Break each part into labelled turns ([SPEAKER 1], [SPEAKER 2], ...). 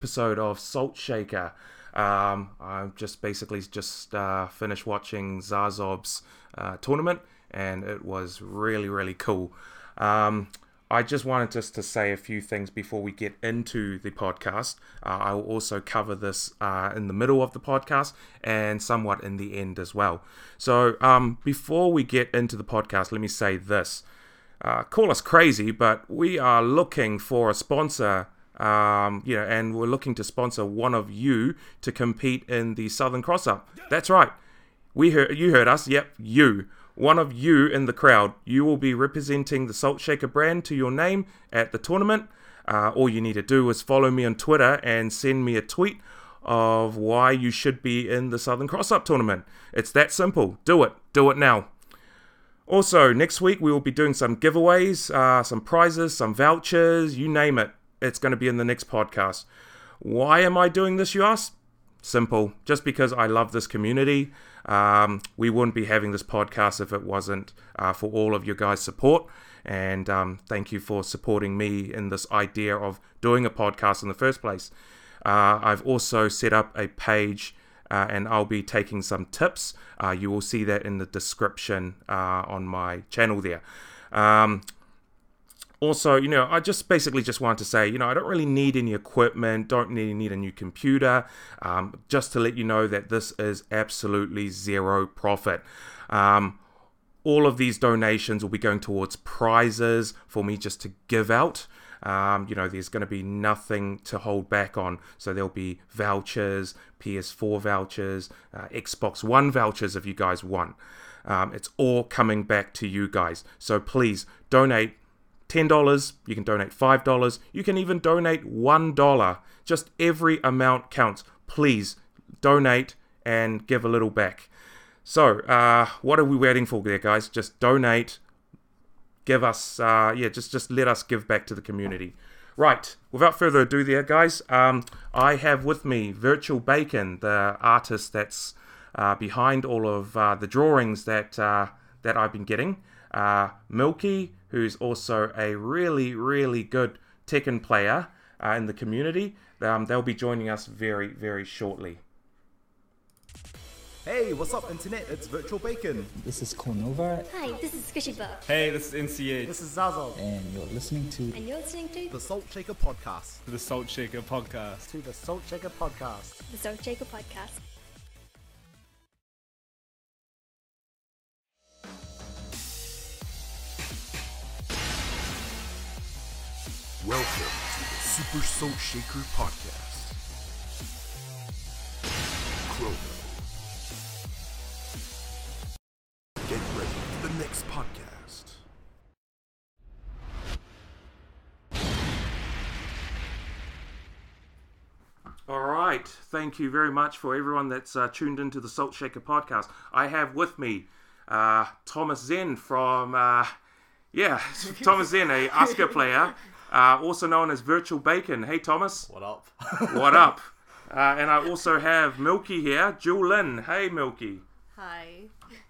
[SPEAKER 1] episode of Salt Shaker. Um, I just basically just uh, finished watching Zazob's uh, tournament, and it was really really cool. Um, I just wanted just to say a few things before we get into the podcast. Uh, I will also cover this uh, in the middle of the podcast and somewhat in the end as well. So um, before we get into the podcast, let me say this. Uh, call us crazy, but we are looking for a sponsor. Um, you know, and we're looking to sponsor one of you to compete in the Southern Cross Up. That's right. We heard you heard us. Yep, you. One of you in the crowd. You will be representing the Salt Shaker brand to your name at the tournament. Uh, all you need to do is follow me on Twitter and send me a tweet of why you should be in the Southern Cross Up tournament. It's that simple. Do it. Do it now. Also, next week we will be doing some giveaways, uh, some prizes, some vouchers, you name it. It's going to be in the next podcast. Why am I doing this, you ask? Simple. Just because I love this community. Um, we wouldn't be having this podcast if it wasn't uh, for all of your guys' support. And um, thank you for supporting me in this idea of doing a podcast in the first place. Uh, I've also set up a page uh, and I'll be taking some tips. Uh, you will see that in the description uh, on my channel there. Um, also, you know, I just basically just wanted to say, you know, I don't really need any equipment, don't really need a new computer, um, just to let you know that this is absolutely zero profit. Um, all of these donations will be going towards prizes for me just to give out. Um, you know, there's going to be nothing to hold back on. So there'll be vouchers, PS4 vouchers, uh, Xbox One vouchers if you guys want. Um, it's all coming back to you guys. So please donate $10, you can donate $5, you can even donate $1. Just every amount counts. Please donate and give a little back. So, uh, what are we waiting for there, guys? Just donate give us uh, yeah just just let us give back to the community right without further ado there guys um, i have with me virtual bacon the artist that's uh, behind all of uh, the drawings that uh, that i've been getting Uh, milky who's also a really really good tekken player uh, in the community um, they'll be joining us very very shortly
[SPEAKER 2] Hey, what's up, internet? It's Virtual Bacon.
[SPEAKER 3] This is Cornova,
[SPEAKER 4] Hi, this is Squishy Bob,
[SPEAKER 5] Hey, this is NCH,
[SPEAKER 2] This is Zazzle.
[SPEAKER 3] and you're listening to
[SPEAKER 4] and you're listening to
[SPEAKER 2] The Salt Shaker Podcast.
[SPEAKER 5] the Salt Shaker podcast.
[SPEAKER 2] To the Salt Shaker Podcast.
[SPEAKER 4] the Salt Shaker Podcast.
[SPEAKER 6] Welcome to the Super Salt Shaker Podcast. Chrono. Get ready for the next podcast.
[SPEAKER 1] All right. Thank you very much for everyone that's uh, tuned into the Salt Shaker podcast. I have with me uh, Thomas Zen from, uh, yeah, Thomas Zen, a Oscar player, uh, also known as Virtual Bacon. Hey, Thomas.
[SPEAKER 2] What up?
[SPEAKER 1] What up? Uh, and I also have Milky here, Jewel Lin. Hey, Milky.
[SPEAKER 7] Hi.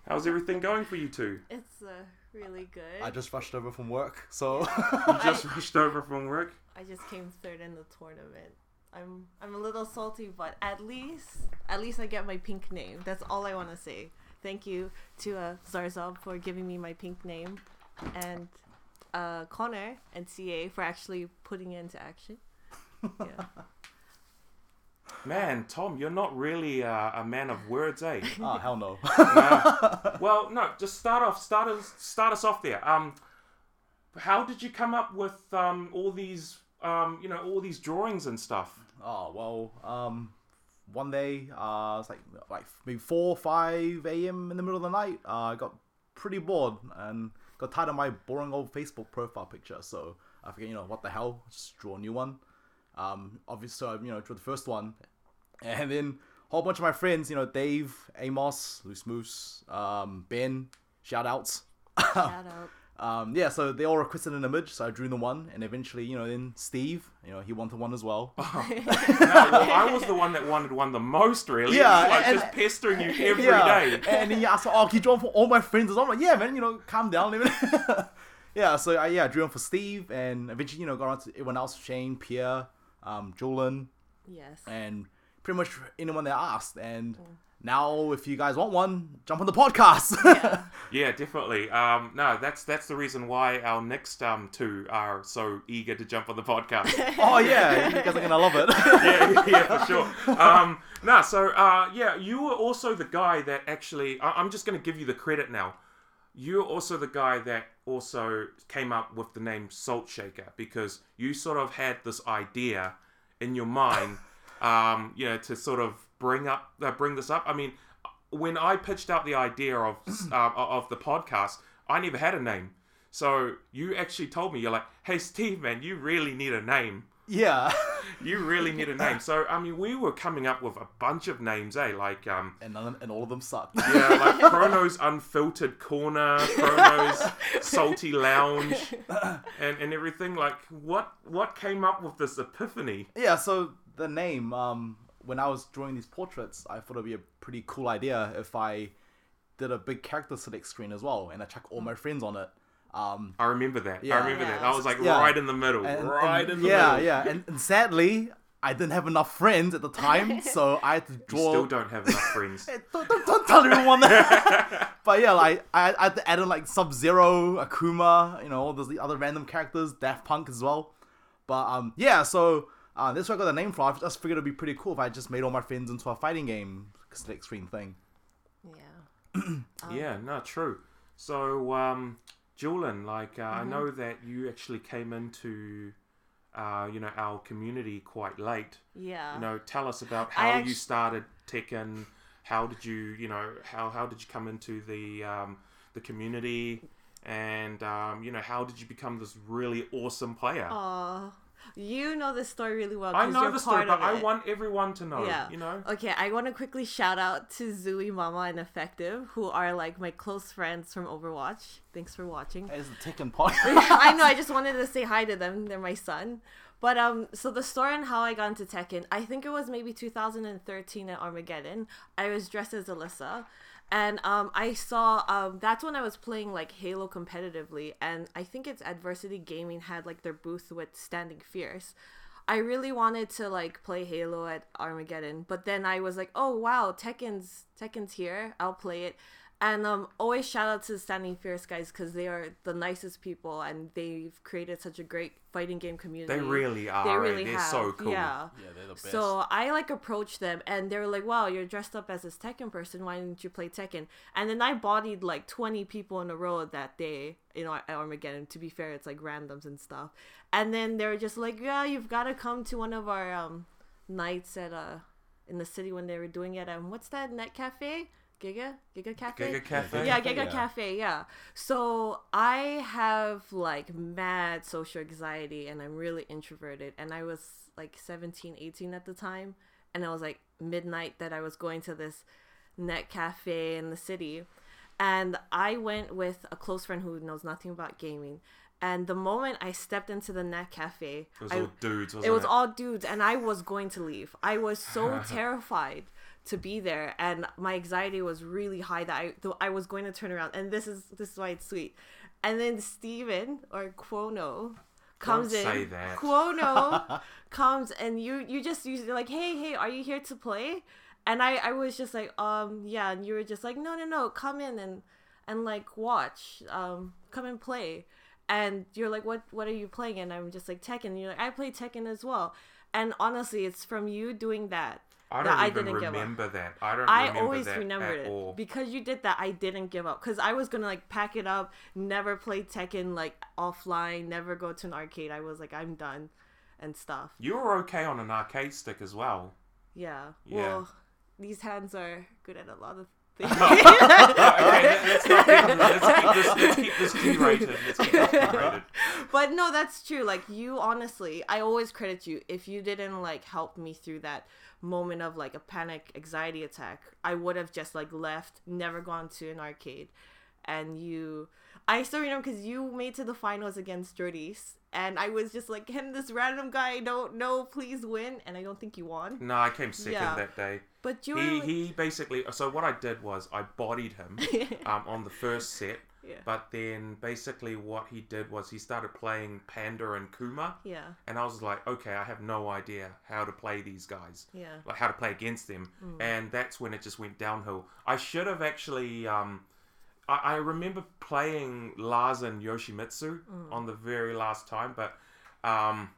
[SPEAKER 1] How's everything going for you two?
[SPEAKER 7] It's uh, really good.
[SPEAKER 2] I
[SPEAKER 7] I,
[SPEAKER 2] just rushed over from work, so
[SPEAKER 1] You just rushed over from work.
[SPEAKER 7] just came third in the tournament. I'm I'm a little salty, but at least at least I get my pink name. That's all I want to say. Thank you to uh, Zarzob for giving me my pink name, and uh, Connor and CA for actually putting it into action. Yeah.
[SPEAKER 1] Man, Tom, you're not really uh, a man of words, eh?
[SPEAKER 2] ah, hell no.
[SPEAKER 1] Well, no, just start off. Start us. Start us off there. Um, how did you come up with um all these um you know all these drawings and stuff?
[SPEAKER 2] oh well. Um, one day, uh, it's like like maybe four, five a.m. in the middle of the night. Uh, I got pretty bored and got tired of my boring old Facebook profile picture. So I figured, you know, what the hell? Just draw a new one. Um, obviously, I, you know, drew the first one, and then a whole bunch of my friends, you know, Dave, Amos, Loose Moose, um, Ben, shout outs.
[SPEAKER 7] Shout out.
[SPEAKER 2] Um, yeah, so they all requested an image, so I drew the one, and eventually, you know, then Steve, you know, he wanted one as well.
[SPEAKER 1] No, well, I was the one that wanted one the most, really.
[SPEAKER 2] Yeah,
[SPEAKER 1] It's like
[SPEAKER 2] and-
[SPEAKER 1] just pestering you every day.
[SPEAKER 2] yeah, and he asked, "Oh, can you draw one for all my friends?" I'm like, "Yeah, man, you know, calm down." even." yeah, so I, yeah, I drew one for Steve, and eventually, you know, got on to everyone else: Shane, Pierre, um, Julian,
[SPEAKER 8] Yes.
[SPEAKER 2] and pretty much anyone that asked. And now, if you guys want one, jump on the podcast.
[SPEAKER 1] Yeah, definitely. Um, no, that's that's the reason why our next um, two are so eager to jump on the podcast.
[SPEAKER 2] oh yeah, you guys are gonna love it.
[SPEAKER 1] yeah, yeah, for sure. Um, nah, so uh, yeah, you were also the guy that actually. I- I'm just going to give you the credit now. You're also the guy that also came up with the name Salt Shaker because you sort of had this idea in your mind, um, you know, to sort of bring up uh, bring this up. I mean, when I pitched out the idea of uh, of the podcast, I never had a name. So you actually told me you're like, hey Steve, man, you really need a name
[SPEAKER 2] yeah,
[SPEAKER 1] you really need a name. So I mean, we were coming up with a bunch of names, eh? Like um,
[SPEAKER 2] and none, and all of them sucked.
[SPEAKER 1] yeah, like Chrono's unfiltered corner, Chrono's salty lounge, and and everything. Like what what came up with this epiphany?
[SPEAKER 2] Yeah, so the name, um, when I was drawing these portraits, I thought it'd be a pretty cool idea if I did a big character select screen as well, and I chuck all my friends on it. Um,
[SPEAKER 1] I remember that. I
[SPEAKER 2] Yeah.
[SPEAKER 1] remember that. I was like
[SPEAKER 2] Yeah.
[SPEAKER 1] right in the middle,
[SPEAKER 2] and-
[SPEAKER 1] right
[SPEAKER 2] and-
[SPEAKER 1] in the
[SPEAKER 2] yeah,
[SPEAKER 1] middle.
[SPEAKER 2] yeah, and, and sadly, I didn't have enough friends at the time, so I had to
[SPEAKER 1] You
[SPEAKER 2] draw.
[SPEAKER 1] still don't have enough friends.
[SPEAKER 2] don't, don't, don't tell everyone that. but yeah, like I, I had to add in like Sub Zero, Akuma, you know, all those the other random characters, Daft Punk as well. But um, yeah, so uh, that's where I got the name from. I just figured it'd be pretty cool if I just made all my friends into a fighting game select screen thing.
[SPEAKER 8] yeah. Um,
[SPEAKER 1] yeah, no, true. So, um, Julian, like, uh, I
[SPEAKER 8] Mm-hmm.
[SPEAKER 1] know that you actually came into, uh, you know, our community quite late.
[SPEAKER 8] Yeah.
[SPEAKER 1] you know tell us about
[SPEAKER 8] I
[SPEAKER 1] how you
[SPEAKER 8] actu-
[SPEAKER 1] started tekken how did you you know how how did you come into the um, the community and um, you know how did you become this really awesome player
[SPEAKER 8] Aw. you know this story really well.
[SPEAKER 1] i
[SPEAKER 8] Oh, 'cause
[SPEAKER 1] know
[SPEAKER 8] you're
[SPEAKER 1] the story
[SPEAKER 8] part
[SPEAKER 1] but
[SPEAKER 8] of
[SPEAKER 1] i
[SPEAKER 8] it.
[SPEAKER 1] want everyone to know
[SPEAKER 8] Yeah.
[SPEAKER 1] Oh,
[SPEAKER 8] Oh,
[SPEAKER 1] you know
[SPEAKER 8] Okay, I want to quickly shout out to Zooey Mama and Effective, who are like my close friends from Overwatch. Thanks for watching.
[SPEAKER 2] It's the Tekken part.
[SPEAKER 8] I know. I just wanted to say hi to them. They're my son. But um, so the story on how I got into Tekken, I think it was maybe 2013 at Armageddon. I was dressed as Alyssa, and um, I saw um, that's when I was playing like Halo competitively, and I think it's Adversity Gaming had like their booth with Standing Fierce. I really wanted to like play Halo at Armageddon, but then I was like, oh wow, Tekken's Tekken's here. I'll play it. And um, always shout out to the Standing Fierce guys because they are the nicest people and they've created such a great fighting game community.
[SPEAKER 1] they really are eh? they're so cool
[SPEAKER 8] Yeah. Yeah, they're the best. So I like approached them and they were like, wow, you're dressed up as this Tekken person. Why didn't you play Tekken? And then I bodied like 20 people in a row that day you know, at Armageddon. To be fair, it's like randoms and stuff. And then they were just like, yeah, you've got to come to one of our um, nights at uh, in the city when they were doing it. Um, what's that net cafe? Giga? Giga Cafe?
[SPEAKER 1] Giga Cafe?
[SPEAKER 8] Yeah, Giga Cafe, yeah. So I have like mad social anxiety and I'm really introverted. And I was like 17, 18 at the time. And it was like midnight that I was going to this net cafe in the city. And I went with a close friend who knows nothing about gaming. And the moment I stepped into the net cafe,
[SPEAKER 1] it was
[SPEAKER 8] I-
[SPEAKER 1] all dudes wasn't
[SPEAKER 8] it
[SPEAKER 1] it
[SPEAKER 8] was all dudes and i was going to leave i was so terrified to be there and my anxiety was really high that i th- i was going to turn around and this is this is why it's sweet and then steven or quono comes
[SPEAKER 1] Don't
[SPEAKER 8] in
[SPEAKER 1] say that.
[SPEAKER 8] quono comes and you you just usually like hey hey are you here to play and i i was just like um yeah and you were just like no no no come in and and like watch um come and play and you're like what what are you playing and i'm just like tekken and you're like i play tekken as well and honestly it's from you doing that
[SPEAKER 1] i don't
[SPEAKER 8] that
[SPEAKER 1] even
[SPEAKER 8] give up.
[SPEAKER 1] remember that i don't
[SPEAKER 8] I
[SPEAKER 1] remember
[SPEAKER 8] always
[SPEAKER 1] that
[SPEAKER 8] remembered
[SPEAKER 1] at
[SPEAKER 8] it
[SPEAKER 1] all
[SPEAKER 8] because you did that. I didn't give up because I was gonna like pack it up, never play Tekken like offline, never go to an arcade. I was like, I'm done, and stuff.
[SPEAKER 1] you were okay on an arcade stick as well
[SPEAKER 8] Yeah.
[SPEAKER 1] Yeah.
[SPEAKER 8] Well, these hands are good at a lot of things.
[SPEAKER 1] okay let- let's, not get- let's keep this let's keep this derated let's keep this derated
[SPEAKER 8] but no, that's true. Like you, honestly, I always credit you. If you didn't like help me through that moment of like a panic anxiety attack, I would have just like left, never gone to an arcade. And you, I still remember because you made to the finals against Jordis, and I was just like, "Can this random guy I don't know please win?" And I don't think you won.
[SPEAKER 1] no i came second
[SPEAKER 8] Yeah.
[SPEAKER 1] that day
[SPEAKER 8] But you were
[SPEAKER 1] he
[SPEAKER 8] like,
[SPEAKER 1] he basically so what I did was I bodied him um, on the first set.
[SPEAKER 8] Yeah.
[SPEAKER 1] But then basically what he did was he started playing Panda and Kuma.
[SPEAKER 8] Yeah.
[SPEAKER 1] And I was like, okay, I have no idea how to play these guys.
[SPEAKER 8] Yeah. Hmm.
[SPEAKER 1] Like how to play against them. And that's when it just went downhill. I should have actually. Um, I, I remember playing Larsen Yoshimitsu
[SPEAKER 8] Hmm.
[SPEAKER 1] on the very last time, but. Um,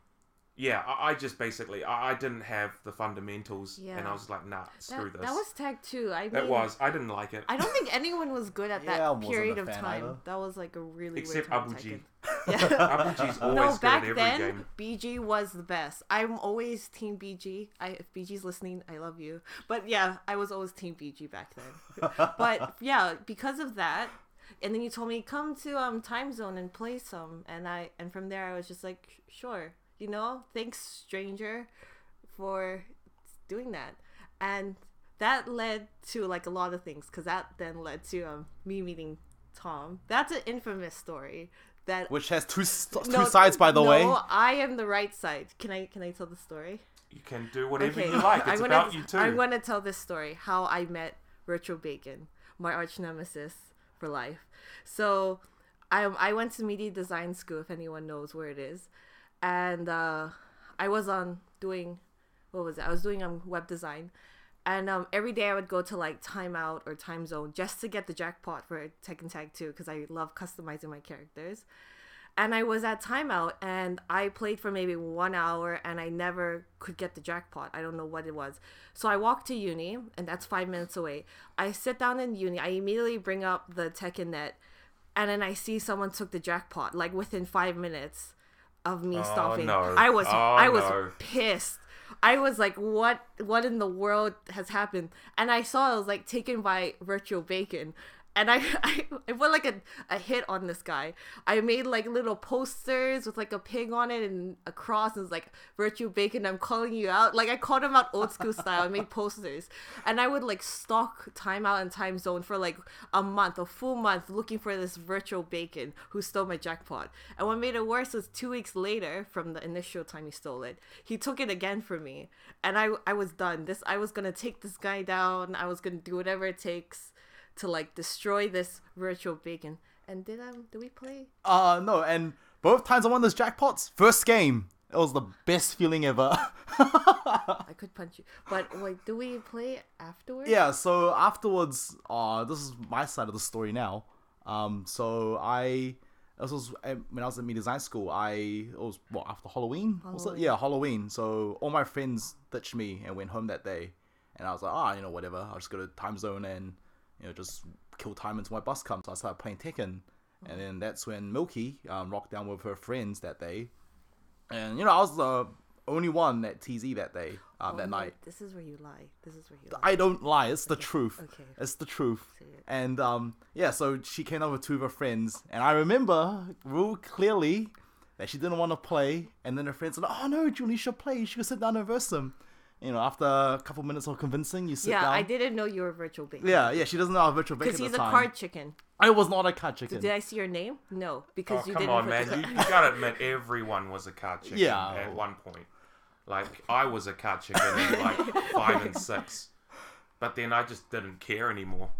[SPEAKER 1] yeah, I, I just basically I, I didn't have the fundamentals, and
[SPEAKER 8] Yeah.
[SPEAKER 1] I was like, nah,
[SPEAKER 8] That,
[SPEAKER 1] screw this.
[SPEAKER 8] that was tag two. I mean,
[SPEAKER 1] It was. I didn't like it.
[SPEAKER 8] I don't think anyone was good at that
[SPEAKER 2] Yeah, I wasn't a
[SPEAKER 8] period of
[SPEAKER 2] fan
[SPEAKER 8] time.
[SPEAKER 2] either.
[SPEAKER 8] That was like a really
[SPEAKER 1] Except
[SPEAKER 8] weird time.
[SPEAKER 1] Abu G.
[SPEAKER 8] Tekken. Yeah.
[SPEAKER 1] Abuji's always
[SPEAKER 8] no,
[SPEAKER 1] good at
[SPEAKER 8] back
[SPEAKER 1] every
[SPEAKER 8] then
[SPEAKER 1] game.
[SPEAKER 8] BG was the best. I'm always Team BG. I, if BG's listening, I love you. But yeah, I was always Team BG back then. but yeah, because of that, and then you told me come to um Time Zone and play some, and I and from there I was just like sure, you know, thanks stranger, for doing that, and that led to like a lot of things because that then led to um me meeting Tom. That's an infamous story. That
[SPEAKER 2] Which has two st- two sides, by the
[SPEAKER 8] no,
[SPEAKER 2] way.
[SPEAKER 8] I am the right side. Can I can I tell the story?
[SPEAKER 1] You can do whatever you like. It's
[SPEAKER 8] I'm gonna,
[SPEAKER 1] about you too.
[SPEAKER 8] I'm gonna tell this story how I met Retro Bacon, my arch nemesis for life. So, I I went to Media Design School if anyone knows where it is, and uh, I was on doing what was it? I was doing um web design, and um every day I would go to like timeout or time zone just to get the jackpot for Tekken Tag 2 because I love customizing my characters and I was at timeout and I played for maybe one hour and I never could get the jackpot. I don't know what it was. So I walked to uni and that's five minutes away. I sit down in uni. I immediately bring up the Tekken net and then I see someone took the jackpot like within five minutes of me stopping.
[SPEAKER 1] Oh, no.
[SPEAKER 8] I was
[SPEAKER 1] Oh,
[SPEAKER 8] I was
[SPEAKER 1] no.
[SPEAKER 8] pissed. I was like, what what in the world has happened? And I saw it was like taken by Virtual Bacon. And I, I, I put like a, a hit on this guy. I made like little posters with like a pig on it and a cross and it's like Virtual Bacon, I'm calling you out. Like I called him out old school style. I made posters. And I would like stalk time out and time zone for like a month, a full month, looking for this virtual bacon who stole my jackpot. And what made it worse was two weeks later, from the initial time he stole it, he took it again from me. And I I was done. This I was gonna take this guy down. I was gonna do whatever it takes to like destroy this virtual bacon. And did um did we play?
[SPEAKER 2] Uh, no, and both times I won those jackpots. First game, it was the best feeling ever.
[SPEAKER 8] I could punch you. But like, do we play afterwards?
[SPEAKER 2] yeah, so afterwards, uh, this is my side of the story now. Um, so I, this was uh, when I was at media design school. I it was what after Halloween? Was it? Yeah, Halloween. So all my friends ditched me and went home that day, and I was like, ah, you know, whatever. I'll just go to time zone and you know just kill time until my bus comes. So I started playing Tekken, and then that's when Milky um, rocked down with her friends that day, and you know I was the only one at TZ that day, um,
[SPEAKER 8] Oh,
[SPEAKER 2] that
[SPEAKER 8] no,
[SPEAKER 2] night.
[SPEAKER 8] This is where you lie. This is where you lie.
[SPEAKER 2] I don't lie. It's the truth.
[SPEAKER 8] okay.
[SPEAKER 2] It's the truth.
[SPEAKER 8] it.
[SPEAKER 2] And um, yeah. So she came over two of her friends, and I remember real clearly that she didn't want to play. And then her friends said, "Oh no, Julie, you should play. You should sit down and verse him." You know, after a couple minutes of convincing, you sit
[SPEAKER 8] yeah,
[SPEAKER 2] down.
[SPEAKER 8] I didn't know you were virtual bacon.
[SPEAKER 2] Yeah, yeah. She doesn't know how virtual bacon
[SPEAKER 8] Because
[SPEAKER 2] at
[SPEAKER 8] he's
[SPEAKER 2] the
[SPEAKER 8] a
[SPEAKER 2] time.
[SPEAKER 8] card chicken.
[SPEAKER 2] I was not a card chicken.
[SPEAKER 8] Did I see your name? No, because
[SPEAKER 1] oh,
[SPEAKER 8] you
[SPEAKER 1] come
[SPEAKER 8] didn't.
[SPEAKER 1] on,
[SPEAKER 8] put
[SPEAKER 1] man.
[SPEAKER 8] the-
[SPEAKER 1] You, you gotta admit, everyone was a card chicken
[SPEAKER 2] Yeah.
[SPEAKER 1] at one point. Like, I was a card chicken at like five and six. But then I just didn't care anymore.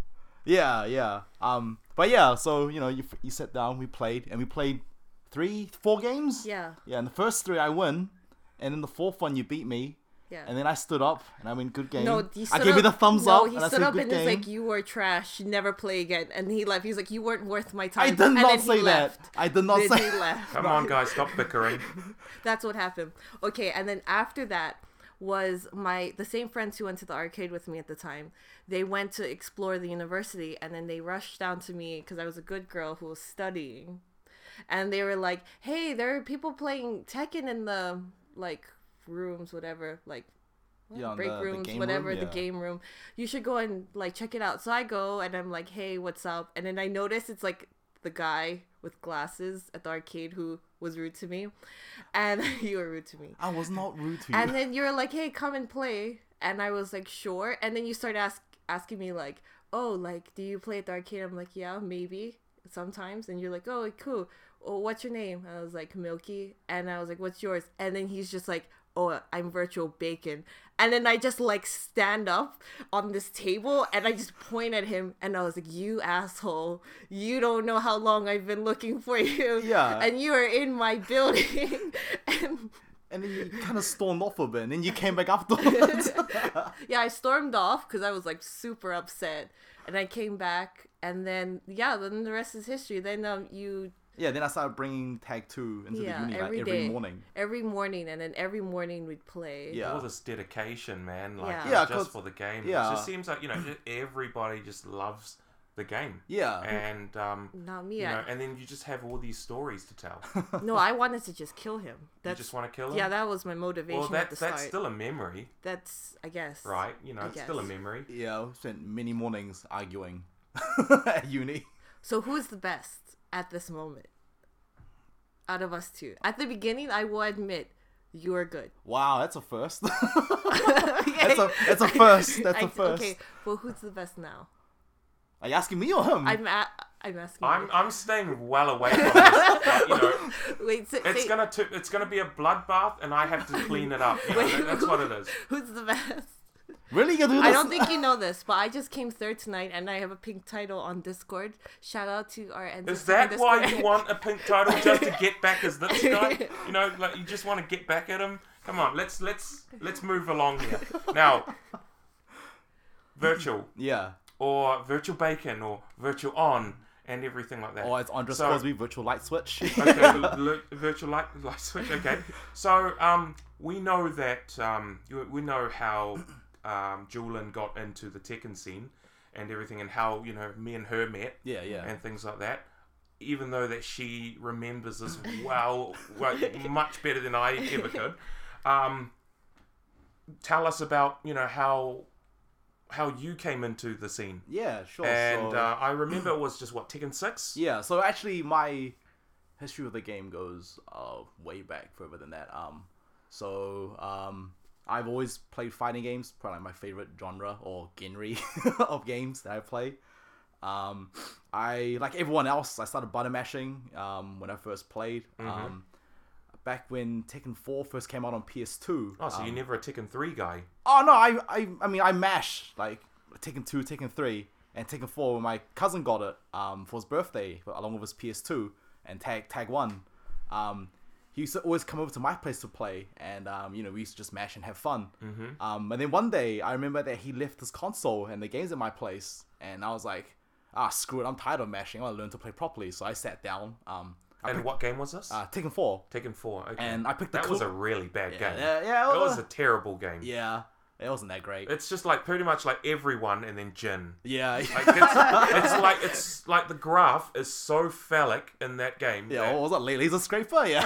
[SPEAKER 2] Yeah, yeah. Um, but yeah. So you know, you you sat down, we played, and we played three, four games.
[SPEAKER 8] Yeah.
[SPEAKER 2] Yeah. And the first three I win, and then the fourth one you beat me.
[SPEAKER 8] Yeah.
[SPEAKER 2] And then I stood up and I went, good game.
[SPEAKER 8] no, he
[SPEAKER 2] I
[SPEAKER 8] stood
[SPEAKER 2] gave you the
[SPEAKER 8] up-
[SPEAKER 2] thumbs
[SPEAKER 8] no,
[SPEAKER 2] up.
[SPEAKER 8] he
[SPEAKER 2] and I
[SPEAKER 8] stood
[SPEAKER 2] said,
[SPEAKER 8] up
[SPEAKER 2] good
[SPEAKER 8] and
[SPEAKER 2] game.
[SPEAKER 8] was like, "You were trash. You Never play again." And he left. He's like, "You weren't worth my time."
[SPEAKER 2] I did
[SPEAKER 8] And
[SPEAKER 2] not
[SPEAKER 8] then he
[SPEAKER 2] say that.
[SPEAKER 8] left.
[SPEAKER 2] I did not
[SPEAKER 8] Then
[SPEAKER 2] say-
[SPEAKER 8] he left.
[SPEAKER 1] Come on, guys, stop bickering.
[SPEAKER 8] That's what happened. Okay, and then after that was my the same friends who went to the arcade with me at the time. They went to explore the university and then they rushed down to me because I was a good girl who was studying. And they were like, "Hey, there are people playing Tekken in the like rooms, whatever, like
[SPEAKER 2] yeah, on
[SPEAKER 8] break
[SPEAKER 2] the- the
[SPEAKER 8] rooms,
[SPEAKER 2] game room,
[SPEAKER 8] whatever
[SPEAKER 2] yeah.
[SPEAKER 8] the game room. You should go and like check it out. So I go and I'm like, hey, what's up? And then I notice it's like the guy with glasses at the arcade who was rude to me, and you were rude to me.
[SPEAKER 2] I was not rude to you.
[SPEAKER 8] And then you were like, hey, come and play. And I was like, sure. And then you start ask asking me like, oh, like, do you play at the arcade? I'm like, yeah, maybe sometimes. And you're like, oh, cool. Oh, what's your name? And I was like, Milky. And I was like, what's yours? And then he's just like, oh, I'm Virtual Bacon.
[SPEAKER 7] And then I just like stand up on this table and I just point at him and I was like, You asshole. You don't know how long I've been looking for you.
[SPEAKER 2] Yeah.
[SPEAKER 7] And you are in my building. and
[SPEAKER 2] And then you kind of stormed off a bit, and then you came back afterwards.
[SPEAKER 7] yeah, I stormed off because I was like super upset. And I came back and then yeah, then the rest is history. Then um you
[SPEAKER 2] yeah, then I started bringing Tag 2 into
[SPEAKER 7] yeah,
[SPEAKER 2] the uni like,
[SPEAKER 7] every
[SPEAKER 2] every
[SPEAKER 7] day.
[SPEAKER 2] morning.
[SPEAKER 7] Every morning and then every morning we'd play.
[SPEAKER 1] all
[SPEAKER 2] Yeah.
[SPEAKER 1] this dedication, man. Like
[SPEAKER 7] Yeah.
[SPEAKER 1] it's
[SPEAKER 2] Yeah, 'cause-
[SPEAKER 1] just for the game.
[SPEAKER 2] yeah.
[SPEAKER 1] It just seems like you know just- everybody just loves the game.
[SPEAKER 2] Yeah.
[SPEAKER 1] And um,
[SPEAKER 7] Not me.
[SPEAKER 1] you
[SPEAKER 7] I-
[SPEAKER 1] know, and then you just have all these stories to tell.
[SPEAKER 7] no, I wanted to just kill him.
[SPEAKER 1] you
[SPEAKER 7] That's
[SPEAKER 1] just want to kill them.
[SPEAKER 7] yeah, that was my motivation
[SPEAKER 1] well, that,
[SPEAKER 7] at the
[SPEAKER 1] that's
[SPEAKER 7] start.
[SPEAKER 1] still a memory,
[SPEAKER 7] That's I guess
[SPEAKER 1] right? You know,
[SPEAKER 7] I
[SPEAKER 1] it's still a
[SPEAKER 7] guess.
[SPEAKER 1] memory.
[SPEAKER 2] Yeah, we spent many mornings arguing at uni.
[SPEAKER 7] So who is the best at this moment? Out of us two. At the beginning, I will admit you are good.
[SPEAKER 2] Wow, that's a first.
[SPEAKER 7] that's
[SPEAKER 2] a- that's a first, that's a
[SPEAKER 7] Okay,
[SPEAKER 2] first.
[SPEAKER 7] well, who's the best now?
[SPEAKER 2] Are you asking me or him?
[SPEAKER 7] I'm a- I'm asking.
[SPEAKER 1] I'm
[SPEAKER 7] you.
[SPEAKER 1] I'm staying well away from this. but, you know,
[SPEAKER 7] Wait, so,
[SPEAKER 1] it's
[SPEAKER 7] say-
[SPEAKER 1] gonna t- it's gonna be a bloodbath, and I have to clean it up. You know, that- that's what it is.
[SPEAKER 7] who's the best?
[SPEAKER 2] Really? You gonna do this?
[SPEAKER 7] I don't think you know this, but I just came third tonight, and I have a pink title on Discord. Shout out to our
[SPEAKER 1] Is
[SPEAKER 7] ancestors on
[SPEAKER 1] that why
[SPEAKER 7] Discord.
[SPEAKER 1] you want a pink title just to get back as this guy? You know, like you just want to get back at him. Come on, let's let's let's move along here now. Virtual
[SPEAKER 2] Yeah.
[SPEAKER 1] or virtual bacon or virtual on and everything like that.
[SPEAKER 2] Or Oh, it's Andres
[SPEAKER 1] So-
[SPEAKER 2] Crosby virtual light switch.
[SPEAKER 1] okay, l- l- virtual light, light switch. Okay, so um, we know that um, you- we know how um, Julian got into the Tekken scene and everything, and how you know me and her met.
[SPEAKER 2] Yeah, yeah.
[SPEAKER 1] and things like that. Even though that she remembers this well, well much better than I ever could. Um, tell us about you know how how you came into the scene.
[SPEAKER 2] yeah, sure.
[SPEAKER 1] And
[SPEAKER 2] so-
[SPEAKER 1] uh, I remember it was just what Tekken Six.
[SPEAKER 2] Yeah, so actually, my history of the game goes uh, way back further than that. Um, so um, I've always played fighting games, probably my favorite genre or genre of games that I play. Um, I like everyone else. I started button mashing um, when I first played. Um, back when Tekken 4 first came out on PS2.
[SPEAKER 1] Oh, so you're never a Tekken Three guy.
[SPEAKER 2] Oh no, I I, I mean I mash like Taken two, Taken three, and Taken four. When my cousin got it um for his birthday along with his PS two and tag tag one. Um, he used to always come over to my place to play, and um you know we used to just mash and have fun. Mm-hmm. Um, and then one day I remember that he left his console and the games at my place, and I was like, ah screw it, I'm tired of mashing. I want to learn to play properly. So I sat down. Um, I
[SPEAKER 1] And what game was this?
[SPEAKER 2] uh, Taken four.
[SPEAKER 1] Tekken Four. Okay.
[SPEAKER 2] and I picked the
[SPEAKER 1] that was a
[SPEAKER 2] cool-
[SPEAKER 1] really bad
[SPEAKER 2] Yeah,
[SPEAKER 1] game.
[SPEAKER 2] yeah, yeah,
[SPEAKER 1] it
[SPEAKER 2] well-
[SPEAKER 1] was a terrible game.
[SPEAKER 2] Yeah, it wasn't that great.
[SPEAKER 1] It's just like pretty much like everyone, and then Jin.
[SPEAKER 2] yeah.
[SPEAKER 1] Like it's, it's like it's like the graph is so phallic in that game.
[SPEAKER 2] Yeah,
[SPEAKER 1] that-
[SPEAKER 2] what was that? Laser scraper, yeah.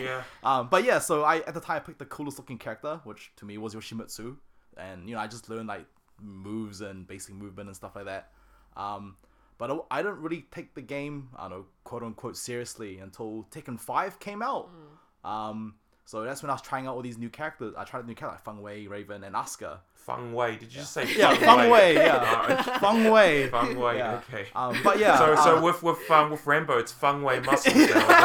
[SPEAKER 1] yeah.
[SPEAKER 2] Um, but yeah, so I at the time I picked the coolest looking character, which to me was Yoshimitsu, and you know I just learned like moves and basic movement and stuff like that. Um, but I- I don't really take the game, I don't know, quote unquote, seriously until Tekken Five came out. Um, so that's when I was trying out all these new characters. I tried new characters like Feng Wei, Raven, and Asuka.
[SPEAKER 1] Feng Wei. Did you just say
[SPEAKER 2] Yeah, Feng Wei, yeah,
[SPEAKER 1] Alright,
[SPEAKER 2] Feng Wei.
[SPEAKER 1] Feng Wei.
[SPEAKER 2] Yeah.
[SPEAKER 1] Okay.
[SPEAKER 2] Um, but yeah,
[SPEAKER 1] so
[SPEAKER 2] um,
[SPEAKER 1] so with with um, with Rambo, it's Feng Wei muscles.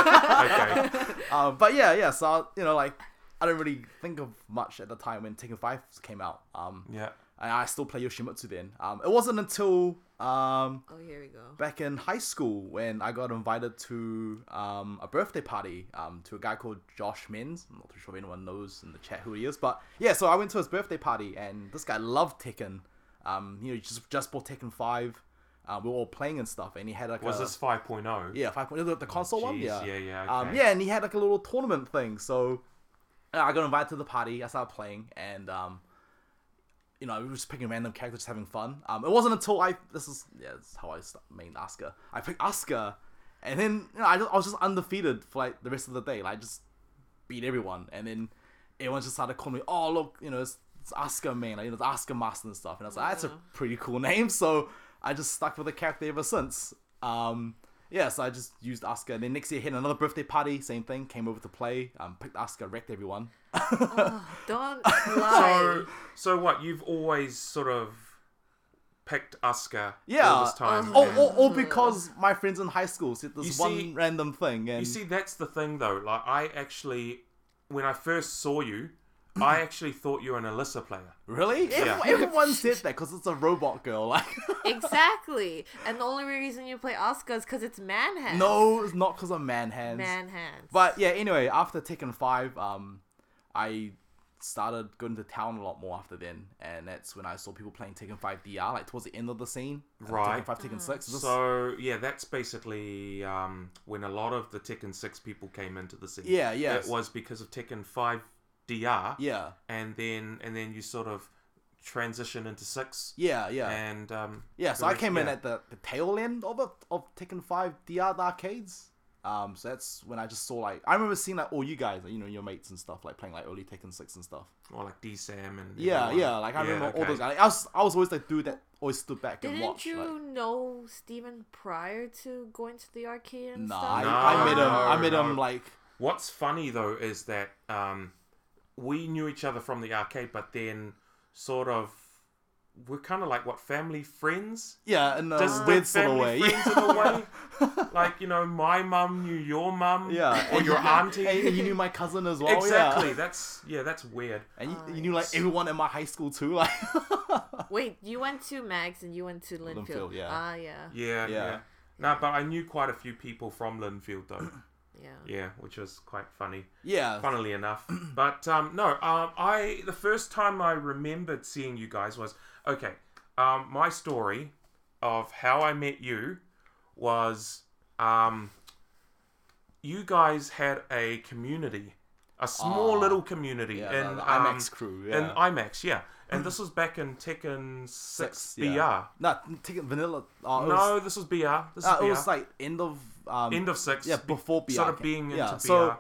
[SPEAKER 1] now, is it? okay.
[SPEAKER 2] Um, but yeah, yeah. So I, you know, like I don't really think of much at the time when Tekken Five came out. Um,
[SPEAKER 1] Yeah.
[SPEAKER 2] and I still play Yoshimitsu then. Um, it wasn't until um
[SPEAKER 7] Oh, here we go.
[SPEAKER 2] back in high school when I got invited to um a birthday party um to a guy called Josh Menz. I'm not too sure if anyone knows in the chat who he is, but yeah. So I went to his birthday party and this guy loved Tekken. Um, you know, he just just bought Tekken Five. Uh, we were all playing and stuff, and he had like
[SPEAKER 1] Was
[SPEAKER 2] a,
[SPEAKER 1] this oh? 5.0?
[SPEAKER 2] yeah, five point oh, the, the console one.
[SPEAKER 1] jeez,
[SPEAKER 2] Yeah,
[SPEAKER 1] yeah, yeah,
[SPEAKER 2] Um,
[SPEAKER 1] okay.
[SPEAKER 2] yeah, and he had like a little tournament thing. So uh, I got invited to the party. I started playing, and um, you know, we were just picking random characters, just having fun. Um, it wasn't until I this is yeah, this is how I st- main Asuka. I picked Asuka, and then you know, I, just, I was just undefeated for like the rest of the day. Like just beat everyone, and then everyone just started calling me, "Oh, look, you know, it's, it's Asuka man, like, you know, it's Asuka Master and stuff." And I was like, "That's a pretty cool name," so I just stuck with the character ever since. Um, yeah, so I just used Asuka, and then next year I had another birthday party, same thing. Came over to play, um, picked Asuka, wrecked everyone.
[SPEAKER 7] Don't lie.
[SPEAKER 1] So so what? You've always sort of picked Asuka
[SPEAKER 2] Yeah. Oh,
[SPEAKER 1] all this time.
[SPEAKER 2] All,
[SPEAKER 1] and-
[SPEAKER 2] all, all because my friends in high school said this
[SPEAKER 1] You
[SPEAKER 2] one
[SPEAKER 1] see-
[SPEAKER 2] random thing, and
[SPEAKER 1] You see, that's the thing though. Like, I actually, when I first saw you, I actually thought you were an Alyssa player.
[SPEAKER 2] Really?
[SPEAKER 1] Yeah.
[SPEAKER 2] Everyone said that because it's a robot girl. Like,
[SPEAKER 7] exactly. And the only reason you play Oscar is because it's man hands.
[SPEAKER 2] no, it's not because of man hands.
[SPEAKER 7] Man hands.
[SPEAKER 2] But yeah, anyway, after Tekken Five, um, I started going to town a lot more after then, and that's when I saw people playing Tekken Five DR, like towards the end of the scene. uh,
[SPEAKER 1] Right.
[SPEAKER 2] Tekken Five, Tekken Six. This-
[SPEAKER 1] So yeah, that's basically um, when a lot of the Tekken Six people came into the scene.
[SPEAKER 2] Yeah, yeah.
[SPEAKER 1] It was because of Tekken Five DR.
[SPEAKER 2] yeah,
[SPEAKER 1] And then and then you sort of transition into six.
[SPEAKER 2] yeah, yeah,
[SPEAKER 1] And um,
[SPEAKER 2] yeah. So I came in
[SPEAKER 1] yeah.
[SPEAKER 2] at the, the tail end of it of Tekken Five DR the arcades. Um, so that's when I just saw like I remember seeing like all you guys, you know, your mates and stuff, like playing like early Tekken Six and stuff.
[SPEAKER 1] or like D Sam and
[SPEAKER 2] Yeah,
[SPEAKER 1] everyone.
[SPEAKER 2] yeah. Like I remember all
[SPEAKER 1] okay.
[SPEAKER 2] those. Like, I was I was always like dude that always stood back
[SPEAKER 7] Didn't
[SPEAKER 2] and watched.
[SPEAKER 7] you
[SPEAKER 2] like-
[SPEAKER 7] know Steven prior to going to the arcade and
[SPEAKER 2] Nah,
[SPEAKER 7] stuff?
[SPEAKER 2] I, I met him. I
[SPEAKER 1] No,
[SPEAKER 2] met him
[SPEAKER 1] no.
[SPEAKER 2] like
[SPEAKER 1] What's funny though is that um, we knew each other from the arcade, but then sort of we're kind of like what family friends.
[SPEAKER 2] yeah, in a
[SPEAKER 1] Distant
[SPEAKER 2] Uh, weird sort of
[SPEAKER 1] family
[SPEAKER 2] way.
[SPEAKER 1] friends in a way. like you know, my mum knew your mum,
[SPEAKER 2] Yeah,
[SPEAKER 1] or your auntie.
[SPEAKER 2] and you knew my cousin as well.
[SPEAKER 1] exactly.
[SPEAKER 2] Yeah.
[SPEAKER 1] That's yeah, that's weird.
[SPEAKER 2] And you, you knew like everyone in my high school too. Like
[SPEAKER 7] Wait, you went to Mags and you went to Linfield.
[SPEAKER 2] Linfield, yeah.
[SPEAKER 7] Ah, yeah.
[SPEAKER 1] Yeah, yeah.
[SPEAKER 2] Yeah.
[SPEAKER 1] No, but I knew quite a few people from Linfield though.
[SPEAKER 7] Yeah.
[SPEAKER 1] yeah, which was quite funny.
[SPEAKER 2] yeah,
[SPEAKER 1] funnily enough. But um, no, um, I the first time I remembered seeing you guys was okay. Um, my story of how I met you was um, you guys had a community, a small little community
[SPEAKER 2] Ah, Yeah,
[SPEAKER 1] in
[SPEAKER 2] the- the
[SPEAKER 1] um,
[SPEAKER 2] IMAX crew, yeah.
[SPEAKER 1] in IMAX, yeah. And this was back in Tekken Six BR.
[SPEAKER 2] yeah. No, take vanilla. Uh, it was,
[SPEAKER 1] No, this was BR. This
[SPEAKER 2] uh,
[SPEAKER 1] is BR.
[SPEAKER 2] it was like end of um,
[SPEAKER 1] End of Six.
[SPEAKER 2] Yeah, before BR.
[SPEAKER 1] Sort of
[SPEAKER 2] came-
[SPEAKER 1] being
[SPEAKER 2] yeah.
[SPEAKER 1] into
[SPEAKER 2] so
[SPEAKER 1] BR.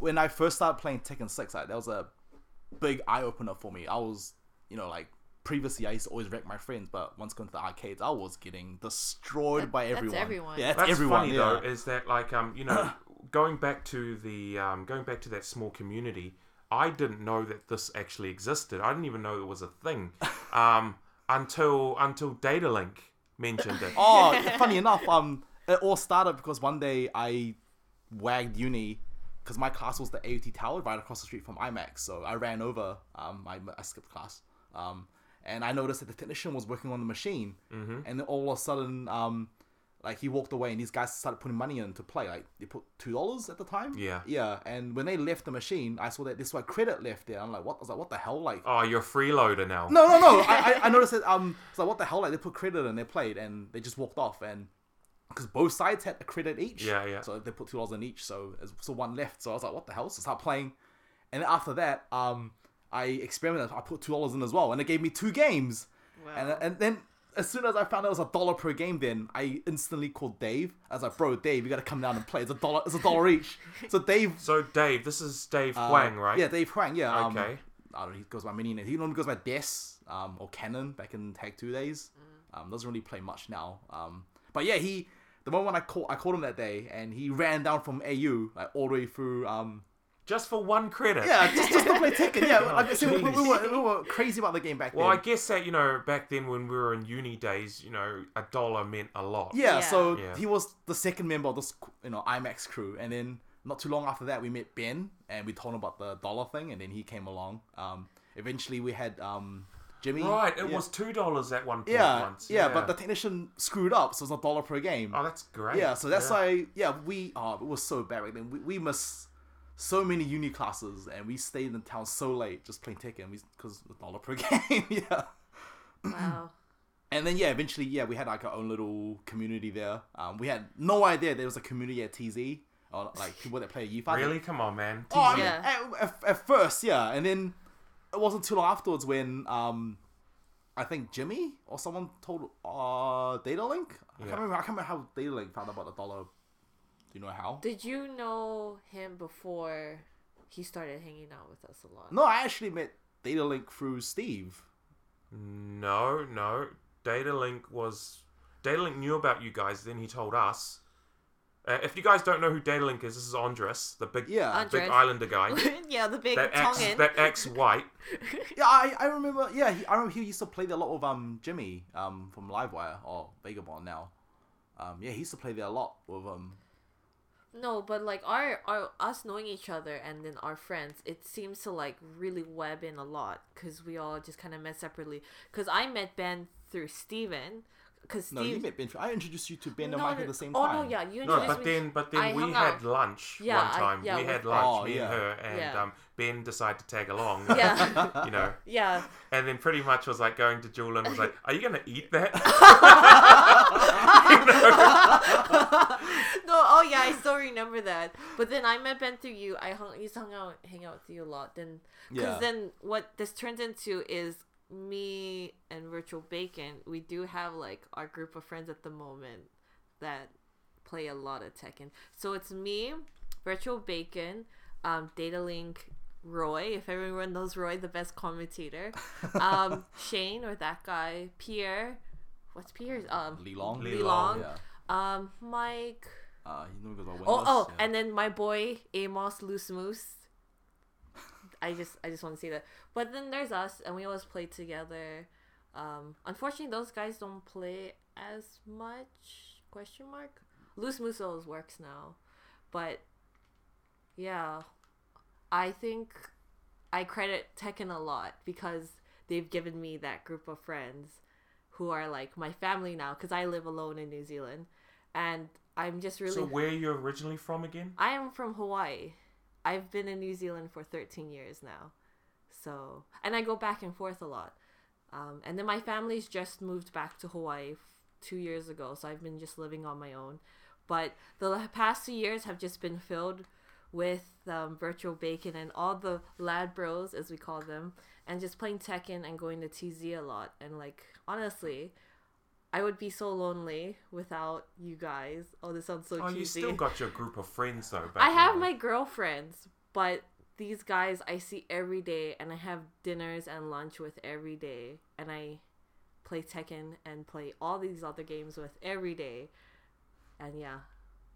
[SPEAKER 2] when I first started playing Tekken Six, like that was a big eye opener for me. I was, you know, like previously I used to always wreck my friends, but once going to the arcades, I was getting destroyed
[SPEAKER 7] That-
[SPEAKER 2] by
[SPEAKER 7] that's
[SPEAKER 2] everyone.
[SPEAKER 7] everyone.
[SPEAKER 2] Yeah, that's,
[SPEAKER 1] That's
[SPEAKER 2] everyone.
[SPEAKER 1] funny
[SPEAKER 2] yeah.
[SPEAKER 1] though, is that like um you know going back to the um, going back to that small community, I didn't know that this actually existed. I didn't even know it was a thing um, until until Datalink mentioned it.
[SPEAKER 2] Oh, funny enough, um, it all started because one day I wagged uni because my class was the AOT Tower right across the street from IMAX. So I ran over. Um, I, I skipped class. Um, and I noticed that the technician was working on the machine, mm-hmm. and then all of a sudden, um, like he walked away, and these guys started putting money in to play. Like they put two dollars at the time.
[SPEAKER 1] Yeah.
[SPEAKER 2] Yeah. And when they left the machine, I saw that this one credit left there. I'm like, what? I was like, what the hell? Like,
[SPEAKER 1] Oh, you're a freeloader now.
[SPEAKER 2] no, no, no. I, I, I noticed that. Um, it's like what the hell? Like they put credit and they played and they just walked off and because both sides had a credit each.
[SPEAKER 1] Yeah, yeah.
[SPEAKER 2] So they put two dollars in each. So as- so one left. So I was like, what the hell? So start playing, and then after that, um, I experimented. I put two dollars in as well, and it gave me two games. And and then. As soon as I found out it was a dollar per game, then I instantly called Dave. I was like, "Bro, Dave, you gotta come down and play. It's a dollar. It's a dollar each." So Dave
[SPEAKER 1] So Dave, this is Dave
[SPEAKER 2] uh,
[SPEAKER 1] Huang, right?
[SPEAKER 2] Yeah, Dave Huang. Yeah. um,
[SPEAKER 1] Okay.
[SPEAKER 2] I don't know. He goes by many names. He normally goes by Des um, or Canon back in Tag Two days. Um, doesn't really play much now. Um, but yeah, he the moment I call I called him that day, and he ran down from AU like all the way through. Um,
[SPEAKER 1] Just for one credit.
[SPEAKER 2] yeah, just, just to play Tekken. Yeah, like I said, we, we,
[SPEAKER 1] Oh, jeez.
[SPEAKER 2] were, we were crazy about the game back
[SPEAKER 1] Well, I
[SPEAKER 2] then.
[SPEAKER 1] guess that you know back then when we were in uni days, you know, a dollar meant a lot.
[SPEAKER 2] yeah,
[SPEAKER 7] Yeah.
[SPEAKER 2] so
[SPEAKER 1] Yeah.
[SPEAKER 2] he was the second member of this you know IMAX crew, and then not too long after that we met Ben, and we told him about the dollar thing, and then he came along. Um, eventually we had um, Jimmy.
[SPEAKER 1] Right. It
[SPEAKER 2] Yeah.
[SPEAKER 1] was two dollars at one point.
[SPEAKER 2] Yeah,
[SPEAKER 1] once.
[SPEAKER 2] yeah, but the technician screwed up, so it's a dollar per game.
[SPEAKER 1] oh, that's great.
[SPEAKER 2] yeah, so that's why, yeah, we, oh, it was so bad back then. We, we missed so many uni classes, and we stayed in town so late just playing Tekken because a dollar per game, yeah.
[SPEAKER 7] Wow.
[SPEAKER 2] And then, yeah, eventually, yeah, we had like our own little community there. Um, we had no idea there was a community at TZ, or like people that play Yifa.
[SPEAKER 1] Really? Come on, man.
[SPEAKER 2] Oh, I mean,
[SPEAKER 7] Yeah.
[SPEAKER 2] at, at, at first, yeah, and then it wasn't too long afterwards when um, I think Jimmy or someone told uh DataLink. I
[SPEAKER 1] Yeah.
[SPEAKER 2] can't remember. I can't remember how DataLink found out about the dollar. Do you know how?
[SPEAKER 7] Did you know him before he started hanging out with us a lot?
[SPEAKER 2] No, I actually met DataLink through Steve.
[SPEAKER 1] No, no. Datalink was. Datalink knew about you guys, then he told us. Uh, if you guys don't know who Datalink is, this is Andres, the big,
[SPEAKER 2] Yeah.
[SPEAKER 1] big
[SPEAKER 7] Andres.
[SPEAKER 1] Islander guy.
[SPEAKER 7] yeah, the big
[SPEAKER 1] That ex,
[SPEAKER 7] Tongan.
[SPEAKER 1] that ex white.
[SPEAKER 2] Yeah, I, I remember. Yeah, he, I remember he used to play there a lot with um Jimmy um from Livewire or Vagabond now. Um, yeah, he used to play there a lot with um.
[SPEAKER 8] No, but like our our us knowing each other and then our friends, it seems to like really web in a lot because we all just kind of met separately. Because I met Ben through Steven. Because
[SPEAKER 2] No,
[SPEAKER 8] Steve...
[SPEAKER 2] you met Ben. I introduced you to Ben and
[SPEAKER 8] No,
[SPEAKER 2] Mike
[SPEAKER 8] no-
[SPEAKER 2] at the same
[SPEAKER 8] oh,
[SPEAKER 2] time.
[SPEAKER 8] no, yeah, you
[SPEAKER 1] No,
[SPEAKER 8] introduced
[SPEAKER 1] but
[SPEAKER 8] me.
[SPEAKER 1] then but then
[SPEAKER 8] I
[SPEAKER 1] we
[SPEAKER 8] hung
[SPEAKER 1] had
[SPEAKER 8] out.
[SPEAKER 1] lunch
[SPEAKER 8] Yeah,
[SPEAKER 1] one
[SPEAKER 8] I-
[SPEAKER 1] time.
[SPEAKER 8] yeah,
[SPEAKER 1] we
[SPEAKER 8] with
[SPEAKER 1] had
[SPEAKER 8] Ben.
[SPEAKER 1] lunch,
[SPEAKER 2] Oh,
[SPEAKER 1] me
[SPEAKER 2] yeah.
[SPEAKER 1] and her, and
[SPEAKER 8] Yeah.
[SPEAKER 1] um, Ben decided to tag along.
[SPEAKER 8] Yeah,
[SPEAKER 1] you know,
[SPEAKER 8] yeah.
[SPEAKER 1] and then pretty much was like going to Julian was like, "Are you gonna eat that?"
[SPEAKER 8] No, oh yeah, I still remember that. But then I met Ben through you. I hung, used to hung out, hang out with you a lot. Then, because
[SPEAKER 2] Yeah.
[SPEAKER 8] then what this turns into is me and Virtual Bacon. We do have like our group of friends at the moment that play a lot of Tekken. So it's me, Virtual Bacon, um, Data Link, Roy. If everyone knows Roy, the best commentator. Um, Shane or that guy, Pierre. What's Pierre's? Um,
[SPEAKER 2] Lee Long.
[SPEAKER 1] Lee
[SPEAKER 8] Lee
[SPEAKER 1] Long,
[SPEAKER 8] Long.
[SPEAKER 2] Yeah.
[SPEAKER 8] Um, Mike.
[SPEAKER 2] Uh, he never goes by
[SPEAKER 8] Oh,
[SPEAKER 2] Windows,
[SPEAKER 8] oh,
[SPEAKER 2] yeah.
[SPEAKER 8] and then my boy Amos Loose Moose. I just, I just want to see that. But then there's us, and we always play together. Um, unfortunately, those guys don't play as much. Question mark. Loose Moose always works now, but yeah, I think I credit Tekken a lot because they've given me that group of friends who are like my family now because I live alone in New Zealand, and I'm just really.
[SPEAKER 1] so where are you originally from again?
[SPEAKER 8] I am from Hawaii. I've been in New Zealand for 13 years now. So, and I go back and forth a lot. Um, and then my family's just moved back to Hawaii f- two years ago. So I've been just living on my own. But the la- past two years have just been filled with um, virtual bacon and all the lad bros, as we call them, and just playing Tekken and going to TZ a lot. And like, honestly, I would be so lonely without you guys. Oh, this sounds so
[SPEAKER 1] Oh,
[SPEAKER 8] cheesy.
[SPEAKER 1] you still got your group of friends though. But
[SPEAKER 8] I have my girlfriends, but these guys I see every day, and I have dinners and lunch with every day, and I play Tekken and play all these other games with every day, and yeah,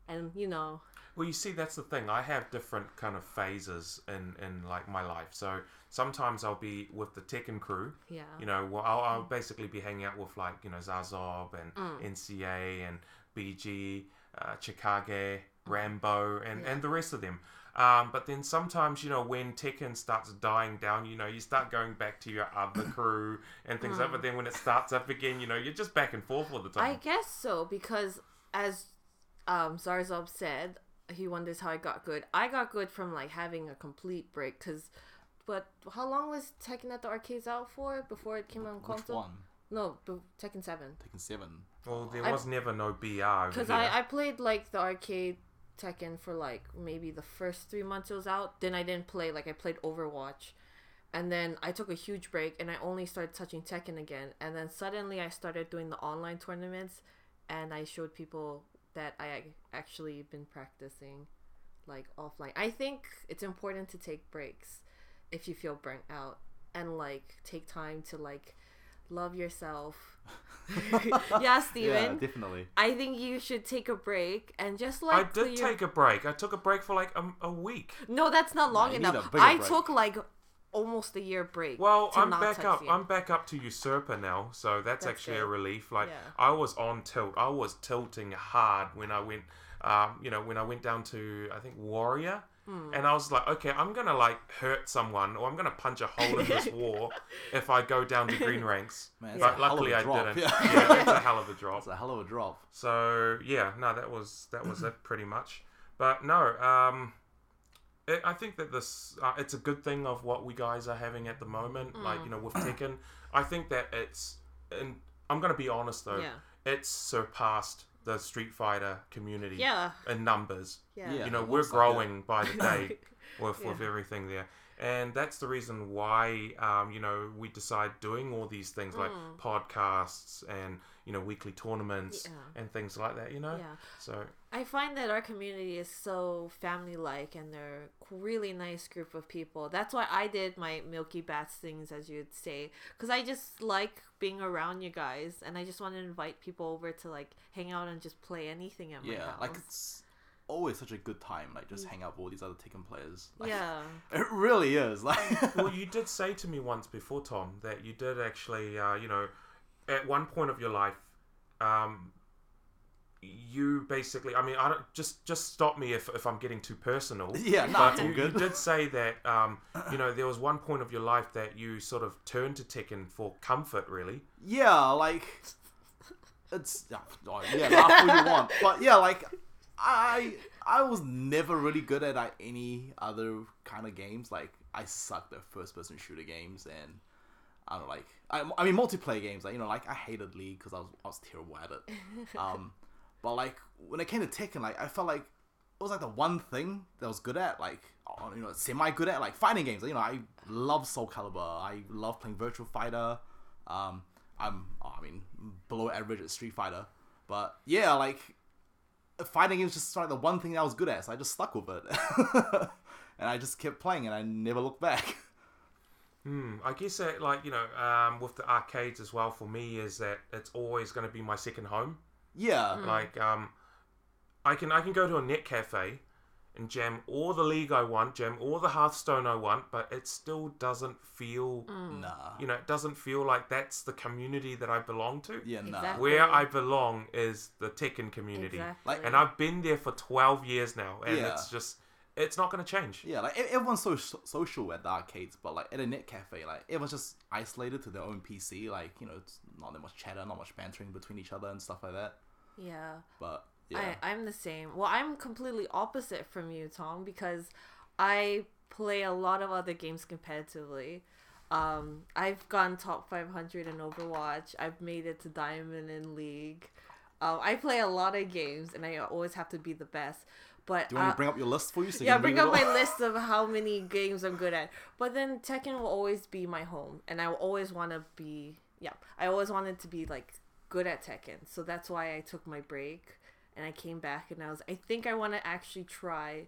[SPEAKER 8] and you know,
[SPEAKER 1] Well, you see, that's the thing. I have different kind of phases in in like my life. So sometimes I'll be with the Tekken crew.
[SPEAKER 8] Yeah. Mm.
[SPEAKER 1] You know, well, I'll, I'll basically be hanging out with like you know Zazob and NCA and BG, uh, Chikage, Rambo, and and the rest of them. Um, but then sometimes you know when Tekken starts dying down, you know you start going back to your other crew and things like. But then when it starts up again, you know you're just back and forth all the
[SPEAKER 8] Mm. I
[SPEAKER 1] time.
[SPEAKER 8] guess so because as um, Zarzob said, he wonders how I got good. I got good from like having a complete break because. But how long was Tekken at the arcades out for before it came on console?
[SPEAKER 2] Which one?
[SPEAKER 8] No, be- Tekken Seven.
[SPEAKER 2] Taken seven.
[SPEAKER 1] well, there
[SPEAKER 8] I-
[SPEAKER 1] was never no BR over
[SPEAKER 8] Because
[SPEAKER 1] here.
[SPEAKER 8] I, I played like the arcade Tekken for like maybe the first three months it was out. Then I didn't play, like, I played Overwatch. And then I took a huge break and I only started touching Tekken again. And then suddenly I started doing the online tournaments and I showed people that I ac- actually been practicing like offline. I think it's important to take breaks if you feel burnt out and like take time to like love yourself. yeah,
[SPEAKER 2] Yeah,
[SPEAKER 8] Steven.
[SPEAKER 2] definitely.
[SPEAKER 8] I think you should take a break and just
[SPEAKER 1] I
[SPEAKER 8] like
[SPEAKER 1] did
[SPEAKER 8] clear-
[SPEAKER 1] take a break. I took a break for like a, a week.
[SPEAKER 8] No, that's not long
[SPEAKER 2] you need
[SPEAKER 8] enough.
[SPEAKER 2] a bigger
[SPEAKER 8] I
[SPEAKER 2] break.
[SPEAKER 8] took like almost a year break.
[SPEAKER 1] Well,
[SPEAKER 8] to
[SPEAKER 1] I'm
[SPEAKER 8] not
[SPEAKER 1] back
[SPEAKER 8] touch
[SPEAKER 1] up.
[SPEAKER 8] the-
[SPEAKER 1] I'm back up to usurper now, so that's,
[SPEAKER 8] That's
[SPEAKER 1] actually a
[SPEAKER 8] good.
[SPEAKER 1] relief. Like
[SPEAKER 8] Yeah.
[SPEAKER 1] I was on tilt. I was tilting hard when I went. Um, you know, when I went down to I think warrior,
[SPEAKER 8] Hmm.
[SPEAKER 1] and I was like, okay, I'm gonna like hurt someone, or I'm gonna punch a hole in this war if I go down to green ranks.
[SPEAKER 2] Man, it's
[SPEAKER 1] but
[SPEAKER 2] a hell of
[SPEAKER 1] luckily
[SPEAKER 2] a
[SPEAKER 1] I
[SPEAKER 2] drop,
[SPEAKER 1] didn't.
[SPEAKER 2] yeah.
[SPEAKER 1] yeah, it's a hell of a drop.
[SPEAKER 2] That's a hell of a drop.
[SPEAKER 1] So yeah, no, that was that was it pretty much. But no, um, it, I think that this uh, it's a good thing of what we guys are having at the moment.
[SPEAKER 8] Mm.
[SPEAKER 1] Like you know, with Tekken, I think that it's and I'm gonna be honest though,
[SPEAKER 8] Yeah.
[SPEAKER 1] it's surpassed the Street Fighter community
[SPEAKER 8] Yeah.
[SPEAKER 1] in numbers.
[SPEAKER 8] Yeah.
[SPEAKER 2] Yeah.
[SPEAKER 1] you know,
[SPEAKER 2] it
[SPEAKER 1] we're
[SPEAKER 2] looks like it.
[SPEAKER 1] growing by the day with with everything there. And that's the reason why, um, you know, we decide doing all these things like podcasts and you know weekly tournaments
[SPEAKER 8] Mm. Yeah.
[SPEAKER 1] and things like that. You know,
[SPEAKER 8] Yeah.
[SPEAKER 1] so
[SPEAKER 8] I find that our community is so family like and they're a really nice group of people. That's why I did my Milky Bats things, as you'd say, because I just like being around you guys and I just want to invite people over to like hang out and just play anything at my
[SPEAKER 2] Yeah,
[SPEAKER 8] house.
[SPEAKER 2] like it's always such a good time. Like just hang out with all these other Taken players. Like,
[SPEAKER 8] yeah.
[SPEAKER 2] it really is. Like
[SPEAKER 1] well, you did say to me once before, Tom, that you did actually, uh, you know, at one point of your life, um, you basically. I mean, I don't just just stop me if if I'm getting too personal.
[SPEAKER 2] Yeah, nah,
[SPEAKER 1] but
[SPEAKER 2] it's all
[SPEAKER 1] you, you
[SPEAKER 2] good.
[SPEAKER 1] did say that um, you know there was one point of your life that you sort of turned to Tekken for comfort, really.
[SPEAKER 2] yeah, like it's yeah, oh, yeah, laugh what you want, but yeah, like I I was never really good at like, any other kind of games. Like I sucked at first person shooter games, and I don't like I, I mean multiplayer games. Like you know, like I hated League because I was I was terrible at it. Um, but like when it came to Tekken, like I felt like it was like the one thing that I was good at, like oh, you know, semi good at, like fighting games. You know, I love Soul Calibur. I love playing Virtual Fighter. Um, I'm I mean below average at Street Fighter, but yeah, like fighting games just like the one thing that I was good at, so I just stuck with it, and I just kept playing, and I never looked back.
[SPEAKER 1] Hmm, I guess that like you know um, with the arcades as well for me is that it's always going to be my second home.
[SPEAKER 8] Hmm.
[SPEAKER 2] Yeah,
[SPEAKER 1] Like um, I can I can go to a net cafe and jam all the league I want, jam all the Hearthstone I want, but it still doesn't feel
[SPEAKER 2] nah,
[SPEAKER 1] you know it doesn't feel like that's the community that I belong to.
[SPEAKER 2] yeah, nah.
[SPEAKER 8] Exactly.
[SPEAKER 1] Where I belong is the Tekken community,
[SPEAKER 8] Exactly.
[SPEAKER 1] and I've been there for twelve years now, and
[SPEAKER 2] Yeah.
[SPEAKER 1] it's just it's not going to change.
[SPEAKER 2] Yeah, like e- everyone's so so- social at the arcades, but like at a net cafe, like everyone's just isolated to their own PC. Like you know, it's not that much chatter, not much bantering between each other and stuff like that.
[SPEAKER 8] yeah.
[SPEAKER 2] But yeah,
[SPEAKER 8] I, I'm the same. Well, I'm completely opposite from you, Tom, because I play a lot of other games competitively. Um, I've gone top 500 in Overwatch. I've made it to Diamond in League. Um, I play a lot of games, and I always have to be the best. But
[SPEAKER 2] do you want me
[SPEAKER 8] uh,
[SPEAKER 2] to bring up your list for you? So you
[SPEAKER 8] yeah,
[SPEAKER 2] can
[SPEAKER 8] bring
[SPEAKER 2] it
[SPEAKER 8] up my
[SPEAKER 2] all-
[SPEAKER 8] list of how many games I'm good at. But then Tekken will always be my home, and I will always want to be. Yeah, I always wanted to be like good at Tekken, so that's why I took my break and I came back, and I was. I think I want to actually try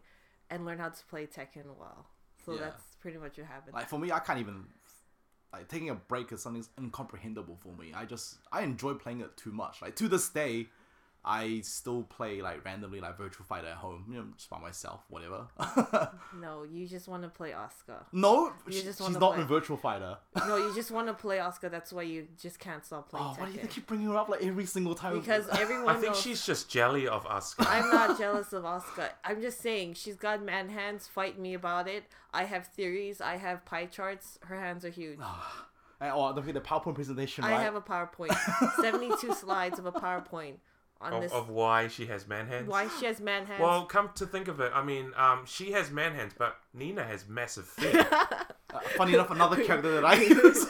[SPEAKER 8] and learn how to play Tekken well. So
[SPEAKER 2] Yeah.
[SPEAKER 8] that's pretty much what happened.
[SPEAKER 2] Like for me, I can't even like taking a break is something that's incomprehensible for me. I just I enjoy playing it too much. Like to this day, I still play like randomly like Virtual Fighter at home, you know, just by myself, whatever.
[SPEAKER 8] no, you just want to play Oscar.
[SPEAKER 2] no,
[SPEAKER 8] You
[SPEAKER 2] she-
[SPEAKER 8] just
[SPEAKER 2] she's
[SPEAKER 8] wanna
[SPEAKER 2] not
[SPEAKER 8] play.
[SPEAKER 2] in Virtual Fighter.
[SPEAKER 8] No, you just want to play Oscar. That's why you just can't stop playing
[SPEAKER 2] Oh,
[SPEAKER 8] Tekken.
[SPEAKER 2] why do you think you bring her up like every single time?
[SPEAKER 8] because everyone.
[SPEAKER 1] I think
[SPEAKER 8] knows-
[SPEAKER 1] she's just jelly of us. guys.
[SPEAKER 8] I'm not jealous of Oscar. I'm just saying she's got man hands. Fight me about it. I have theories. I have pie charts. Her hands are huge.
[SPEAKER 2] And, oh, the, the PowerPoint presentation,
[SPEAKER 8] I
[SPEAKER 2] right?
[SPEAKER 8] have a PowerPoint. 72 slides of a PowerPoint on
[SPEAKER 1] of,
[SPEAKER 8] this.
[SPEAKER 1] of why she has man hands.
[SPEAKER 8] why she has man hands.
[SPEAKER 1] Well, come to think of it, I mean, um, she has man hands, but Nina has massive feet.
[SPEAKER 2] Funny enough, another character that I use.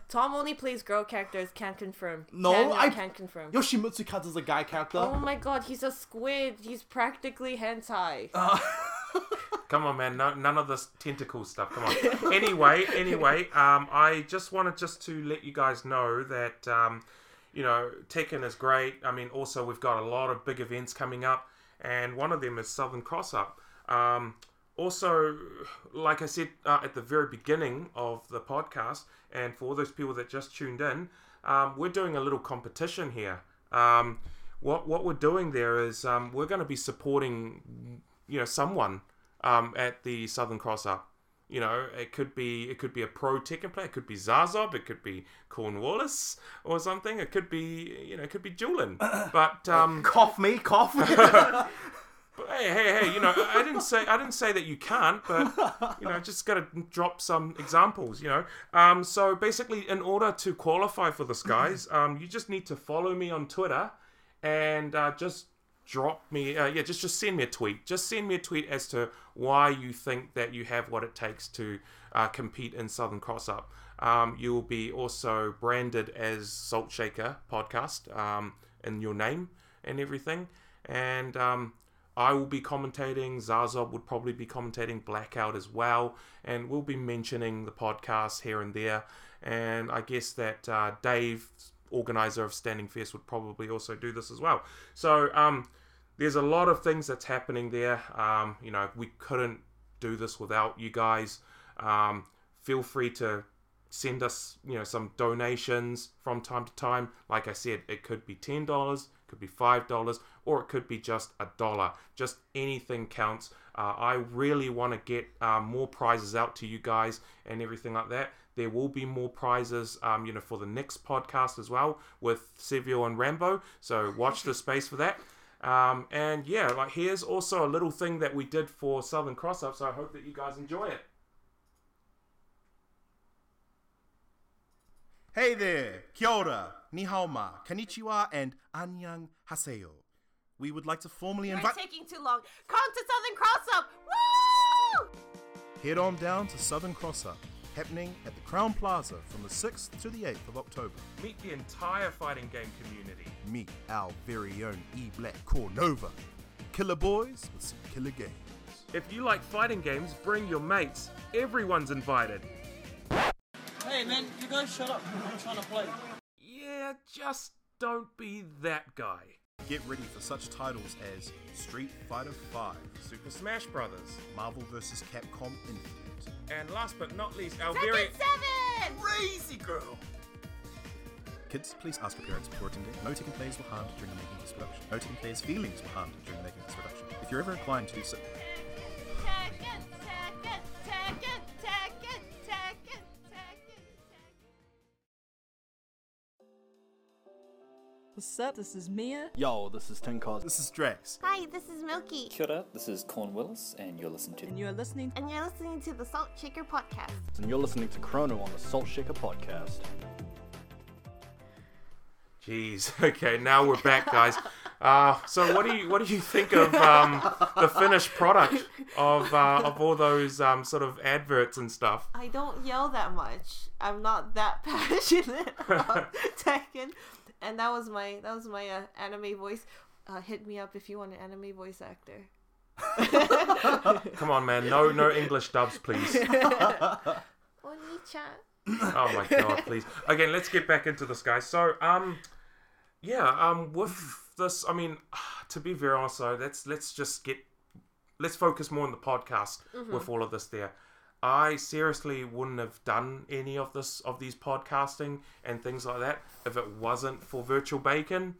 [SPEAKER 8] Tom only plays girl characters. Can't confirm.
[SPEAKER 2] No,
[SPEAKER 8] Can,
[SPEAKER 2] I-
[SPEAKER 8] can't confirm.
[SPEAKER 2] Yoshimitsu counts as a guy character.
[SPEAKER 8] Oh my god, he's a squid. He's practically hentai.
[SPEAKER 1] come on, man, no, none of this tentacle stuff. Come on. anyway, anyway, um, I just wanted just to let you guys know that um, you know Tekken is great. I mean, also we've got a lot of big events coming up, and one of them is Southern Cross Up. Um, also, like I said uh, at the very beginning of the podcast, and for all those people that just tuned in, um, we're doing a little competition here. Um, what what we're doing there is um, we're going to be supporting you know someone um, at the Southern Cross Up. You know, it could be it could be a pro Tekken player, it could be Zazob, it could be Cornwallis or something. It could be you know, it could be Julian. But um,
[SPEAKER 2] Cough me, cough.
[SPEAKER 1] but hey, hey, hey, you know, I I didn't say I didn't say that you can't, but you know, just gotta drop some examples, you know. Um, so basically, in order to qualify for this, guys, um, you just need to follow me on Twitter, and uh, just drop me, uh, yeah, just just send me a tweet. Just send me a tweet as to why you think that you have what it takes to uh, compete in Southern Cross Up. Um, you will be also branded as Salt Shaker Podcast um, in your name and everything. And um, I will be commentating. Zazob would probably be commentating Blackout as well, and we'll be mentioning the podcast here and there. And I guess that uh, Dave, organizer of Standing Fest, would probably also do this as well. So um, there's a lot of things that's happening there. Um, you know, we couldn't do this without you guys. Um, feel free to send us, you know, some donations from time to time. Like I said, it could be ten dollars, could be five dollars, or it could be just a dollar. Just anything counts. Uh, I really want to get uh, more prizes out to you guys and everything like that. There will be more prizes, um, you know, for the next podcast as well with Sevio and Rambo. So watch the space for that. Um, and yeah, like here's also a little thing that we did for Southern Cross Up. So I hope that you guys enjoy it.
[SPEAKER 9] Hey there, kia ora, ni hao ma, konnichiwa, and annyeong haseyo. We would like to formally
[SPEAKER 8] You're
[SPEAKER 9] invite.
[SPEAKER 8] taking too long. Come to Southern Cross Up. Woo!
[SPEAKER 9] Head on down to Southern Cross Up, happening at the Crown Plaza from the 6th to the 8th of October.
[SPEAKER 1] Meet the entire fighting game community.
[SPEAKER 9] Meet our very own E Black Cornova. Killer boys with some killer games.
[SPEAKER 1] If you like fighting games, bring your mates. Everyone's invited.
[SPEAKER 5] Hey man, you guys shut up. I'm trying to play.
[SPEAKER 1] Yeah, just don't be that guy.
[SPEAKER 9] Get ready for such titles as Street Fighter V,
[SPEAKER 1] Super Smash Brothers.
[SPEAKER 9] Marvel vs. Capcom Infinite,
[SPEAKER 1] And last but not least, our
[SPEAKER 8] Tekken
[SPEAKER 1] Oh, very.
[SPEAKER 8] Seven.
[SPEAKER 9] Crazy girl! Kids, please ask your parents before attending. No taking players were harmed during the making of this production. No taking players' feelings were harmed during the making of this production. If you're ever inclined to do so,
[SPEAKER 8] Tekken, Tekken, Tekken, Tekken, Tekken, Tekken, Tekken.
[SPEAKER 10] What's up? This is Mia.
[SPEAKER 5] Yo, this is Ten Cars.
[SPEAKER 9] this is Drax.
[SPEAKER 8] Hi, this is Milky,
[SPEAKER 3] Kia ora, this is Corn Willis, and you're listening to
[SPEAKER 10] And you're listening
[SPEAKER 8] and you're listening to the Salt Shaker Podcast.
[SPEAKER 5] And you're listening to Chrono on the Salt Shaker Podcast.
[SPEAKER 1] Jeez. Okay, now we're back, guys. Uh, so what do you what do you think of um, the finished product of uh, of all those um, sort of adverts and stuff?
[SPEAKER 8] I don't yell that much. I'm not that passionate about Tekken, and that was my that was my uh, anime voice. Uh, hit me up if you want an anime voice actor.
[SPEAKER 1] Come on, man. No no English dubs, please.
[SPEAKER 8] Oni-chan.
[SPEAKER 1] Oh my god, please. Okay, let's get back into this, guys. So, um, yeah, um, with this, I mean, to be very honest, though, let's let's just get let's focus more on the podcast with all of this. There, I seriously wouldn't have done any of this of these podcasting and things like that if it wasn't for Virtual Bacon,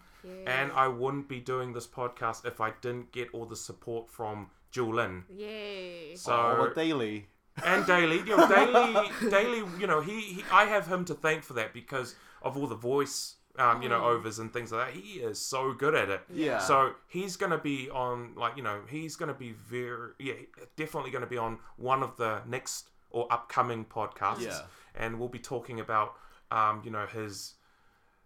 [SPEAKER 1] and I wouldn't be doing this podcast if I didn't get all the support from Julin.
[SPEAKER 11] Yay.
[SPEAKER 1] So
[SPEAKER 2] Oh, but daily.
[SPEAKER 1] and Daly. You know, Daly, Daly, you know, he, he, I have him to thank for that because of all the voice, um, you know, overs and things like that. He is so good at it.
[SPEAKER 2] Mm. Yeah.
[SPEAKER 1] So he's going to be on, like, you know, he's going to be very, yeah, definitely going to be on one of the next or upcoming podcasts.
[SPEAKER 2] Yeah.
[SPEAKER 1] And we'll be talking about, um, you know, his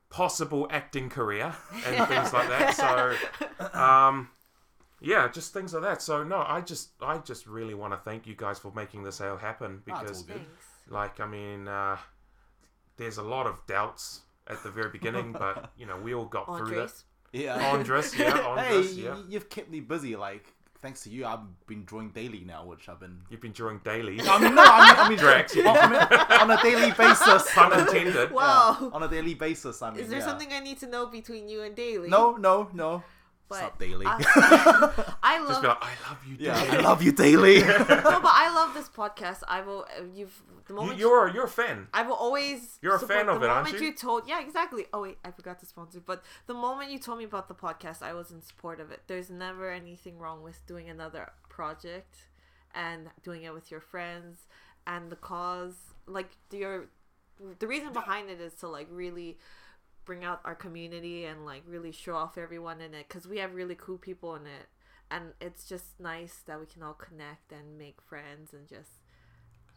[SPEAKER 1] possible acting career and things like that. So, um, yeah, just things like that. So no, I just I just really want to thank you guys for making this all happen
[SPEAKER 2] Ah,
[SPEAKER 1] because,
[SPEAKER 2] it's all good.
[SPEAKER 1] like, I mean, uh, there's a lot of doubts at the very beginning, but you know, we all got through that.
[SPEAKER 11] Andres.
[SPEAKER 2] Yeah.
[SPEAKER 1] Andres, yeah,
[SPEAKER 2] hey,
[SPEAKER 1] Andres, yeah.
[SPEAKER 2] y- you've kept me busy. Like, thanks to you, I've been drawing daily now, which I've been.
[SPEAKER 1] You've been drawing daily,
[SPEAKER 2] I'm no, I'm, I mean,
[SPEAKER 1] Drax.
[SPEAKER 2] on a daily basis.
[SPEAKER 1] pun intended.
[SPEAKER 2] Yeah,
[SPEAKER 8] Wow.
[SPEAKER 2] on a daily basis, I mean.
[SPEAKER 8] Oh. Is there
[SPEAKER 2] yeah.
[SPEAKER 8] something I need to know between you and Daily?
[SPEAKER 2] No, no, no.
[SPEAKER 8] But
[SPEAKER 2] it's not daily.
[SPEAKER 8] I, I love
[SPEAKER 1] Just be like, I love you,
[SPEAKER 2] yeah,
[SPEAKER 1] Daly.
[SPEAKER 2] I love you daily.
[SPEAKER 8] no, but I love this podcast. I will. uh, You've the
[SPEAKER 1] You,
[SPEAKER 8] moment you,
[SPEAKER 1] you're you're a fan.
[SPEAKER 8] I will always.
[SPEAKER 1] Mm. You're a fan
[SPEAKER 8] the
[SPEAKER 1] of it, aren't
[SPEAKER 8] moment
[SPEAKER 1] you?
[SPEAKER 8] told, yeah, exactly. Oh wait, I forgot to sponsor. But the moment you told me about the podcast, I was in support of it. There's never anything wrong with doing another project, and doing it with your friends, and the cause. Like your, the reason behind it is to like really bring out our community and like really show off everyone in it because we have really cool people in it and it's just nice that we can all connect and make friends and just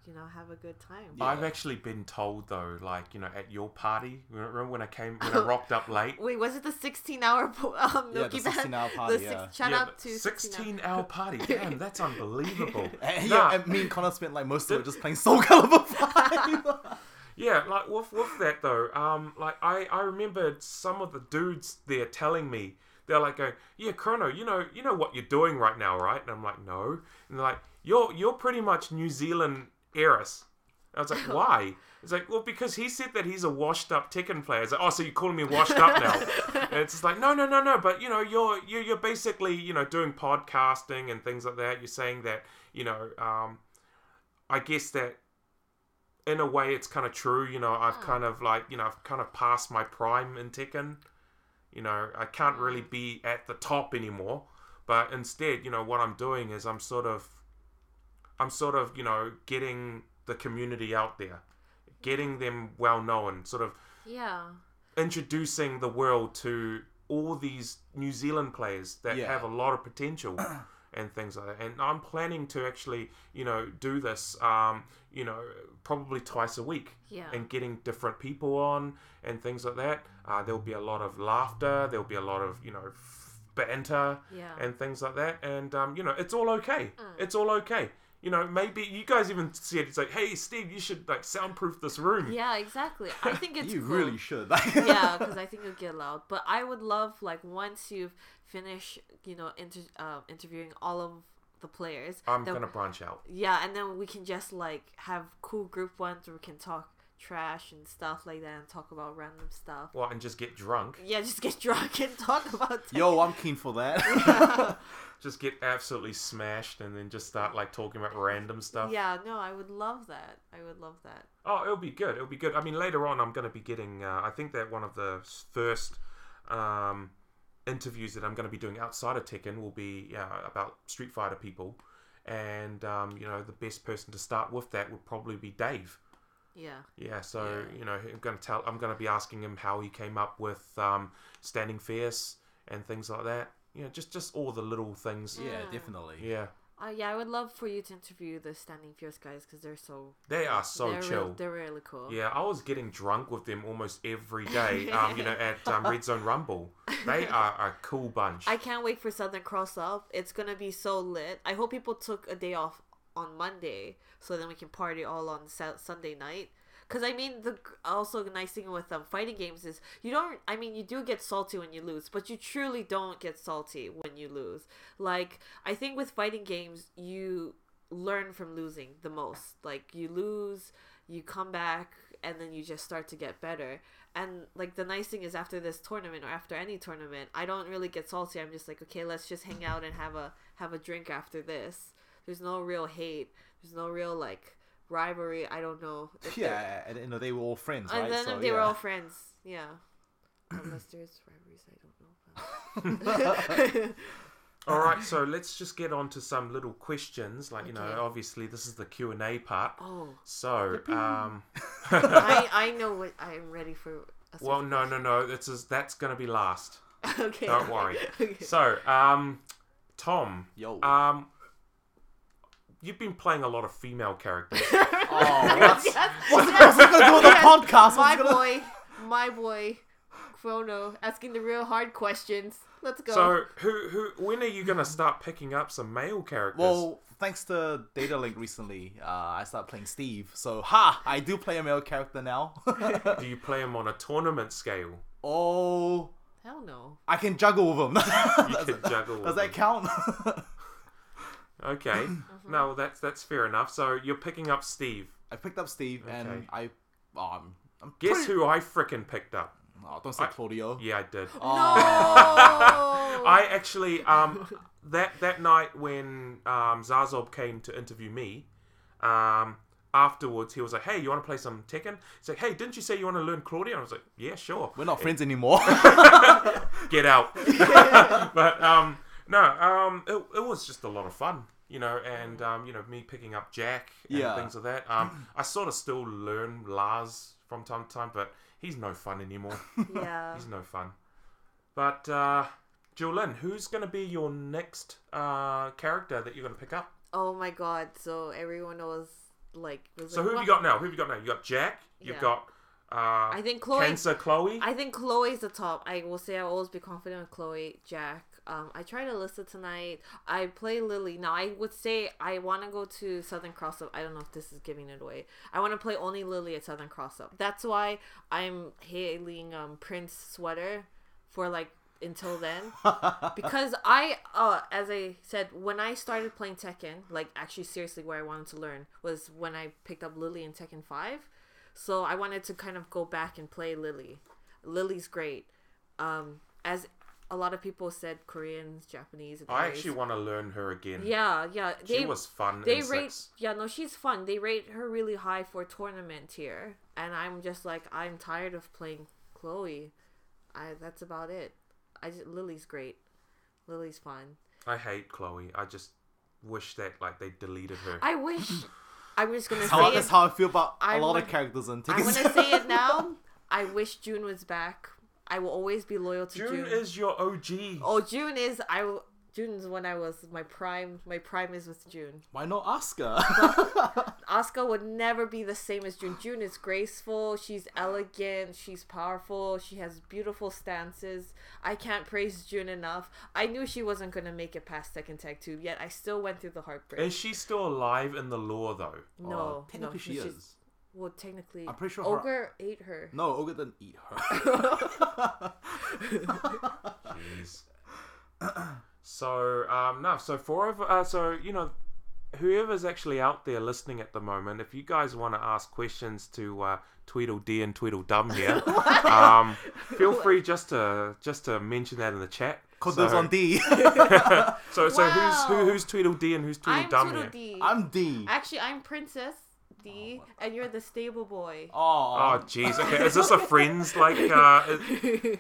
[SPEAKER 8] you know have a good time
[SPEAKER 1] I've actually been told though, like you know, at your party, remember when I came when I rocked up late?
[SPEAKER 8] wait was it the 16 hour po- um,
[SPEAKER 2] Yeah,
[SPEAKER 8] milky
[SPEAKER 2] the
[SPEAKER 8] Band?
[SPEAKER 2] 16-hour
[SPEAKER 8] The
[SPEAKER 2] party,
[SPEAKER 8] six-
[SPEAKER 2] yeah.
[SPEAKER 8] shout
[SPEAKER 1] Yeah,
[SPEAKER 8] out
[SPEAKER 1] but
[SPEAKER 8] to
[SPEAKER 1] 16
[SPEAKER 8] 16
[SPEAKER 1] hour party. Damn, that's unbelievable.
[SPEAKER 2] And,
[SPEAKER 1] Nah,
[SPEAKER 2] yeah, and me and Connor spent like most of it just playing Soul Calibur 5.
[SPEAKER 1] Yeah, like with with that though, um, like I I remembered some of the dudes there telling me they're like going, yeah, Chrono, you know you know what you're doing right now, right? And I'm like, no, and they're like, you're you're pretty much New Zealand heiress. I was like, why? It's like, well, because he said that he's a washed up Tekken player. It's like, oh, so you're calling me washed up now? and it's just like, no, no, no, no. But you know, you're you're, you're basically you know doing podcasting and things like that. You're saying that you know, um, I guess that in a way it's kind of true you know i've kind of like you know i've kind of passed my prime in tekken you know i can't really be at the top anymore but instead you know what i'm doing is i'm sort of i'm sort of you know getting the community out there getting them well known, sort of
[SPEAKER 8] Yeah.
[SPEAKER 1] introducing the world to all these New Zealand players that
[SPEAKER 8] Yeah.
[SPEAKER 1] have a lot of potential and things like that. And I'm planning to actually, you know, do this, um, you know, probably twice a week
[SPEAKER 12] Yeah.
[SPEAKER 1] and getting different people on and things like that. Uh, there'll be a lot of laughter. There'll be a lot of, you know, f- banter
[SPEAKER 12] Yeah. Uh.
[SPEAKER 1] and things like that. And, um, you know, it's all okay. It's all okay. You know, maybe you guys even said it's like, "Hey, Steve, you should like soundproof this room."
[SPEAKER 8] Yeah, exactly. I think it's
[SPEAKER 1] You
[SPEAKER 8] cool.
[SPEAKER 1] really should.
[SPEAKER 8] yeah, because I think it'll get loud. But I would love like once you've finished, you know, inter- um, interviewing all of the players.
[SPEAKER 1] I'm
[SPEAKER 8] then-
[SPEAKER 1] gonna branch out.
[SPEAKER 8] Yeah, and then we can just like have cool group ones where we can talk trash and stuff like that and talk about random stuff.
[SPEAKER 1] Well, and just get drunk.
[SPEAKER 8] Yeah, just get drunk and talk about.
[SPEAKER 1] Yo, I'm keen for that. just get absolutely smashed and then just start like talking about random stuff.
[SPEAKER 8] Yeah, no, I would love that. I would love that.
[SPEAKER 1] Oh, it'll be good. It'll be good. I mean, later on, I'm going to be getting. Uh, I think that one of the s- first um, interviews that I'm going to be doing outside of Tekken will be uh, about Street Fighter people, and um, you know, the best person to start with that would probably be Dave.
[SPEAKER 8] Yeah.
[SPEAKER 1] Yeah, so you know, I'm gonna tell. I'm gonna be asking him how he came up with um, standing fierce and things like that. You know, just just all the little things.
[SPEAKER 8] Yeah, Mm.
[SPEAKER 2] definitely.
[SPEAKER 1] Yeah,
[SPEAKER 8] Uh, yeah, I would love for you to interview the Standing Fierce guys because they're so.
[SPEAKER 1] they are so
[SPEAKER 8] they're real-
[SPEAKER 1] chill.
[SPEAKER 8] they're really cool.
[SPEAKER 1] Yeah, I was getting drunk with them almost every day. um, you know, at um, Red Zone Rumble, they are a cool bunch.
[SPEAKER 8] I can't wait for Southern Cross Up. It's gonna be so lit. I hope people took a day off on Monday so then we can party all on Sa- Sunday night. Cause I mean, the also the nice thing with um, fighting games is you don't. I mean, you do get salty when you lose, but you truly don't get salty when you lose. Like I think with fighting games, you learn from losing the most. Like you lose, you come back, and then you just start to get better. And like the nice thing is after this tournament or after any tournament, I don't really get salty. I'm just like, okay, let's just hang out and have a have a drink after this. There's no real hate. There's no real like rivalry. I don't know. if there-
[SPEAKER 2] Yeah, and you know they were all friends,
[SPEAKER 8] and
[SPEAKER 2] right?
[SPEAKER 8] then
[SPEAKER 2] So,
[SPEAKER 8] they were
[SPEAKER 2] yeah.
[SPEAKER 8] all friends. Yeah. Unless there's rivalries, I don't know. About.
[SPEAKER 1] All right, so let's just get on to some little questions. Like you
[SPEAKER 8] Okay.
[SPEAKER 1] know, obviously this is the Q and A part.
[SPEAKER 8] Oh.
[SPEAKER 1] So, um,
[SPEAKER 8] I I know what I'm ready for. a
[SPEAKER 1] well, no, no, no. This is that's gonna be last.
[SPEAKER 8] Okay.
[SPEAKER 1] Don't worry.
[SPEAKER 8] Okay.
[SPEAKER 1] So, um, Tom. Yo. Um, you've been playing a lot of female characters. oh,
[SPEAKER 2] What's it- what's it gonna do with the podcast? What's
[SPEAKER 8] My
[SPEAKER 2] it gonna-
[SPEAKER 8] boy, my boy, Chrono, asking the real hard questions. Let's go.
[SPEAKER 1] So, who, who, when are you gonna start picking up some male characters?
[SPEAKER 2] Well, thanks to Data Link recently, uh, I started playing Steve. So ha, I do play a male character now.
[SPEAKER 1] do you play him on a tournament scale?
[SPEAKER 2] oh,
[SPEAKER 8] Hell no.
[SPEAKER 2] I can juggle with him.
[SPEAKER 1] You can juggle.
[SPEAKER 2] Does
[SPEAKER 1] with
[SPEAKER 2] that
[SPEAKER 1] him.
[SPEAKER 2] count?
[SPEAKER 1] Okay. No, that's that's fair enough. So you're picking up Steve.
[SPEAKER 2] I picked up Steve, and I um. I'm
[SPEAKER 1] Guess
[SPEAKER 2] pretty-
[SPEAKER 1] who I freaking picked up?
[SPEAKER 2] Oh, don't say Claudio.
[SPEAKER 1] yeah, I did.
[SPEAKER 2] Oh.
[SPEAKER 1] I actually um that that night when um Zazob came to interview me, um afterwards he was like, "Hey, you want to play some Tekken?" He's like, "Hey, didn't you say you want to learn Claudio?" I was like, "Yeah, sure."
[SPEAKER 2] We're not
[SPEAKER 1] And-
[SPEAKER 2] friends anymore.
[SPEAKER 1] get out. but um, no, um, it, it was just a lot of fun, you know, and um, you know, me picking up Jack and
[SPEAKER 2] Yeah.
[SPEAKER 1] things like that. Um, I sort of still learn Lars from time to time, but he's no fun anymore.
[SPEAKER 8] Yeah.
[SPEAKER 1] he's no fun. But uh, Jolyn, who's going to be your next uh, character that you're going to pick up?
[SPEAKER 8] oh my god. So everyone was like. Was
[SPEAKER 1] So
[SPEAKER 8] like,
[SPEAKER 1] who have you
[SPEAKER 8] "What?"
[SPEAKER 1] got now? Who have you got now? You got Jack. You've
[SPEAKER 8] Yeah.
[SPEAKER 1] got. Uh,
[SPEAKER 8] I think Chloe.
[SPEAKER 1] Cancer Chloe.
[SPEAKER 8] I think Chloe's the top. I will say I'll always be confident with Chloe, Jack. Um, I tried Alyssa tonight. I play Lily. Now, I would say I want to go to Southern Cross Up. I don't know if this is giving it away. I want to play only Lily at Southern Cross Up. That's why I'm hailing um, Prince Sweater for like until then. because I, uh, as I said, when I started playing Tekken, like actually seriously, where I wanted to learn was when I picked up Lily in Tekken Five. So I wanted to kind of go back and play Lily. Lily's great. Um, as a lot of people said, Koreans, Japanese.
[SPEAKER 1] Oh, I
[SPEAKER 8] Italians-
[SPEAKER 1] actually want to learn her again.
[SPEAKER 8] Yeah, yeah.
[SPEAKER 1] She was fun
[SPEAKER 8] They
[SPEAKER 1] in
[SPEAKER 8] rate,
[SPEAKER 1] six.
[SPEAKER 8] yeah, no, she's fun. They rate her really high for tournament tier, and I'm just like, I'm tired of playing Chloe. I that's about it. I just, Lily's great. Lily's fun.
[SPEAKER 1] I hate Chloe. I just wish that like they deleted her.
[SPEAKER 8] I wish I'm just gonna
[SPEAKER 2] That's
[SPEAKER 8] say
[SPEAKER 2] how,
[SPEAKER 8] it.
[SPEAKER 2] that's how I feel about a
[SPEAKER 8] I
[SPEAKER 2] lot
[SPEAKER 8] wanna-
[SPEAKER 2] of characters and
[SPEAKER 8] I'm
[SPEAKER 2] tickets.
[SPEAKER 8] gonna say it now. I wish June was back. I will always be loyal to June.
[SPEAKER 1] June is your OG.
[SPEAKER 8] oh, June is I. will- June's when I was my prime. My prime is with June.
[SPEAKER 2] Why not Oscar?
[SPEAKER 8] Asuka would never be the same as June. June is graceful, she's elegant, she's powerful, she has beautiful stances. I can't praise June enough. I knew she wasn't going to make it past Tekken Tag 2, yet I still went through the heartbreak.
[SPEAKER 1] Is she still alive in the lore though?
[SPEAKER 2] Oh,
[SPEAKER 8] no, no,
[SPEAKER 2] technically she
[SPEAKER 8] she's-
[SPEAKER 2] is.
[SPEAKER 8] Well, technically,
[SPEAKER 2] I'm pretty sure her-
[SPEAKER 8] Ogre ate her.
[SPEAKER 2] no, Ogre didn't eat her.
[SPEAKER 1] Jeez. so um, no, so forever. Uh, so you know, whoever's actually out there listening at the moment, if you guys want to ask questions to uh, Tweedledee and Tweedledum here, um, feel free just to just to mention that in the chat.
[SPEAKER 2] Because
[SPEAKER 1] so,
[SPEAKER 2] those on D.
[SPEAKER 1] so so who's
[SPEAKER 8] Wow.
[SPEAKER 1] who, who's Tweedledee and who's
[SPEAKER 8] I'm
[SPEAKER 1] Tweedledum
[SPEAKER 8] Toodle
[SPEAKER 1] here?
[SPEAKER 8] D.
[SPEAKER 2] I'm Oh D.
[SPEAKER 8] Actually, I'm Princess D, and you're the stable boy.
[SPEAKER 1] Oh
[SPEAKER 2] Oh,
[SPEAKER 1] jeez. Okay, is this a friends like? Uh, is-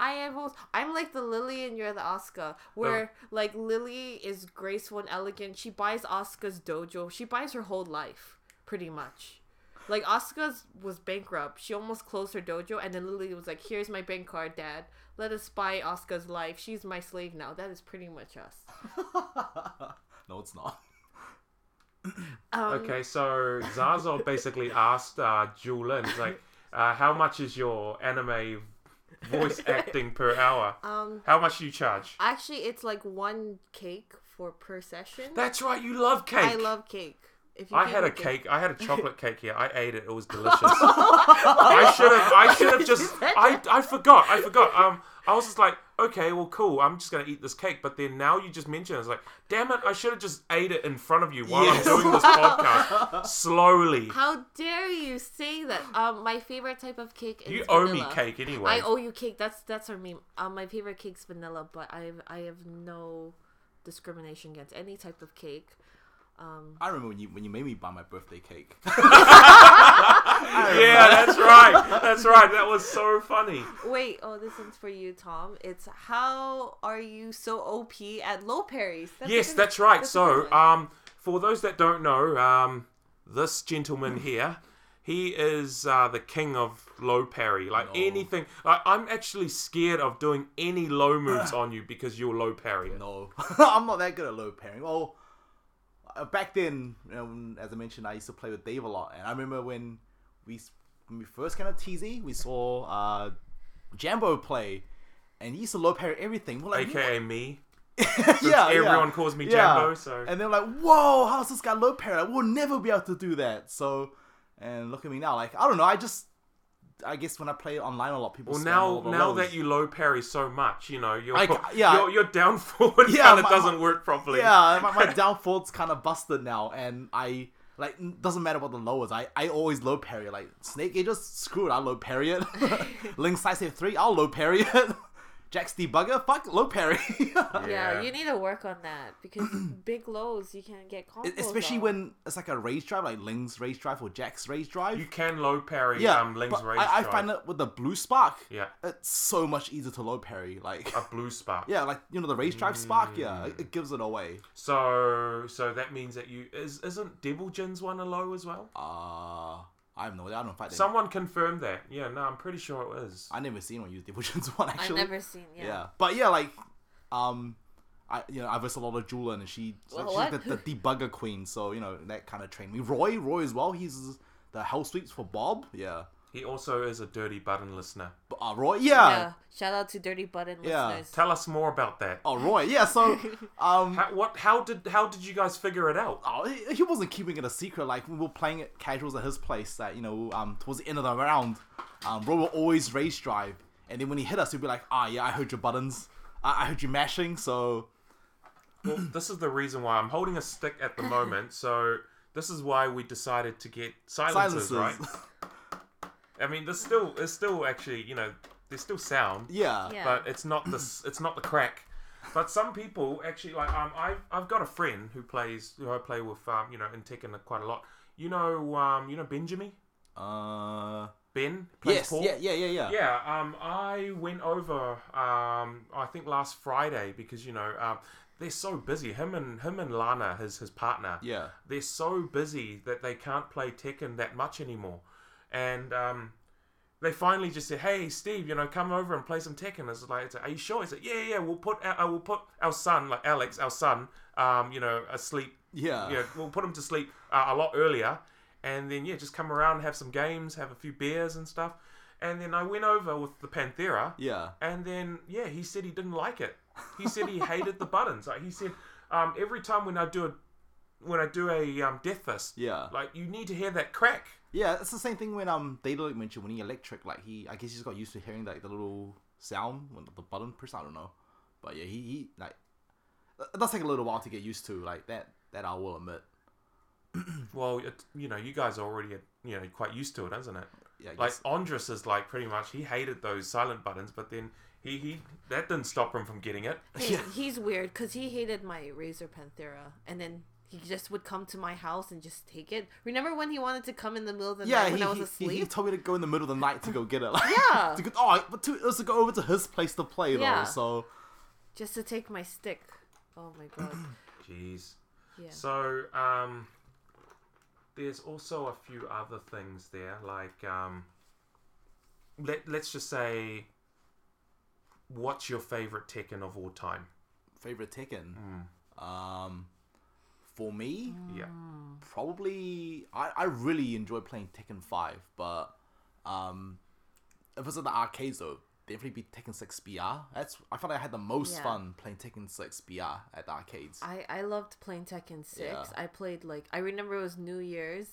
[SPEAKER 8] I am also, I'm like the Lily and you're the Asuka. Where
[SPEAKER 1] Oh.
[SPEAKER 8] like Lily is graceful and elegant. She buys Asuka's dojo. She buys her whole life, pretty much. Like Asuka's was bankrupt. She almost closed her dojo and then Lily was like, Here's my bank card, Dad. Let us buy Asuka's life. She's my slave now. That is pretty much us.
[SPEAKER 2] no, it's not.
[SPEAKER 8] Um,
[SPEAKER 1] okay, so Zazo basically asked uh, Julin, he's like, uh, "How much is your anime voice acting per hour?
[SPEAKER 8] Um
[SPEAKER 1] How much do you charge?"
[SPEAKER 8] actually it's like one cake for per session.
[SPEAKER 1] That's right, you love cake.
[SPEAKER 8] I love cake. If
[SPEAKER 1] I
[SPEAKER 8] can't
[SPEAKER 1] had a
[SPEAKER 8] make it-
[SPEAKER 1] cake. I had a chocolate cake here. I ate it. It was delicious. I should have. I should have just. I, I forgot. I forgot. Um, I was just like, okay, well, cool. I'm just gonna eat this cake. But then now you just mentioned, it, I was like, damn it! I should have just ate it in front of you while
[SPEAKER 2] Yes.
[SPEAKER 1] I'm doing this podcast slowly.
[SPEAKER 8] How dare you say that? Um, my favorite type of cake is
[SPEAKER 1] You owe me
[SPEAKER 8] vanilla.
[SPEAKER 1] cake anyway.
[SPEAKER 8] I owe you cake. That's that's our meme. Um, my favorite cake's vanilla, but I have, I have no discrimination against any type of cake. Um,
[SPEAKER 2] I remember when you when you made me buy my birthday cake.
[SPEAKER 1] yeah, that's right. That's right. That was so funny.
[SPEAKER 8] wait, oh, this one's for you, Tom. It's how are you so OP at low parries? That's a
[SPEAKER 1] yes,
[SPEAKER 8] good-
[SPEAKER 1] that's right.
[SPEAKER 8] that's a
[SPEAKER 1] so,
[SPEAKER 8] good one.
[SPEAKER 1] um, for those that don't know, um, this gentleman here, he is uh, the king of low parry. Like anything, I, I'm actually scared of doing any low moves on you because you're low parry. it.
[SPEAKER 2] no, I'm not that good at low pairing. Well, uh, back then, um, as I mentioned, I used to play with Dave a lot, and I remember when we s- when we first came out TZ, we saw uh, Jambo play, and he used to low parry everything. We're like,
[SPEAKER 1] AKA me.
[SPEAKER 2] "What?" yeah,
[SPEAKER 1] everyone calls me Jambo, so-
[SPEAKER 2] and they're like, whoa, how's this guy low parry? Like, we'll never be able to do that. So, and look at me now. Like, I don't know. I just, I guess when I play online a lot, people.
[SPEAKER 1] Well,
[SPEAKER 2] spam
[SPEAKER 1] now
[SPEAKER 2] all the
[SPEAKER 1] now
[SPEAKER 2] lows.
[SPEAKER 1] that you low parry so much, you know, your
[SPEAKER 2] I ca- yeah.
[SPEAKER 1] your, your down forward
[SPEAKER 2] Yeah,
[SPEAKER 1] kind of
[SPEAKER 2] my-
[SPEAKER 1] doesn't work properly.
[SPEAKER 2] Yeah, my, my downfall's kind of busted now, and I like n- doesn't matter about the lowers. I I always low parry. Like snake, it just screw it. I low parry it. Link size hit three. I'll low parry it. Jack's debugger. Fuck low parry.
[SPEAKER 8] yeah,
[SPEAKER 1] Yeah.
[SPEAKER 8] you need to work on that because big lows you can't get combos.
[SPEAKER 2] E, Especially
[SPEAKER 8] on.
[SPEAKER 2] when it's like a rage drive, like Ling's rage drive or Jack's rage drive.
[SPEAKER 1] You can low parry
[SPEAKER 2] yeah,
[SPEAKER 1] um, Link's
[SPEAKER 2] but
[SPEAKER 1] rage
[SPEAKER 2] I, I
[SPEAKER 1] drive.
[SPEAKER 2] find that with the blue spark,
[SPEAKER 1] Yeah. Uh,
[SPEAKER 2] it's so much easier to low parry. Like,
[SPEAKER 1] a blue spark.
[SPEAKER 2] yeah, like you know the rage drive spark. Yeah, it, it gives it away.
[SPEAKER 1] So so that means that you is isn't Devil Jin's one a low as well?
[SPEAKER 2] Uh I have no idea. I don't fight. them.
[SPEAKER 1] Someone confirmed that. Yeah, no, I'm pretty sure it is.
[SPEAKER 2] I never seen one use Divisions one
[SPEAKER 8] I've
[SPEAKER 2] actually.
[SPEAKER 8] never seen.
[SPEAKER 2] yeah. but yeah, like, um, I you know I've listened a lot of Julian and she
[SPEAKER 8] Well,
[SPEAKER 2] she's
[SPEAKER 8] what?
[SPEAKER 2] the, the debugger queen, so you know that kind of trained me. Roy, Roy as well. He's the hell sweeps for Bob. Yeah,
[SPEAKER 1] He also is a dirty button listener.
[SPEAKER 2] but, uh, Roy.
[SPEAKER 8] yeah.
[SPEAKER 2] Yeah.
[SPEAKER 8] Shout out to Dirty Button
[SPEAKER 2] Yeah.
[SPEAKER 8] listeners.
[SPEAKER 1] Tell us more about that.
[SPEAKER 2] Oh, Roy. Yeah. So, um.
[SPEAKER 1] How, what? How did? How did you guys figure it out?
[SPEAKER 2] Oh, he- he wasn't keeping it a secret. Like we were playing it casuals at his place. That you know, um, towards the end of the round, um, Roy will always race drive, and then when he hit us, he'd be like, "Ah, yeah, I heard your buttons. I, I heard you mashing." So
[SPEAKER 1] Well,
[SPEAKER 2] um,
[SPEAKER 1] this is the reason why I'm holding a stick at the moment. So this is why we decided to get silences,
[SPEAKER 2] silences.
[SPEAKER 1] right? I mean, there's still, there's still actually, you know, there's still sound,
[SPEAKER 2] yeah.
[SPEAKER 8] Yeah.
[SPEAKER 1] but it's not this, it's not the crack. But some people actually like. Um, I've, I've got a friend who plays, who I play with, um, you know, in Tekken quite a lot. You know, um, you know, Benjamin.
[SPEAKER 2] Uh,
[SPEAKER 1] Ben plays
[SPEAKER 2] yes,
[SPEAKER 1] Paul.
[SPEAKER 2] yeah, yeah, yeah, yeah.
[SPEAKER 1] Yeah, um, I went over, um, I think last Friday because you know, um, they're so busy. Him and him and Lana, his his partner.
[SPEAKER 2] Yeah.
[SPEAKER 1] They're so busy that they can't play Tekken that much anymore, and um, they finally just said, "Hey, Steve, you know, come over and play some Tekken." It's like, it's like, "Are you sure?" It's like, "Yeah, yeah, we'll put our, uh, we'll put our son, like Alex, our son, um, you know, asleep.
[SPEAKER 2] Yeah.
[SPEAKER 1] you know, we'll put him to sleep uh, a lot earlier, and then yeah, just come around, have some games, have a few beers and stuff." And then I went over with the Panthera.
[SPEAKER 2] Yeah.
[SPEAKER 1] And then yeah, he said he didn't like it. He said he hated the buttons. Like he said, um, every time when I do a when I do a um, death fist,
[SPEAKER 2] Yeah.
[SPEAKER 1] like you need to hear that crack.
[SPEAKER 2] Yeah, it's the same thing when um Data like mentioned when he electric, like he I guess he's got used to hearing like the little sound when the button press, I don't know. But yeah, he, he like it does take a little while to get used to, like that that I will admit.
[SPEAKER 1] Well, it, you know, you guys are already you know quite used to it, isn't it?
[SPEAKER 2] Yeah, I
[SPEAKER 1] Like
[SPEAKER 2] guess-
[SPEAKER 1] Andres is like pretty much he hated those silent buttons, but then he he that didn't stop him from getting it.
[SPEAKER 8] Hey, He's weird because he hated my Razor Panthera, and then he just would come to my house and just take it. Remember when he wanted to come in the middle of the
[SPEAKER 2] Yeah,
[SPEAKER 8] night
[SPEAKER 2] he,
[SPEAKER 8] when I was
[SPEAKER 2] he- he,
[SPEAKER 8] asleep?
[SPEAKER 2] he told me to go in the middle of the night to go get it. Like,
[SPEAKER 8] Yeah.
[SPEAKER 2] to go, oh, but to, it was to go over to his place to play though.
[SPEAKER 8] Yeah.
[SPEAKER 2] So
[SPEAKER 8] Just to take my stick. Oh my god.
[SPEAKER 1] Jeez.
[SPEAKER 8] Yeah.
[SPEAKER 1] So um, there's also a few other things there, like um, let let's just say, what's your favorite Tekken of all time?
[SPEAKER 2] favorite Tekken,
[SPEAKER 1] Mm.
[SPEAKER 2] um, for me,
[SPEAKER 1] Yeah.
[SPEAKER 8] Mm.
[SPEAKER 2] probably I, I really enjoy playing Tekken Five, but um, if it's at the arcades though, definitely be Tekken Six BR. That's I felt I had the most
[SPEAKER 8] Yeah.
[SPEAKER 2] fun playing Tekken Six BR at the arcades.
[SPEAKER 8] I, I loved playing Tekken 6.
[SPEAKER 2] Yeah.
[SPEAKER 8] I played like I remember it was New Year's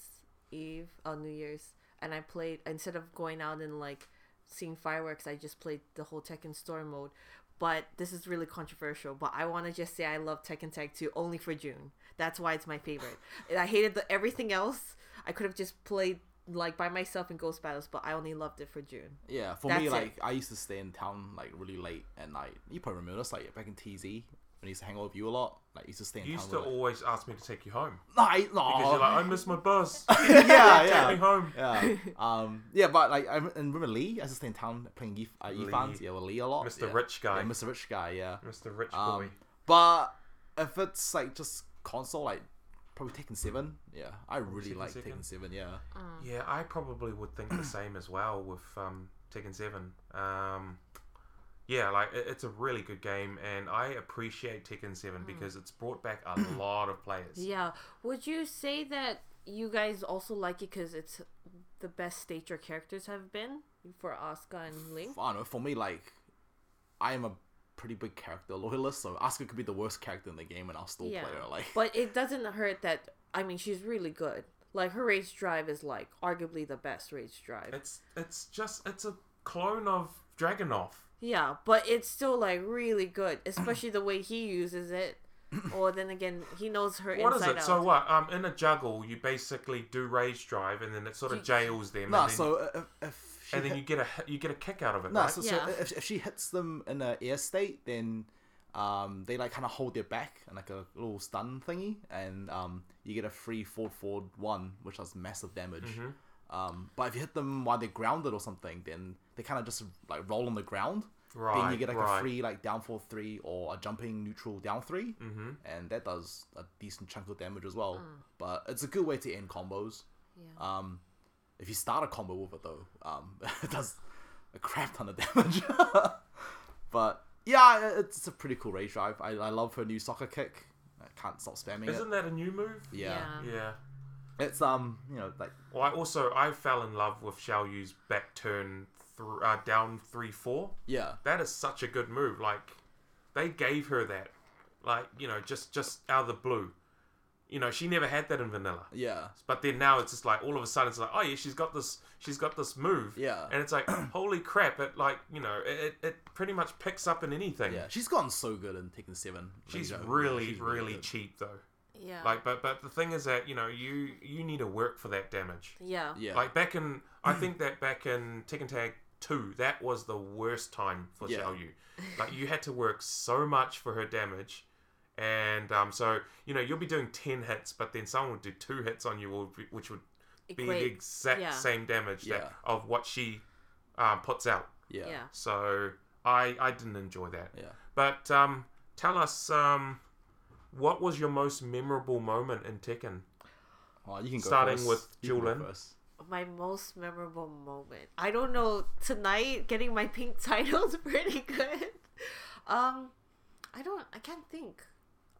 [SPEAKER 8] Eve, oh New Year's, and I played instead of going out and like seeing fireworks, I just played the whole Tekken story mode. But this is really controversial, but I want to just say I love Tekken Tag 2 only for June. That's why it's my favorite. And I hated the, everything else. I could have just played like by myself in Ghost Battles, but I only loved it for June.
[SPEAKER 2] yeah, for
[SPEAKER 8] That's
[SPEAKER 2] me
[SPEAKER 8] it.
[SPEAKER 2] like I used to stay in town like really late at night. You probably remember this like back in TZ when I used to hang out with you a lot. Like I used to stay in
[SPEAKER 1] You
[SPEAKER 2] town.
[SPEAKER 1] used to
[SPEAKER 2] really late.
[SPEAKER 1] always ask me to take you home
[SPEAKER 2] No, I- no.
[SPEAKER 1] because you're like, I miss my bus.
[SPEAKER 2] Oh. yeah, yeah.
[SPEAKER 1] Take me home.
[SPEAKER 2] Yeah. Um. Yeah, but like, I rem- and remember Lee? I used to stay in town playing Yif- uh,
[SPEAKER 1] Lee.
[SPEAKER 2] Yifans. Yeah, with Lee a lot.
[SPEAKER 1] Mr.
[SPEAKER 2] Yeah.
[SPEAKER 1] Rich Guy.
[SPEAKER 2] Yeah, Mr. Rich Guy. Yeah.
[SPEAKER 1] Mr. Rich Boy.
[SPEAKER 2] Um, but if it's like just console, like probably Tekken Seven. Yeah, I really
[SPEAKER 1] Tekken
[SPEAKER 2] like
[SPEAKER 1] 7.
[SPEAKER 2] Tekken Seven. Yeah.
[SPEAKER 1] Yeah, I probably would think the same as well with um, Tekken Seven. Um, yeah, like it, it's a really good game, and I appreciate Tekken Seven because it's brought back a lot of players.
[SPEAKER 8] Mm. Yeah. Would you say that you guys also like it because it's the best state your characters have been for Asuka and Link?
[SPEAKER 2] I don't know. For me, like, I am a pretty big character loyalist, so Asuka could be the worst character in the game, and I'll still
[SPEAKER 8] Yeah.
[SPEAKER 2] play her. Like,
[SPEAKER 8] But it doesn't hurt that, I mean, she's really good. Like, her Rage Drive is, like, arguably the best Rage Drive.
[SPEAKER 1] It's it's just it's a clone of Dragonov.
[SPEAKER 8] Yeah, but it's still, like, really good, especially the way he uses it. Or then again, he knows her
[SPEAKER 1] What is
[SPEAKER 8] inside
[SPEAKER 1] it?
[SPEAKER 8] out.
[SPEAKER 1] So what? Um, in a juggle, you basically do rage drive, and then it sort of
[SPEAKER 8] You-
[SPEAKER 1] jails them.
[SPEAKER 2] no,
[SPEAKER 1] and then,
[SPEAKER 2] so uh, if, if she
[SPEAKER 1] and then
[SPEAKER 2] hit-
[SPEAKER 1] you get a you get a kick out of it.
[SPEAKER 2] No,
[SPEAKER 1] right?
[SPEAKER 2] so,
[SPEAKER 8] Yeah.
[SPEAKER 2] so if, if she hits them in an air state, then um, they like kind of hold their back and like a little stun thingy, and um, you get a free forward forward one, which does massive damage.
[SPEAKER 1] Mm-hmm.
[SPEAKER 2] Um, but if you hit them while they're grounded or something, then they kind of just like roll on the ground. Then
[SPEAKER 1] Right,
[SPEAKER 2] you get like
[SPEAKER 1] right.
[SPEAKER 2] a free like down four three or a jumping neutral down 3 mm-hmm. and that does a decent chunk of damage as well. But it's a good way to end combos. Um, if you start a combo with it though, um, it does a crap ton of damage. but yeah, it- it's a pretty cool rage drive. I, I love her new soccer kick. I can't stop spamming
[SPEAKER 1] Isn't
[SPEAKER 2] it.
[SPEAKER 1] that a new move?
[SPEAKER 2] Yeah.
[SPEAKER 8] Um,
[SPEAKER 1] Yeah.
[SPEAKER 2] it's um, you know, like
[SPEAKER 1] Well, I also I fell in love with Xiao Yu's back turn through uh, down three four.
[SPEAKER 2] yeah,
[SPEAKER 1] That is such a good move. Like they gave her that, like you know, just just out of the blue. You know, she never had that in vanilla.
[SPEAKER 2] yeah,
[SPEAKER 1] But then now it's just like all of a sudden it's like, oh yeah, she's got this, she's got this move.
[SPEAKER 2] Yeah.
[SPEAKER 1] And it's like, holy crap! It like you know, it, it, it pretty much picks up in anything.
[SPEAKER 2] yeah. She's gotten so good in Tekken Seven.
[SPEAKER 1] She's
[SPEAKER 2] Rage Drive.
[SPEAKER 1] really,
[SPEAKER 2] She's
[SPEAKER 1] really
[SPEAKER 2] good.
[SPEAKER 1] cheap though.
[SPEAKER 8] yeah.
[SPEAKER 1] Like, but but the thing is that you know you you need to work for that damage.
[SPEAKER 8] yeah.
[SPEAKER 2] Yeah,
[SPEAKER 1] Like back in, I think that back in Tekken Tag Two, that was the worst time for
[SPEAKER 2] Yeah.
[SPEAKER 1] Xiao Yu. Like you had to work so much for her damage, and um, so you know you'll be doing ten hits, but then someone would do two hits on you, or- which would be the
[SPEAKER 8] Equate-
[SPEAKER 1] exact
[SPEAKER 8] yeah.
[SPEAKER 1] same damage that,
[SPEAKER 2] Yeah.
[SPEAKER 1] of what she um, puts out.
[SPEAKER 2] yeah,
[SPEAKER 8] Yeah.
[SPEAKER 1] So I I didn't enjoy that.
[SPEAKER 2] Yeah.
[SPEAKER 1] But um, tell us um, What was your most memorable moment in Tekken?
[SPEAKER 2] Oh, you can go
[SPEAKER 1] Starting
[SPEAKER 2] first.
[SPEAKER 1] with
[SPEAKER 2] You can go
[SPEAKER 1] Julin.
[SPEAKER 2] first.
[SPEAKER 8] my most memorable moment. I don't know. Tonight, getting my pink title's pretty good. Um, I don't. I can't think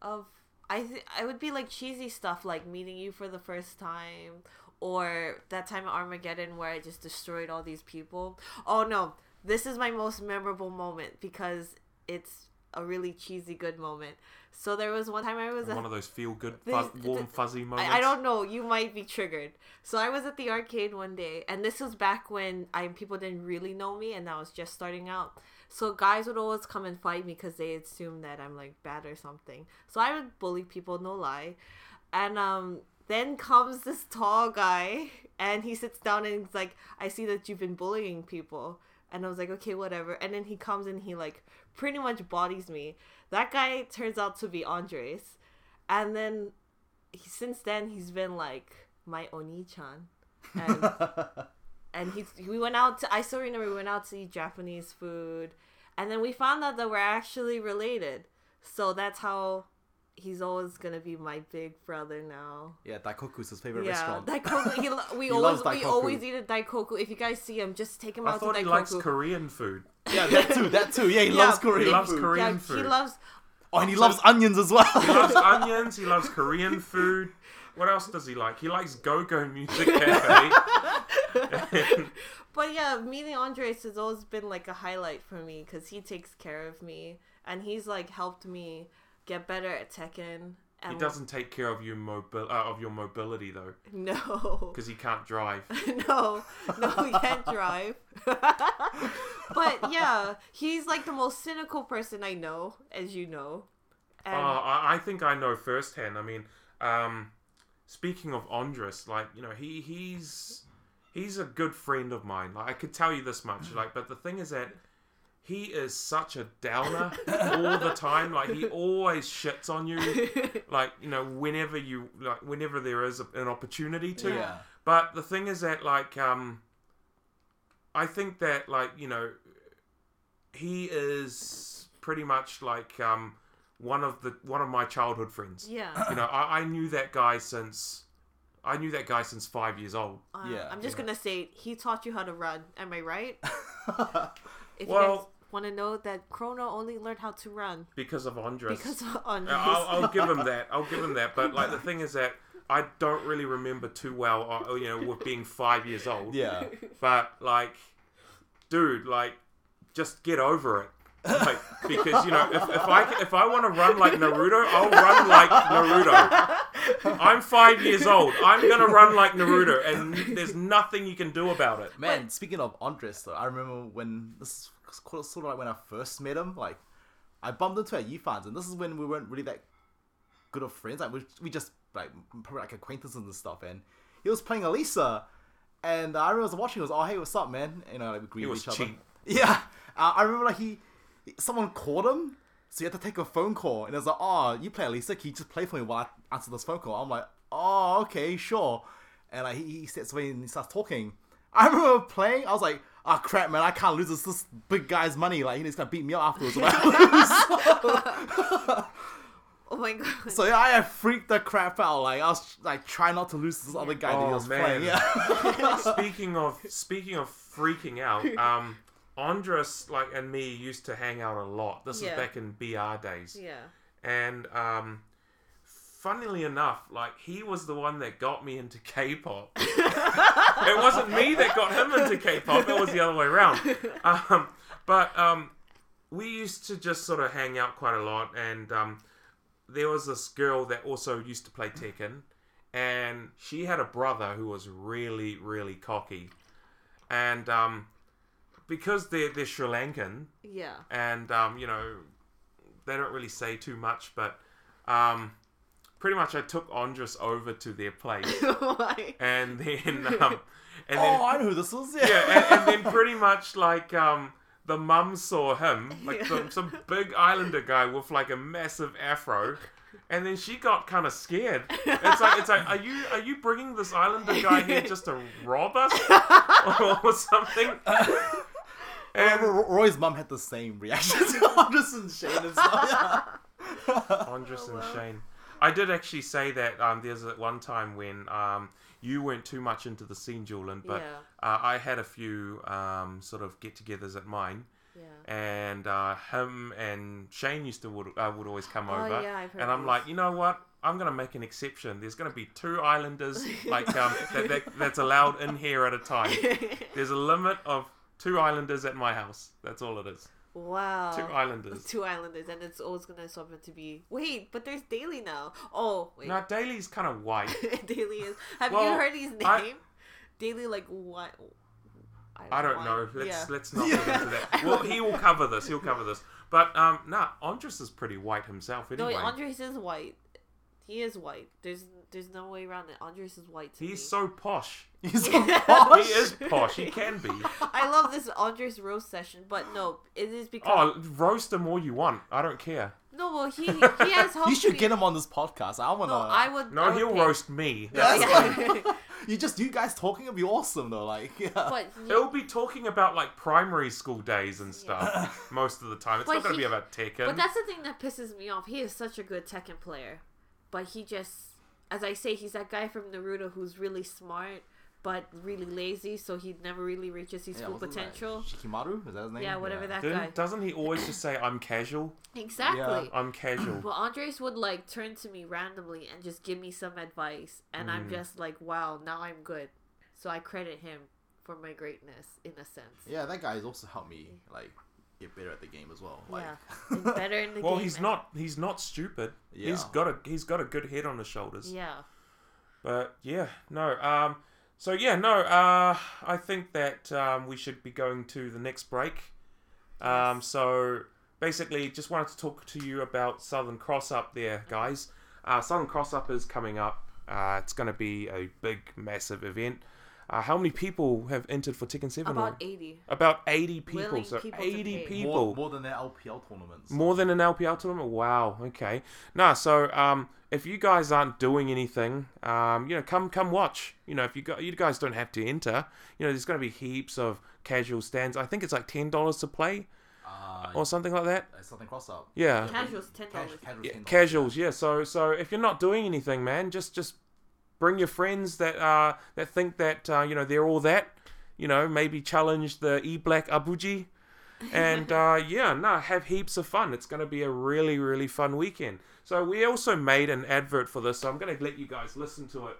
[SPEAKER 8] of. I th- I would be like cheesy stuff like meeting you for the first time, or that time at Armageddon where I just destroyed all these people. Oh no, this is my most memorable moment because it's a really cheesy good moment. So there was one time I was at-
[SPEAKER 1] One of those feel good,
[SPEAKER 8] These-
[SPEAKER 1] fuzz, warm,
[SPEAKER 8] th-
[SPEAKER 1] fuzzy moments.
[SPEAKER 8] I, I don't know. You might be triggered. So I was at the arcade one day, and this was back when I people didn't really know me, and I was just starting out. So guys would always come and fight me because they assumed that I'm like bad or something. So I would bully people, no lie. And um, then comes this tall guy, and he sits down and he's like, "I see that you've been bullying people." And I was like, "Okay, whatever." And then he comes and he like pretty much bodies me. That guy turns out to be Andres, and then he, since then he's been like my oni-chan and, and he, we went out to i still remember we went out to eat japanese food and then we found out that we're actually related so that's how he's always gonna be my big brother now
[SPEAKER 2] Yeah, Daikoku's his favorite
[SPEAKER 8] yeah,
[SPEAKER 2] restaurant.
[SPEAKER 8] Daikoku. He, lo- we
[SPEAKER 2] He
[SPEAKER 8] always
[SPEAKER 2] loves
[SPEAKER 8] we
[SPEAKER 2] Daikoku.
[SPEAKER 8] always eat at Daikoku. If you guys see him, just take him
[SPEAKER 1] I
[SPEAKER 8] out to
[SPEAKER 1] thought
[SPEAKER 8] Daikoku.
[SPEAKER 1] he likes Korean food.
[SPEAKER 2] yeah, that too. That too. Yeah, he
[SPEAKER 8] Yeah.
[SPEAKER 2] loves Korean
[SPEAKER 1] He loves
[SPEAKER 2] food.
[SPEAKER 1] Korean
[SPEAKER 8] yeah,
[SPEAKER 1] food.
[SPEAKER 8] he loves
[SPEAKER 2] Oh, and he loves onions as
[SPEAKER 1] He
[SPEAKER 2] well.
[SPEAKER 1] loves onions. He loves Korean food. What else does he like? He likes go-go music cafe.
[SPEAKER 8] But yeah, meeting Andres has always been like a highlight for me because he takes care of me and he's like helped me get better at Tekken. And
[SPEAKER 1] he doesn't take care of your mobil- uh, of your mobility though,
[SPEAKER 8] No,
[SPEAKER 1] because he can't drive.
[SPEAKER 8] no, no, he can't drive. but yeah, he's like the most cynical person I know, as you know.
[SPEAKER 1] Oh,
[SPEAKER 8] And
[SPEAKER 1] I, I think I know firsthand. I mean, um, speaking of Andres, like you know, he he's he's a good friend of mine. Like I could tell you this much. Like, but the thing is that he is such a downer all the time. Like he always shits on you. Like you know, whenever you like, whenever there is a, an opportunity to.
[SPEAKER 2] Yeah.
[SPEAKER 1] But the thing is that like um, I think that like you know, he is pretty much like um one of the one of my childhood friends.
[SPEAKER 8] yeah,
[SPEAKER 1] You know, I, I knew that guy since I knew that guy since five years old.
[SPEAKER 8] uh,
[SPEAKER 2] Yeah,
[SPEAKER 8] I'm just
[SPEAKER 2] yeah.
[SPEAKER 8] gonna say it, he taught you how to run. Am I right? If you guys
[SPEAKER 1] Well-
[SPEAKER 8] want to know that Chrono only learned how to run
[SPEAKER 1] Because of Andres.
[SPEAKER 8] because of Andres.
[SPEAKER 1] Uh, I'll, I'll give him that. I'll give him that. But like the thing is that I don't really remember too well. uh, You know, with being five years old.
[SPEAKER 2] yeah.
[SPEAKER 1] But like, dude, like, just get over it. Like, because you know, if, if I if I want to run like Naruto, I'll run like Naruto. I'm five years old. I'm gonna run like Naruto, and there's nothing you can do about it.
[SPEAKER 2] Man, speaking of Andres, though, I remember when this is sort of like when I first met him. Like, I bumped into our U fans, and this is when we weren't really that good of friends. Like, we, we just like probably like acquaintances and stuff. And he was playing Elisa, and I was watching. I was, oh hey, what's up, man? You know, like, we greeted
[SPEAKER 1] was
[SPEAKER 2] each other.
[SPEAKER 1] cheap.
[SPEAKER 2] Yeah, uh, I remember like he, someone called him, so he had to take a phone call, and it was like, oh, you play Elisa, can you just play for me while I answer this phone call? I'm like, oh, okay, sure. And like he, he sits away and he starts talking. I remember playing, I was like, oh crap, man, I can't lose this, this big guy's money. Like he's gonna beat me up afterwards. if I lose.
[SPEAKER 8] oh my god.
[SPEAKER 2] so yeah, I freaked the crap out. Like I was like trying not to lose this other guy that he
[SPEAKER 1] Oh,
[SPEAKER 2] was
[SPEAKER 1] man.
[SPEAKER 2] playing. Yeah.
[SPEAKER 1] speaking of speaking of freaking out, um, Andres like and me used to hang out a lot. This
[SPEAKER 8] Yeah.
[SPEAKER 1] is back in BR days,
[SPEAKER 8] Yeah.
[SPEAKER 1] and um, funnily enough, like he was the one that got me into K-pop. it wasn't me that got him into K-pop. It was the other way around. Um, but um, we used to just sort of hang out quite a lot, and um, there was this girl that also used to play Tekken, and she had a brother who was really, really cocky, and um, because they're they're Sri Lankan,
[SPEAKER 8] Yeah.
[SPEAKER 1] and um, you know they don't really say too much, but um, pretty much I took Andres over to their place,
[SPEAKER 8] Why?
[SPEAKER 1] and then um, and then
[SPEAKER 2] oh, I know who this was. Yeah.
[SPEAKER 1] yeah, and, and then pretty much like um, the mum saw him, like some, some big islander guy with like a massive afro, and then she got kind of scared. It's like it's like, are you are you bringing this islander guy here just to rob us or, something?
[SPEAKER 2] Ro-
[SPEAKER 1] And
[SPEAKER 2] Roy's mum had the same reaction to Anderson Shane and stuff.
[SPEAKER 8] Oh,
[SPEAKER 1] Andres and Shane. I did actually say that um, there's at one time when um, you weren't too much into the scene, Julian, but
[SPEAKER 8] Yeah.
[SPEAKER 1] uh, I had a few um, sort of get-togethers at mine.
[SPEAKER 8] Yeah.
[SPEAKER 1] And uh, him and Shane used to would, uh, would always come
[SPEAKER 8] Oh,
[SPEAKER 1] over,
[SPEAKER 8] yeah, I've heard
[SPEAKER 1] and I'm
[SPEAKER 8] this.
[SPEAKER 1] like, you know what? I'm gonna make an exception. There's gonna be two islanders like um, that, that that's allowed in here at a time. There's a limit of two islanders at my house. That's all it is.
[SPEAKER 8] Wow.
[SPEAKER 1] Two islanders.
[SPEAKER 8] Two islanders, and it's always gonna swap it to be. Wait, but there's Daily now. Oh, wait.
[SPEAKER 1] Now Daly's kind of white.
[SPEAKER 8] Daily is. Have
[SPEAKER 1] Well,
[SPEAKER 8] you heard his name?
[SPEAKER 1] I-
[SPEAKER 8] Daily, like what?
[SPEAKER 1] I don't
[SPEAKER 8] why.
[SPEAKER 1] know. Let's
[SPEAKER 8] Yeah.
[SPEAKER 1] let's not get into that. Well, he will cover this. He'll cover this. But um, nah, Andres is pretty white himself
[SPEAKER 8] No,
[SPEAKER 1] anyway.
[SPEAKER 8] Andres is white. He is white. There's there's no way around it. Andres is white. To me.
[SPEAKER 1] He's so posh.
[SPEAKER 2] He's
[SPEAKER 1] He is posh. He can be.
[SPEAKER 8] I love this Andres roast session, but no, it is because
[SPEAKER 1] Oh, roast him all you want. I don't care.
[SPEAKER 8] no. Well, he he has helped.
[SPEAKER 2] You should
[SPEAKER 8] me-
[SPEAKER 2] get him on this podcast. I wanna.
[SPEAKER 8] No, I would. I
[SPEAKER 1] No,
[SPEAKER 8] would
[SPEAKER 1] he'll
[SPEAKER 8] pay-
[SPEAKER 1] roast me.
[SPEAKER 2] Yeah,
[SPEAKER 1] That's
[SPEAKER 2] that's
[SPEAKER 1] the thing.
[SPEAKER 2] fine. you just you guys talking would be awesome though. Like yeah.
[SPEAKER 8] But
[SPEAKER 1] He'll be talking about like primary school days and stuff most of the time. It's
[SPEAKER 8] But
[SPEAKER 1] not going to
[SPEAKER 8] he-
[SPEAKER 1] be about Tekken.
[SPEAKER 8] But that's the thing that pisses me off. He is such a good Tekken player, but he just, as I say, he's that guy from Naruto who's really smart but really lazy, so he never really reaches his
[SPEAKER 2] Yeah,
[SPEAKER 8] full
[SPEAKER 2] what's his name?
[SPEAKER 8] potential.
[SPEAKER 2] Shikimaru is that his name?
[SPEAKER 8] Yeah, whatever that guy.
[SPEAKER 1] Didn't, doesn't he always just say, "I'm casual"?
[SPEAKER 8] Exactly.
[SPEAKER 1] I'm casual.
[SPEAKER 8] Well, Andres would like turn to me randomly and just give me some advice, and I'm just like, wow, now I'm good. So I credit him for my greatness in a sense.
[SPEAKER 2] Yeah, that guy's also helped me like get better at the game as well. Like,
[SPEAKER 8] Yeah, And better in the game.
[SPEAKER 1] Well, he's
[SPEAKER 8] and-
[SPEAKER 1] not. He's not stupid. He's
[SPEAKER 2] Yeah.
[SPEAKER 1] got a. He's got a good head on his shoulders.
[SPEAKER 8] Yeah.
[SPEAKER 1] But yeah, no. Um. So yeah, no. Uh, I think that um, we should be going to the next break. Um. So basically, just wanted to talk to you about Southern Cross Up there, guys. Uh, Southern Cross Up is coming up. Uh, it's going to be a big, massive event. Uh, how many people have entered for Tekken Seven?
[SPEAKER 8] About
[SPEAKER 1] Lauren?
[SPEAKER 8] 80.
[SPEAKER 1] About eighty people.
[SPEAKER 8] Willing
[SPEAKER 1] so
[SPEAKER 8] people to
[SPEAKER 1] eighty
[SPEAKER 8] pay.
[SPEAKER 1] people.
[SPEAKER 2] more, more than their LPL tournaments.
[SPEAKER 1] More than an LPL tournament? Wow. Okay. Nah. So um, if you guys aren't doing anything, um, you know, come come watch. You know, if you got you guys don't have to enter. You know, there's going to be heaps of casual stands. I think it's like ten dollars to play
[SPEAKER 2] Uh,
[SPEAKER 1] or something like that.
[SPEAKER 2] it's something cross up.
[SPEAKER 1] Yeah.
[SPEAKER 8] Casuals, $10.
[SPEAKER 1] Yeah,
[SPEAKER 2] $10.
[SPEAKER 1] casuals. Yeah. So so if you're not doing anything, man, just just bring your friends that uh that think that uh, you know they're all that. You know, maybe challenge the E Black Abuji and uh, yeah, no, have heaps of fun. It's going to be a really, really fun weekend. So we also made an advert for this, so I'm going to let you guys listen to it.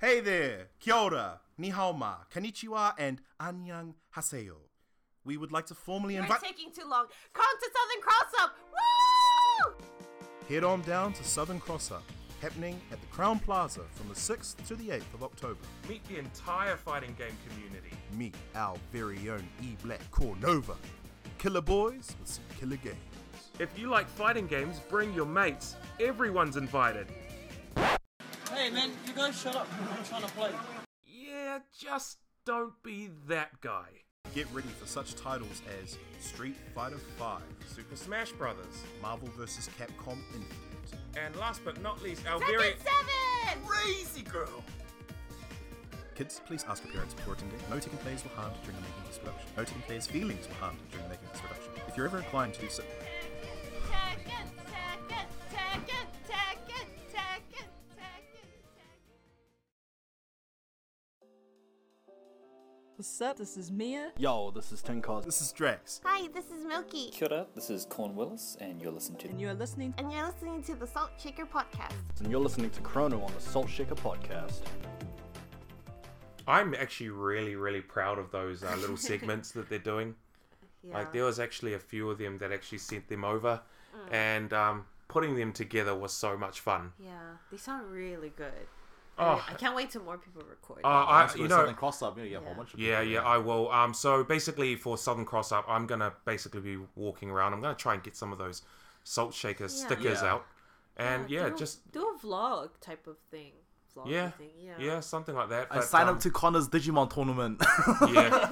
[SPEAKER 9] Hey there, kia ora, ni hao ma, konnichiwa, and anyang haseo. We would like to formally
[SPEAKER 7] You're
[SPEAKER 9] invite.
[SPEAKER 7] taking too long. Come to Southern Cross Up. Woo!
[SPEAKER 9] Head on down to Southern Cross Up, happening at the Crown Plaza from the 6th to the 8th of October.
[SPEAKER 1] Meet the entire fighting game community.
[SPEAKER 9] Meet our very own E Black Cornova. Killer boys with some killer games.
[SPEAKER 1] If you like fighting games, bring your mates. Everyone's invited.
[SPEAKER 13] Hey man, you guys shut up. I'm trying to play.
[SPEAKER 1] Yeah, just don't be that guy.
[SPEAKER 9] Get ready for such titles as Street Fighter V,
[SPEAKER 1] Super Smash Brothers,
[SPEAKER 9] Marvel vs. Capcom Infinite,
[SPEAKER 1] and last but not least, our very
[SPEAKER 7] Tekken Seven.
[SPEAKER 9] Crazy Girl. Kids, please ask your parents before attending. No taking plays were harmed during the making of this production. No taking players' feelings were harmed during the making of this production. If you're ever inclined to do so,
[SPEAKER 7] Tekken, Tekken, Tekken, Tekken, Tekken, Tekken, Tekken.
[SPEAKER 14] What's up? This is Mia.
[SPEAKER 12] Yo, this is Ten Cars.
[SPEAKER 9] this is Drax.
[SPEAKER 4] Hi, this is Milky.
[SPEAKER 15] Kia ora, this is Corn Willis, and you're listening to
[SPEAKER 14] And you're listening
[SPEAKER 4] And you're listening to the Salt Shaker Podcast.
[SPEAKER 12] And you're listening to Chrono on the Salt Shaker podcast.
[SPEAKER 1] I'm actually really, really proud of those uh, little segments that they're doing. Like there was actually a few of them that actually sent them over,
[SPEAKER 8] Mm.
[SPEAKER 1] and um, putting them together was so much fun.
[SPEAKER 8] Yeah, they sound really good.
[SPEAKER 1] Oh.
[SPEAKER 8] I can't wait till more people record.
[SPEAKER 1] Uh, I,
[SPEAKER 2] That's
[SPEAKER 1] you
[SPEAKER 2] where
[SPEAKER 1] know,
[SPEAKER 2] Southern cross up. Yeah, you have a whole bunch of
[SPEAKER 1] yeah,
[SPEAKER 2] people.
[SPEAKER 1] yeah, I will. Um, so basically for Southern Cross Up, I'm gonna basically be walking around. I'm gonna try and get some of those salt shaker stickers
[SPEAKER 2] Yeah.
[SPEAKER 1] out, and yeah,
[SPEAKER 8] do, a-
[SPEAKER 1] just
[SPEAKER 8] do a vlog type of thing. Vlog
[SPEAKER 1] yeah,
[SPEAKER 8] thing.
[SPEAKER 1] yeah,
[SPEAKER 8] Yeah.
[SPEAKER 1] something like that.
[SPEAKER 2] I
[SPEAKER 1] but,
[SPEAKER 2] signed
[SPEAKER 1] um,
[SPEAKER 2] up to Connor's Digimon tournament.
[SPEAKER 1] yeah.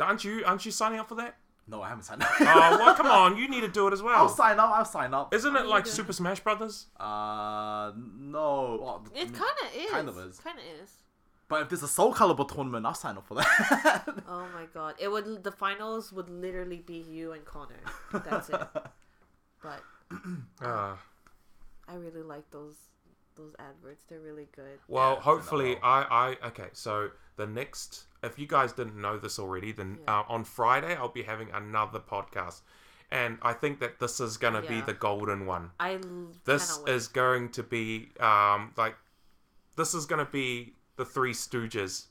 [SPEAKER 1] aren't you? Aren't you signing up for that?
[SPEAKER 2] no, I haven't signed up.
[SPEAKER 1] Oh well, come on, you need to do it as well.
[SPEAKER 2] I'll sign up. I'll sign up.
[SPEAKER 1] Isn't it like Super Smash Brothers?
[SPEAKER 2] Uh, no. Oh,
[SPEAKER 8] It kind of is.
[SPEAKER 2] Kind of is.
[SPEAKER 8] Kind of is.
[SPEAKER 2] But if there's a Soul Calibur tournament, I'll sign up for that.
[SPEAKER 8] oh my god, it would the finals would literally be you and Connor. That's it. But
[SPEAKER 1] Uh,
[SPEAKER 8] I really like those those adverts. They're really good.
[SPEAKER 1] well, hopefully, I, I. Okay, so the next. If you guys didn't know this already, then uh, on Friday, I'll be having another podcast. And I think that this is going to be
[SPEAKER 8] Yeah.
[SPEAKER 1] the golden one.
[SPEAKER 8] I l-
[SPEAKER 1] This
[SPEAKER 8] cannot wait.
[SPEAKER 1] is going to be um like this is going to be the three stooges.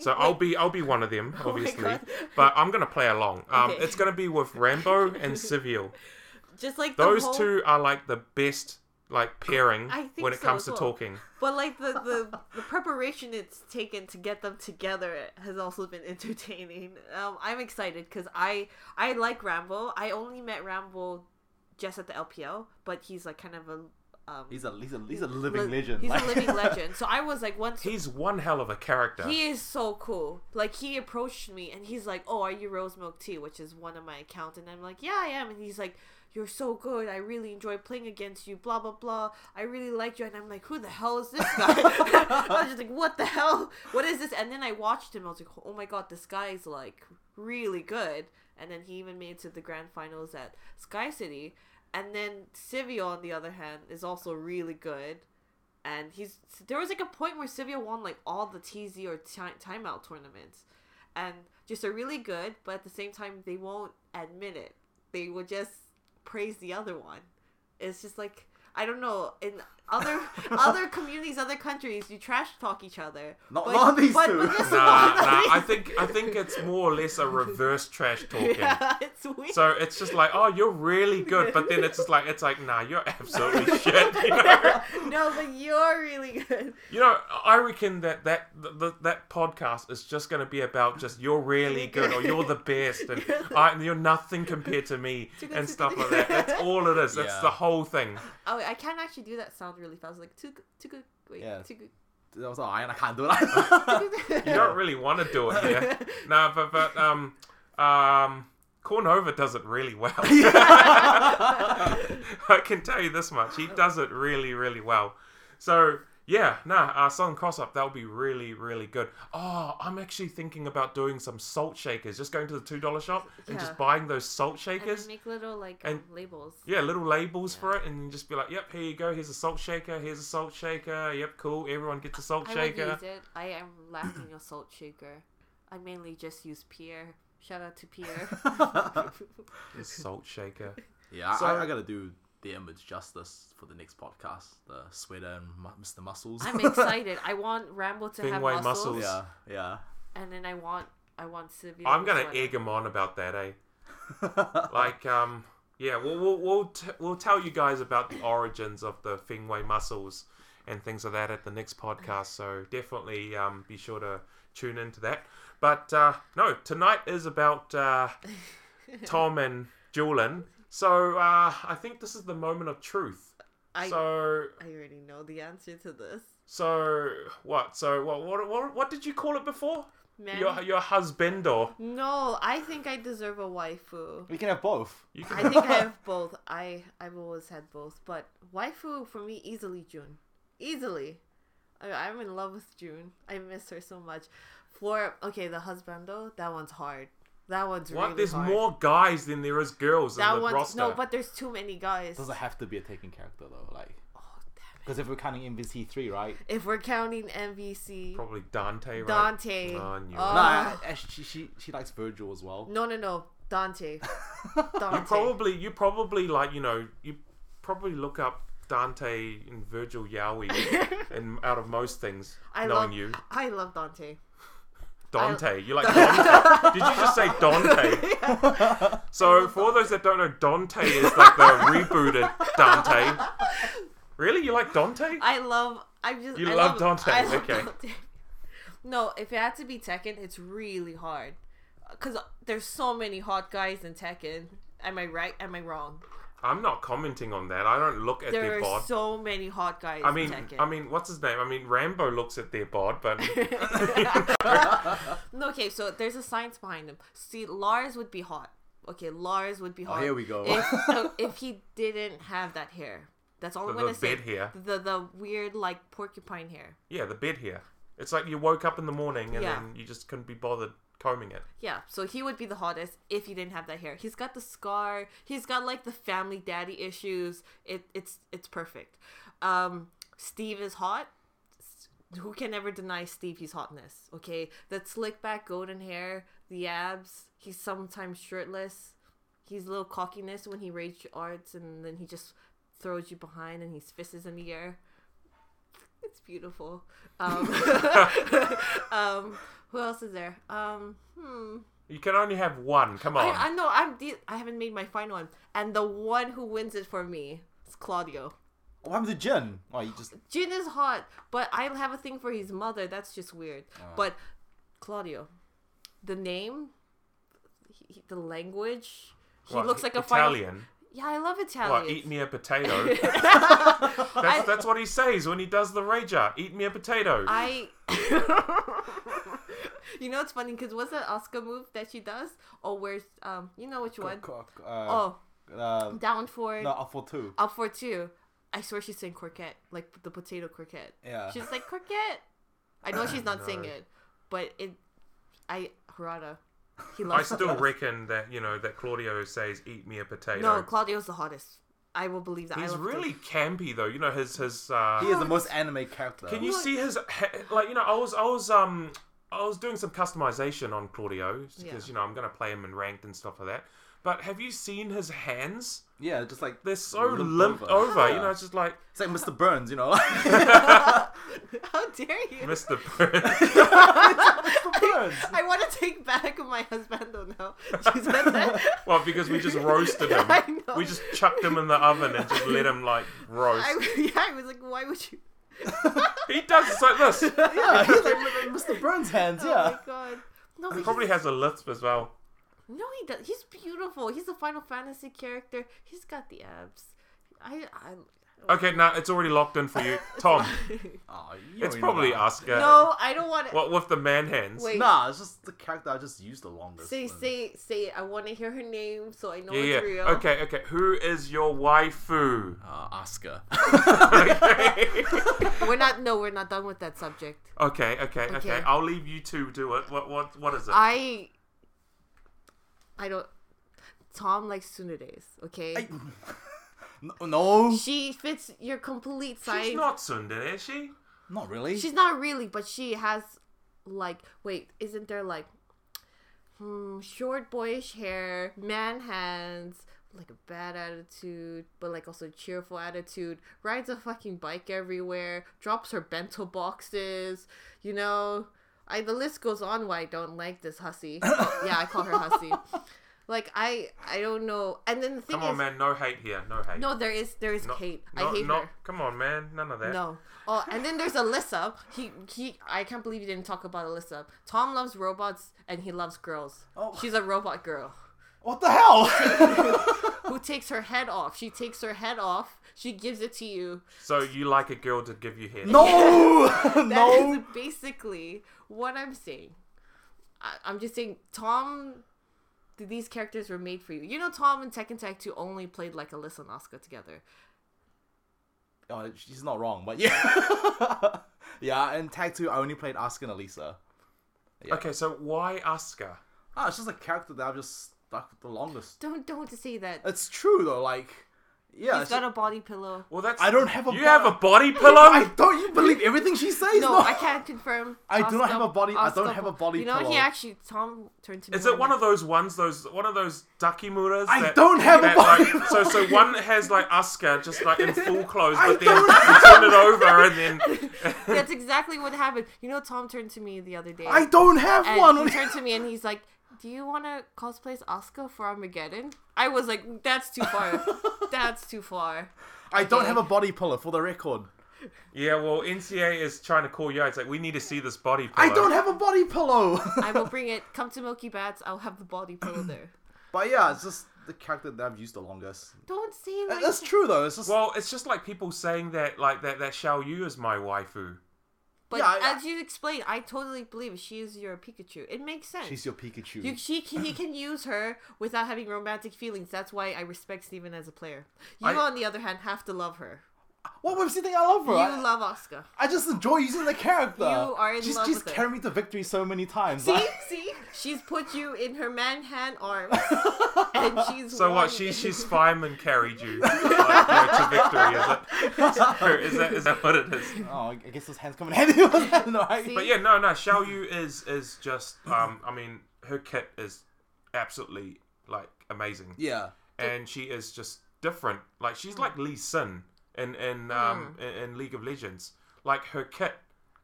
[SPEAKER 1] So I'll be I'll be one of them obviously.
[SPEAKER 8] Oh God.
[SPEAKER 1] but I'm going to play along. Um
[SPEAKER 8] Okay.
[SPEAKER 1] it's going to be with Rambo and Civil.
[SPEAKER 8] just like the
[SPEAKER 1] Those
[SPEAKER 8] whole-
[SPEAKER 1] two are like the best like pairing
[SPEAKER 8] I think
[SPEAKER 1] when it
[SPEAKER 8] so
[SPEAKER 1] comes
[SPEAKER 8] as
[SPEAKER 1] to
[SPEAKER 8] well.
[SPEAKER 1] talking.
[SPEAKER 8] But like the, the the preparation it's taken to get them together has also been entertaining. Um, I'm excited because I I like Rambo. I only met Rambo just at the LPL, but he's like kind of a um,
[SPEAKER 2] he's a he's a he's a living legend.
[SPEAKER 8] He's
[SPEAKER 2] like-
[SPEAKER 8] a living legend. So I was like once
[SPEAKER 1] He's one hell of a character.
[SPEAKER 8] He is so cool. Like he approached me and he's like, "Oh, are you Rose Milk Tea?" Which is one of my accounts, and I'm like, "Yeah, I am." And he's like, "You're so good. I really enjoy playing against you." Blah blah blah. I really liked you, and I'm like, "Who the hell is this guy?" I was just like, "What the hell? What is this?" And then I watched him. I was like, "Oh my god, this guy's like really good." And then he even made it to the grand finals at Sky City. And then Civio, on the other hand, is also really good and he's there was like a point where Sivio won like all the TZ or ti timeout tournaments, and just are really good, but at the same time they won't admit it. They will just praise the other one. It's just like I don't know in other other communities, other countries, you trash talk each other.
[SPEAKER 2] Not- not these two.
[SPEAKER 8] this
[SPEAKER 1] Nah,
[SPEAKER 8] one-
[SPEAKER 1] nah, I think I think it's more or less a reverse trash talking.
[SPEAKER 8] yeah, it's weird.
[SPEAKER 1] So it's just like, oh, you're really good, but then it's just like, it's like, nah, you're absolutely shit. You know,
[SPEAKER 8] no, but you're really good.
[SPEAKER 1] you know I reckon that that that, that podcast is just going to be about just you're really good or you're the best and I, you're nothing compared to me and stuff like that. That's all it is. That's
[SPEAKER 2] Yeah.
[SPEAKER 1] the whole thing.
[SPEAKER 8] Oh, I can actually do that sound really fast. Like too good, too good. Wait,
[SPEAKER 2] Yeah.
[SPEAKER 8] too good.
[SPEAKER 2] That was all right. I can't do that.
[SPEAKER 1] You don't really want to do it here. No, but but um um. Cornova does it really well. I can tell you this much. He does it really, really well. So yeah, nah, uh, Southern Cross Up, that would be really, really good. Oh, I'm actually thinking about doing some salt shakers. Just going to the two dollar shop and
[SPEAKER 8] Yeah.
[SPEAKER 1] just buying those salt
[SPEAKER 8] And then
[SPEAKER 1] shakers.
[SPEAKER 8] make little like
[SPEAKER 1] And-
[SPEAKER 8] um, labels.
[SPEAKER 1] Yeah, little labels for it, and just be like, "Yep, here you go. Here's a salt shaker. Here's a salt shaker. Yep, cool. Everyone gets a salt
[SPEAKER 8] I
[SPEAKER 1] shaker."
[SPEAKER 8] would use it. I am lacking a salt shaker. I mainly just use Pierre. Shout out to Pierre.
[SPEAKER 1] Salt shaker.
[SPEAKER 2] yeah,
[SPEAKER 1] So-
[SPEAKER 2] I, I gotta do the image justice for the next podcast. The sweater and mu- Mr. Muscles.
[SPEAKER 8] I'm excited. I want Rambo to have
[SPEAKER 1] Fingway
[SPEAKER 8] muscles,
[SPEAKER 1] muscles.
[SPEAKER 2] yeah, yeah.
[SPEAKER 8] and then I want I want Sylvia.
[SPEAKER 1] I'm
[SPEAKER 8] to
[SPEAKER 1] gonna
[SPEAKER 8] sweat.
[SPEAKER 1] egg him on about that, eh? like, um, yeah, we'll we'll we'll, t- we'll tell you guys about the origins of the Fingway muscles and things like that at the next podcast. So definitely, um, be sure to tune into that. But uh, no, tonight is about uh, Tom and Julian. So uh, I think this is the moment of truth.
[SPEAKER 8] I-
[SPEAKER 1] so
[SPEAKER 8] I already know the answer to this.
[SPEAKER 1] so what? So what what what, what did you call it before?
[SPEAKER 8] Man.
[SPEAKER 1] Your your husband or
[SPEAKER 8] No, I think I deserve a waifu.
[SPEAKER 2] We can have both.
[SPEAKER 1] you can
[SPEAKER 8] I think I have both. I I've always had both, but waifu for me easily June, easily. I, I'm in love with June. I miss her so much. For okay, the husbando that one's hard. That one's
[SPEAKER 1] What?
[SPEAKER 8] really
[SPEAKER 1] there's
[SPEAKER 8] hard.
[SPEAKER 1] more guys than there is girls in
[SPEAKER 8] That
[SPEAKER 1] the
[SPEAKER 8] one's
[SPEAKER 1] roster.
[SPEAKER 8] no, but there's too many guys.
[SPEAKER 2] Doesn't have to be a taken character though, like. Because if we're counting MVC three, right?
[SPEAKER 8] If we're counting MVC,
[SPEAKER 1] Probably Dante, right?
[SPEAKER 8] Dante.
[SPEAKER 1] Oh, I knew it.
[SPEAKER 8] Oh.
[SPEAKER 2] Nah, eh, she, she she likes Virgil as well.
[SPEAKER 8] no, no, no, Dante.
[SPEAKER 1] You
[SPEAKER 8] Dante.
[SPEAKER 1] probably, you probably like, you know, you probably look up Dante and Virgil Yowie and out of most things,
[SPEAKER 8] I
[SPEAKER 1] knowing
[SPEAKER 8] love
[SPEAKER 1] you.
[SPEAKER 8] I love Dante.
[SPEAKER 1] Dante. You like Dante? Did you just say Dante? So, for all those that don't know, Dante is like the rebooted Dante. Really? You like Dante?
[SPEAKER 8] I love. I just.
[SPEAKER 1] You
[SPEAKER 8] I
[SPEAKER 1] love Dante,
[SPEAKER 8] I love
[SPEAKER 1] okay.
[SPEAKER 8] Dante. No, if it had to be Tekken, it's really hard, cause there's so many hot guys in Tekken. Am I right? Am I wrong?
[SPEAKER 1] I'm not commenting on that. I don't look at
[SPEAKER 8] There
[SPEAKER 1] their
[SPEAKER 8] are
[SPEAKER 1] bod.
[SPEAKER 8] so many hot guys.
[SPEAKER 1] I mean,
[SPEAKER 8] in Tekken.
[SPEAKER 1] I mean, what's his name? I mean, Rambo looks at their bod, but
[SPEAKER 8] No, okay, so there's a science behind him. See, Lars would be hot. Okay, Lars would be hot.
[SPEAKER 2] here we go.
[SPEAKER 8] If, no, if he didn't have that hair, that's all
[SPEAKER 1] The-
[SPEAKER 8] I'm gonna
[SPEAKER 1] the
[SPEAKER 8] say.
[SPEAKER 1] bed hair.
[SPEAKER 8] The the weird like porcupine hair.
[SPEAKER 1] yeah, the bed here. It's like you woke up in the morning and
[SPEAKER 8] Yeah.
[SPEAKER 1] then you just couldn't be bothered combing it.
[SPEAKER 8] Yeah, so he would be the hottest if he didn't have that hair. He's got the scar. He's got like the family daddy issues. It it's it's perfect. Um, Steve is hot. S- Who can ever deny Steve his hotness? Okay, that slick back golden hair, the abs. He's sometimes shirtless. He's a little cockiness when he rage arts, and then he just throws you behind and he's fists is in the air. It's beautiful. Um, um, who else is there? Um, hmm.
[SPEAKER 1] You can only have one. Come on.
[SPEAKER 8] I, I know I'm. The, I haven't made my final one, and the one who wins it for me is Claudio.
[SPEAKER 2] What happened to Jin? Oh, you just
[SPEAKER 8] Jin is hot, but I have a thing for his mother. That's just weird.
[SPEAKER 2] Oh.
[SPEAKER 8] But Claudio, the name, he, he- the language. He
[SPEAKER 1] What,
[SPEAKER 8] looks like a
[SPEAKER 1] Italian.
[SPEAKER 8] Final... Yeah, I love
[SPEAKER 1] Well,
[SPEAKER 8] Italian.
[SPEAKER 1] eat me a potato. that's, that's what he says when he does the rager. Eat me a potato.
[SPEAKER 8] I. you know it's funny because what's that Oscar move that she does? Oh, where's um? You know which one?
[SPEAKER 2] Co- co-
[SPEAKER 8] oh,
[SPEAKER 2] uh, uh,
[SPEAKER 8] down for
[SPEAKER 2] no, up for two.
[SPEAKER 8] up for two. I swear she's saying croquette, like the potato croquette.
[SPEAKER 2] Yeah.
[SPEAKER 8] She's like croquette. I know she's not saying
[SPEAKER 1] No.
[SPEAKER 8] it, but it. I Harada. He
[SPEAKER 1] I
[SPEAKER 8] loves.
[SPEAKER 1] still reckon that you know that Claudio says eat me a potato.
[SPEAKER 8] No, Claudio's the hottest. I will believe that. I
[SPEAKER 1] He's
[SPEAKER 8] love
[SPEAKER 1] really
[SPEAKER 8] Claudio.
[SPEAKER 1] campy though. You know his his. Uh,
[SPEAKER 2] He is the most anime character.
[SPEAKER 1] Can you see his he- like you know I was I was um I was doing some customization on Claudio because
[SPEAKER 8] Yeah.
[SPEAKER 1] you know I'm gonna play him in ranked and stuff like that. But have you seen his hands?
[SPEAKER 2] Yeah, just like
[SPEAKER 1] They're so limp over. You know, it's just like
[SPEAKER 2] it's like Mr. Burns. You know,
[SPEAKER 8] How dare you?
[SPEAKER 1] Mr. Burns.
[SPEAKER 2] Burns.
[SPEAKER 8] I want to take back my husbando now. She said that.
[SPEAKER 1] well, because we just roasted him.
[SPEAKER 8] I know.
[SPEAKER 1] We just chucked him in the oven and just let him like roast.
[SPEAKER 8] I, yeah, I was like, why would you?
[SPEAKER 1] He does it's like this.
[SPEAKER 2] yeah, he's like Mr. Burns' hands.
[SPEAKER 8] Oh
[SPEAKER 2] Yeah.
[SPEAKER 8] my god. No,
[SPEAKER 1] He
[SPEAKER 8] but
[SPEAKER 1] probably
[SPEAKER 8] he's-
[SPEAKER 1] has a lisp as well.
[SPEAKER 8] No, he does. He's beautiful. He's a Final Fantasy character. He's got the abs. I, I
[SPEAKER 1] Okay, now it's already locked in for you, Tom.
[SPEAKER 2] Oh, you
[SPEAKER 1] it's
[SPEAKER 2] already know
[SPEAKER 1] probably
[SPEAKER 2] that.
[SPEAKER 1] Oscar.
[SPEAKER 8] no, I don't want to.
[SPEAKER 1] What with the man hands?
[SPEAKER 8] Wait.
[SPEAKER 2] Nah, it's just the character I just used the longest.
[SPEAKER 8] Say,
[SPEAKER 2] and-
[SPEAKER 8] say, say. it. I want to hear her name so I know
[SPEAKER 1] Yeah,
[SPEAKER 8] it's
[SPEAKER 1] yeah.
[SPEAKER 8] real.
[SPEAKER 1] Okay, okay. Who is your waifu?
[SPEAKER 2] Uh, Oscar.
[SPEAKER 8] We're not. No, we're not done with that subject.
[SPEAKER 1] Okay, okay, okay.
[SPEAKER 8] Okay.
[SPEAKER 1] I'll leave you two do it. What, what, what is it?
[SPEAKER 8] I. I don't. Tom likes Tsunade's, okay?
[SPEAKER 2] no, no,
[SPEAKER 8] she fits your complete size.
[SPEAKER 1] She's not tsundere, is she?
[SPEAKER 2] not really.
[SPEAKER 8] She's not really, but she has like wait, isn't there like hmm, short boyish hair, man hands, like a bad attitude, but like also cheerful attitude, rides a fucking bike everywhere, drops her bento boxes, you know. I the list goes on why I don't like this hussy. Oh, yeah, I call her hussy. Like I I don't know. And then the thing
[SPEAKER 1] Come on,
[SPEAKER 8] is
[SPEAKER 1] man. No hate here. No hate.
[SPEAKER 8] no there is there is
[SPEAKER 1] Not-
[SPEAKER 8] Kate.
[SPEAKER 1] not-
[SPEAKER 8] I hate
[SPEAKER 1] not-
[SPEAKER 8] her.
[SPEAKER 1] Come on, man. None of that.
[SPEAKER 8] No. Oh, and then there's Alyssa. He he. I can't believe you didn't talk about Alyssa. Tom loves robots and he loves girls.
[SPEAKER 2] Oh.
[SPEAKER 8] She's a robot girl
[SPEAKER 2] What the hell?
[SPEAKER 8] who takes her head off. She takes her head off. She gives it to you.
[SPEAKER 1] So you like a girl to give you head?
[SPEAKER 2] no,
[SPEAKER 8] That is
[SPEAKER 2] no.
[SPEAKER 8] basically what I'm saying. I, I'm just saying Tom. th- These characters were made for you. You know, Tom and Tekken Tag 2 only played like Alyssa and Asuka together.
[SPEAKER 2] Oh, she's not wrong, but yeah, yeah. In Tag Two, I only played Oscar and Elisa.
[SPEAKER 1] Okay, so why Asuka?
[SPEAKER 2] Ah, it's just a character that I've just stuck with the longest.
[SPEAKER 8] Don't don't say that.
[SPEAKER 2] It's true though, like, yeah.
[SPEAKER 8] He's
[SPEAKER 2] it's
[SPEAKER 8] got a body pillow.
[SPEAKER 1] Well, that's.
[SPEAKER 2] I don't have a
[SPEAKER 1] You
[SPEAKER 2] body-
[SPEAKER 1] have a body
[SPEAKER 2] I
[SPEAKER 1] pillow.
[SPEAKER 2] don't you believe everything she says?
[SPEAKER 8] No, I can't confirm.
[SPEAKER 2] I do not
[SPEAKER 8] Oscar-
[SPEAKER 2] have a body- I don't have a body
[SPEAKER 8] You know, he
[SPEAKER 2] pillow.
[SPEAKER 8] actually Tom turned to me.
[SPEAKER 1] Is it
[SPEAKER 8] and
[SPEAKER 1] one
[SPEAKER 8] like,
[SPEAKER 1] of those ones? Those one of those dakimuras?
[SPEAKER 2] I
[SPEAKER 1] that-
[SPEAKER 2] don't have a
[SPEAKER 1] that,
[SPEAKER 2] body
[SPEAKER 1] like, So so one has like Asuka just like in full clothes,
[SPEAKER 2] I
[SPEAKER 1] but then you
[SPEAKER 2] don't
[SPEAKER 1] turn it over and then
[SPEAKER 8] That's exactly what happened. You know, Tom turned to me the other day.
[SPEAKER 2] I don't have
[SPEAKER 8] and
[SPEAKER 2] one.
[SPEAKER 8] He turned to me and he's like, "Do you want to cosplay as Oscar for Armageddon?" I was like, "That's too far. That's too far."
[SPEAKER 2] I don't
[SPEAKER 8] Okay.
[SPEAKER 2] have a body pillow for the record.
[SPEAKER 1] yeah. Well, NCA is trying to call you out. It's like we need to see this body pillow.
[SPEAKER 2] I don't have a body pillow.
[SPEAKER 8] I will bring it. Come to Milky Bats. I'll have the body pillow there.
[SPEAKER 2] but yeah, it's just the character that I've used the longest.
[SPEAKER 8] Don't say
[SPEAKER 2] And
[SPEAKER 8] like
[SPEAKER 2] Uh, That's true though. It's just
[SPEAKER 1] Well, it's just like people saying that like that that Xiao Yu is my waifu.
[SPEAKER 8] But
[SPEAKER 2] Yeah, I-
[SPEAKER 8] as you explained, I totally believe she is your Pikachu. It makes sense.
[SPEAKER 2] she's your Pikachu.
[SPEAKER 8] You, she can, he can use her without having romantic feelings. That's why I respect Steven as a player. You,
[SPEAKER 1] I-
[SPEAKER 8] on the other hand, have to love her.
[SPEAKER 2] What webs do you think I love her?
[SPEAKER 7] You
[SPEAKER 2] I-
[SPEAKER 7] love Oscar.
[SPEAKER 2] I just enjoy using the character.
[SPEAKER 7] You are in
[SPEAKER 2] she's,
[SPEAKER 7] love
[SPEAKER 2] She's
[SPEAKER 7] with her.
[SPEAKER 2] carried me to victory so many times.
[SPEAKER 7] See, see, she's put you in her manhand arms, and she's
[SPEAKER 1] So
[SPEAKER 7] won
[SPEAKER 1] what? She
[SPEAKER 7] it.
[SPEAKER 1] she's fireman carried you like, to victory. Is it? So is that is that what it is?
[SPEAKER 2] Oh, I guess those hands coming handy. right?
[SPEAKER 1] But yeah, no, no. Xiaoyu is is just. Um, I mean, her kit is absolutely like amazing.
[SPEAKER 2] Yeah.
[SPEAKER 1] and she is just different. Like she's
[SPEAKER 8] Hmm.
[SPEAKER 1] like Lee Sin in in um in, in League of Legends. Like her kit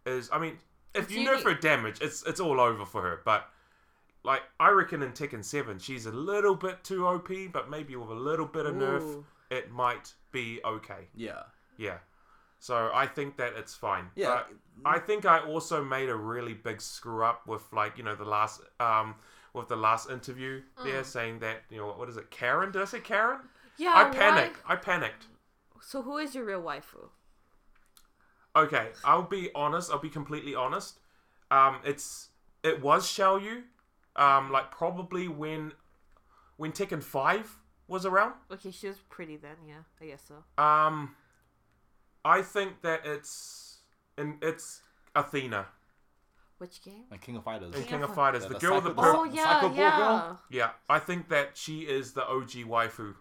[SPEAKER 1] is. I mean, if
[SPEAKER 8] It's
[SPEAKER 1] you nerf her
[SPEAKER 8] unique.
[SPEAKER 1] damage, it's it's all over for her. But like I reckon in Tekken Seven, she's a little bit too OP. But maybe with a little bit of nerf,
[SPEAKER 8] Ooh.
[SPEAKER 1] it might be okay.
[SPEAKER 2] Yeah.
[SPEAKER 1] Yeah. So I think that it's fine.
[SPEAKER 2] Yeah.
[SPEAKER 1] But I think I also made a really big screw up with like, you know, the last um with the last interview
[SPEAKER 8] Mm.
[SPEAKER 1] there saying that, you know, what, what is it? Karen? Did I say Karen?
[SPEAKER 8] Yeah,
[SPEAKER 1] I
[SPEAKER 8] why-
[SPEAKER 1] panicked. I panicked.
[SPEAKER 8] So who is your real waifu?
[SPEAKER 1] Okay, I'll be honest. I'll be completely honest. Um, it's it was Xiaoyu, um, like probably when when Tekken Five was around.
[SPEAKER 8] Okay, she was pretty then. Yeah, I guess so.
[SPEAKER 1] Um, I think that it's and it's Athena
[SPEAKER 8] Which game?
[SPEAKER 2] Like King of Fighters.
[SPEAKER 1] in King of Fighters,
[SPEAKER 2] Yeah,
[SPEAKER 1] the,
[SPEAKER 2] the
[SPEAKER 1] girl
[SPEAKER 2] psycho-
[SPEAKER 1] that pur-
[SPEAKER 8] Oh yeah,
[SPEAKER 2] Psycho Ball
[SPEAKER 8] Oh, yeah.
[SPEAKER 2] Girl?
[SPEAKER 1] yeah, I think that she is the OG waifu.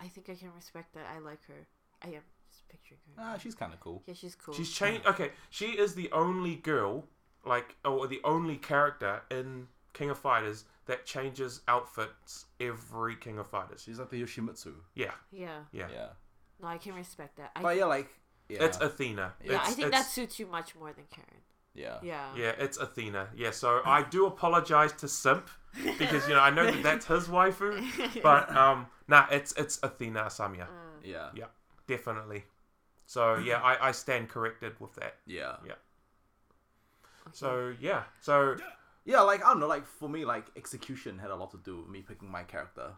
[SPEAKER 8] I think I can respect that. I like her. I am just picturing her.
[SPEAKER 2] Ah, she's kind of cool.
[SPEAKER 8] Yeah, she's cool.
[SPEAKER 1] Uh, She's changed. Okay, she is the only girl, like, or the only character in King of Fighters that changes outfits every King of Fighters.
[SPEAKER 2] She's like the Yoshimitsu.
[SPEAKER 1] Yeah,
[SPEAKER 8] Yeah.
[SPEAKER 1] yeah,
[SPEAKER 2] Yeah.
[SPEAKER 8] No, I can respect that. I
[SPEAKER 2] But
[SPEAKER 8] think-
[SPEAKER 2] yeah, like. Yeah.
[SPEAKER 1] It's Athena.
[SPEAKER 8] yeah, I
[SPEAKER 1] It's-
[SPEAKER 8] think that
[SPEAKER 1] it's-
[SPEAKER 8] suits you much more than Karen.
[SPEAKER 2] Yeah.
[SPEAKER 8] Yeah.
[SPEAKER 1] Yeah, it's Athena. Yeah, so I do apologize to Simp because you know I know that that's his waifu, but um, nah, it's it's Athena Asamiya.
[SPEAKER 2] Yeah.
[SPEAKER 1] Yeah, definitely. So yeah, I I stand corrected with that.
[SPEAKER 2] Yeah.
[SPEAKER 1] Yeah. So yeah, so
[SPEAKER 2] Yeah, like I don't know, like for me, like execution had a lot to do with me picking my character.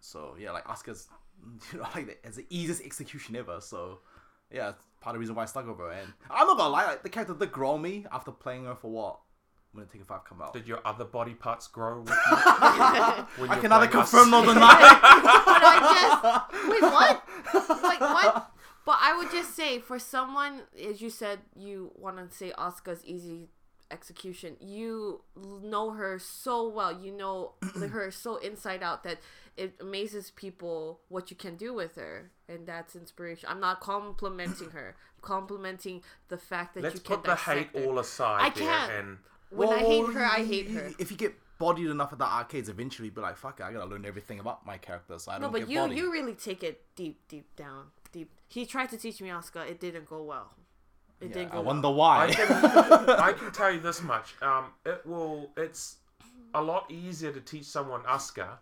[SPEAKER 2] So yeah, like Asuka's, you know, like as the easiest execution ever. So yeah, it's part of the reason why I stuck with her. And I'm not gonna lie, like the character did grow on me after playing her for what when the Tekken Five come out.
[SPEAKER 1] did your other body parts grow? With you when
[SPEAKER 2] I
[SPEAKER 1] you're
[SPEAKER 2] can neither
[SPEAKER 1] playing us?
[SPEAKER 2] confirm nor deny.
[SPEAKER 7] But I just wait, what? Like what?
[SPEAKER 8] But I would just say for someone, as you said, you want to say Oscar's easy execution. You l- know her so well. You know the- her so inside out that it amazes people what you can do with her, and that's inspiration. I'm not complimenting her. complimenting the fact that
[SPEAKER 1] Let's
[SPEAKER 8] you can
[SPEAKER 1] put the hate
[SPEAKER 8] dissect her.
[SPEAKER 1] all aside.
[SPEAKER 8] I
[SPEAKER 1] there
[SPEAKER 8] can't.
[SPEAKER 1] And
[SPEAKER 8] When I
[SPEAKER 2] Well,
[SPEAKER 8] hate her, I
[SPEAKER 2] you-
[SPEAKER 8] hate
[SPEAKER 2] you-
[SPEAKER 8] her.
[SPEAKER 2] If you get bodied enough at the arcades, eventually, you'd be like, fuck it, I gotta learn everything about my character, so I
[SPEAKER 8] No,
[SPEAKER 2] don't
[SPEAKER 8] but
[SPEAKER 2] get
[SPEAKER 8] you
[SPEAKER 2] bodied.
[SPEAKER 8] you really take it deep, deep down, deep. He tried to teach me Oscar. It didn't go well. It
[SPEAKER 2] Yeah,
[SPEAKER 8] didn't go
[SPEAKER 2] I wonder
[SPEAKER 8] well.
[SPEAKER 1] I
[SPEAKER 2] why.
[SPEAKER 1] can, I can tell you this much. Um, it will. It's a lot easier to teach someone Asuka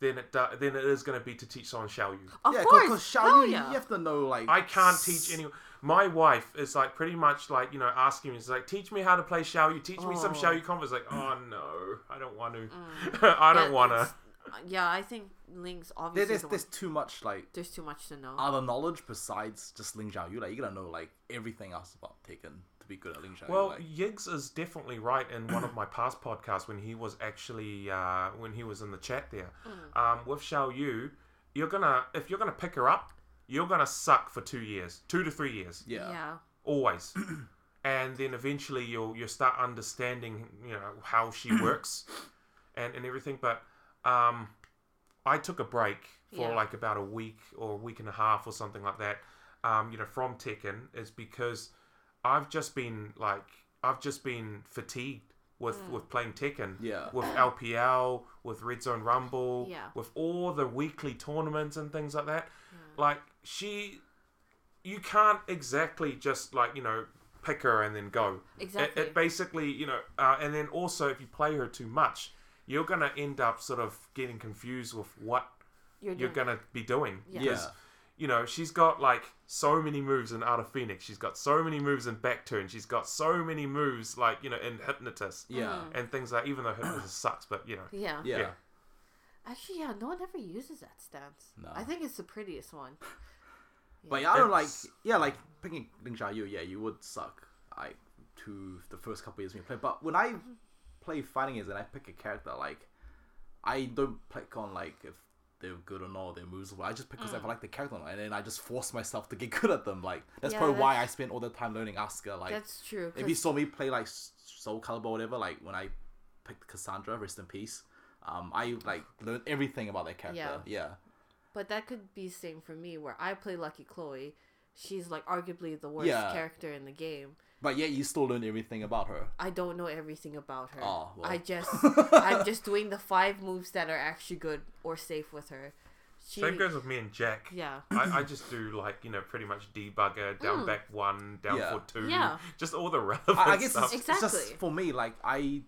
[SPEAKER 1] than it do, than it is going to be to teach someone Xiaoyu.
[SPEAKER 8] Of
[SPEAKER 2] yeah,
[SPEAKER 8] course,
[SPEAKER 2] because
[SPEAKER 8] hell
[SPEAKER 2] Xiaoyu, you
[SPEAKER 8] yeah.
[SPEAKER 2] have to know like
[SPEAKER 1] I can't teach anyone. My wife is like pretty much like you know asking me. She's like, "Teach me how to play Xiaoyu. Teach me some
[SPEAKER 8] Oh.
[SPEAKER 1] Xiaoyu combos." Like, oh no, I don't want to. I don't
[SPEAKER 8] Mm. Yeah,
[SPEAKER 1] want to.
[SPEAKER 8] it's- Yeah, I think Link's obviously
[SPEAKER 2] There-
[SPEAKER 8] there's,
[SPEAKER 2] there's there's too much like
[SPEAKER 8] there's too much to know.
[SPEAKER 2] other knowledge besides just Ling Xiaoyu. Like you gotta know like everything else about Tekken to be good at Ling Xiaoyu.
[SPEAKER 1] Well,
[SPEAKER 2] like,
[SPEAKER 1] Yiggs is definitely right in one of my past podcasts when he was actually uh, when he was in the chat there um, with Xiao Yu. You're gonna if you're gonna pick her up, you're gonna suck for two years, two to three years,
[SPEAKER 2] yeah.
[SPEAKER 8] yeah.
[SPEAKER 1] always, and then eventually you'll you will start understanding you know how she works and and everything. But um, I took a break for
[SPEAKER 8] Yeah.
[SPEAKER 1] like about a week or a week and a half or something like that. Um, you know, from Tekken is because I've just been like I've just been fatigued with
[SPEAKER 8] Mm.
[SPEAKER 1] with playing Tekken.
[SPEAKER 2] Yeah.
[SPEAKER 1] With LPL, with Red Zone Rumble,
[SPEAKER 8] Yeah.
[SPEAKER 1] with all the weekly tournaments and things like that. Like she you can't exactly just like, you know, pick her and then go. It-
[SPEAKER 8] Exactly.
[SPEAKER 1] It, basically, you know, uh, and then also if you play her too much, you're going to end up sort of getting confused with what
[SPEAKER 8] You're,
[SPEAKER 1] you're
[SPEAKER 8] doing-
[SPEAKER 1] gonna be doing.
[SPEAKER 8] Yeah.
[SPEAKER 1] Because,
[SPEAKER 2] Yeah.
[SPEAKER 1] you know, she's got like so many moves in Out of Phoenix. She's got so many moves in Back Turn. She's got so many moves like you know in Hypnotist.
[SPEAKER 2] Yeah.
[SPEAKER 1] And things like even though Hypnotist sucks, but you know.
[SPEAKER 8] Mm-hmm. Yeah.
[SPEAKER 2] yeah.
[SPEAKER 1] Yeah.
[SPEAKER 8] Actually, yeah, no one ever uses that stance.
[SPEAKER 2] No.
[SPEAKER 8] I think it's the prettiest one.
[SPEAKER 2] But yeah, I don't like
[SPEAKER 1] It's-
[SPEAKER 2] yeah, like picking Ling Xiaoyu, yeah, you would suck. I to the first couple years when you play. But when I play fighting games and I pick a character, like I don't pick on like if they're good or not, their moves. I just pick because
[SPEAKER 8] Mm.
[SPEAKER 2] I like the character, and then I just force myself to get good at them. Like that's
[SPEAKER 8] Yeah,
[SPEAKER 2] probably why I
[SPEAKER 8] that's-
[SPEAKER 2] spent all the time learning Asuka. Like
[SPEAKER 8] That's true,
[SPEAKER 2] If you
[SPEAKER 8] 'cause-
[SPEAKER 2] saw me play like S- Soul Calibur or whatever, like when I picked Cassandra, rest in peace. Um, I like learned everything about that character. Yeah.
[SPEAKER 8] But that could be same for me, where I play Lucky Chloe. She's like arguably the worst
[SPEAKER 2] Yeah.
[SPEAKER 8] character in the game.
[SPEAKER 2] But yet you still learn everything about her.
[SPEAKER 8] I don't know everything about her.
[SPEAKER 2] Oh, well.
[SPEAKER 8] I just I'm just doing the five moves that are actually good or safe with her. She,
[SPEAKER 1] Same goes with me and Jack.
[SPEAKER 8] Yeah.
[SPEAKER 1] I, I just do like, you know, pretty much debugger, down
[SPEAKER 8] Mm.
[SPEAKER 1] back one, down
[SPEAKER 2] Yeah.
[SPEAKER 1] forward two.
[SPEAKER 8] Yeah.
[SPEAKER 1] Just all the relevant
[SPEAKER 2] I, I guess
[SPEAKER 1] stuff.
[SPEAKER 2] it's, it's just
[SPEAKER 8] Exactly.
[SPEAKER 2] for me, like I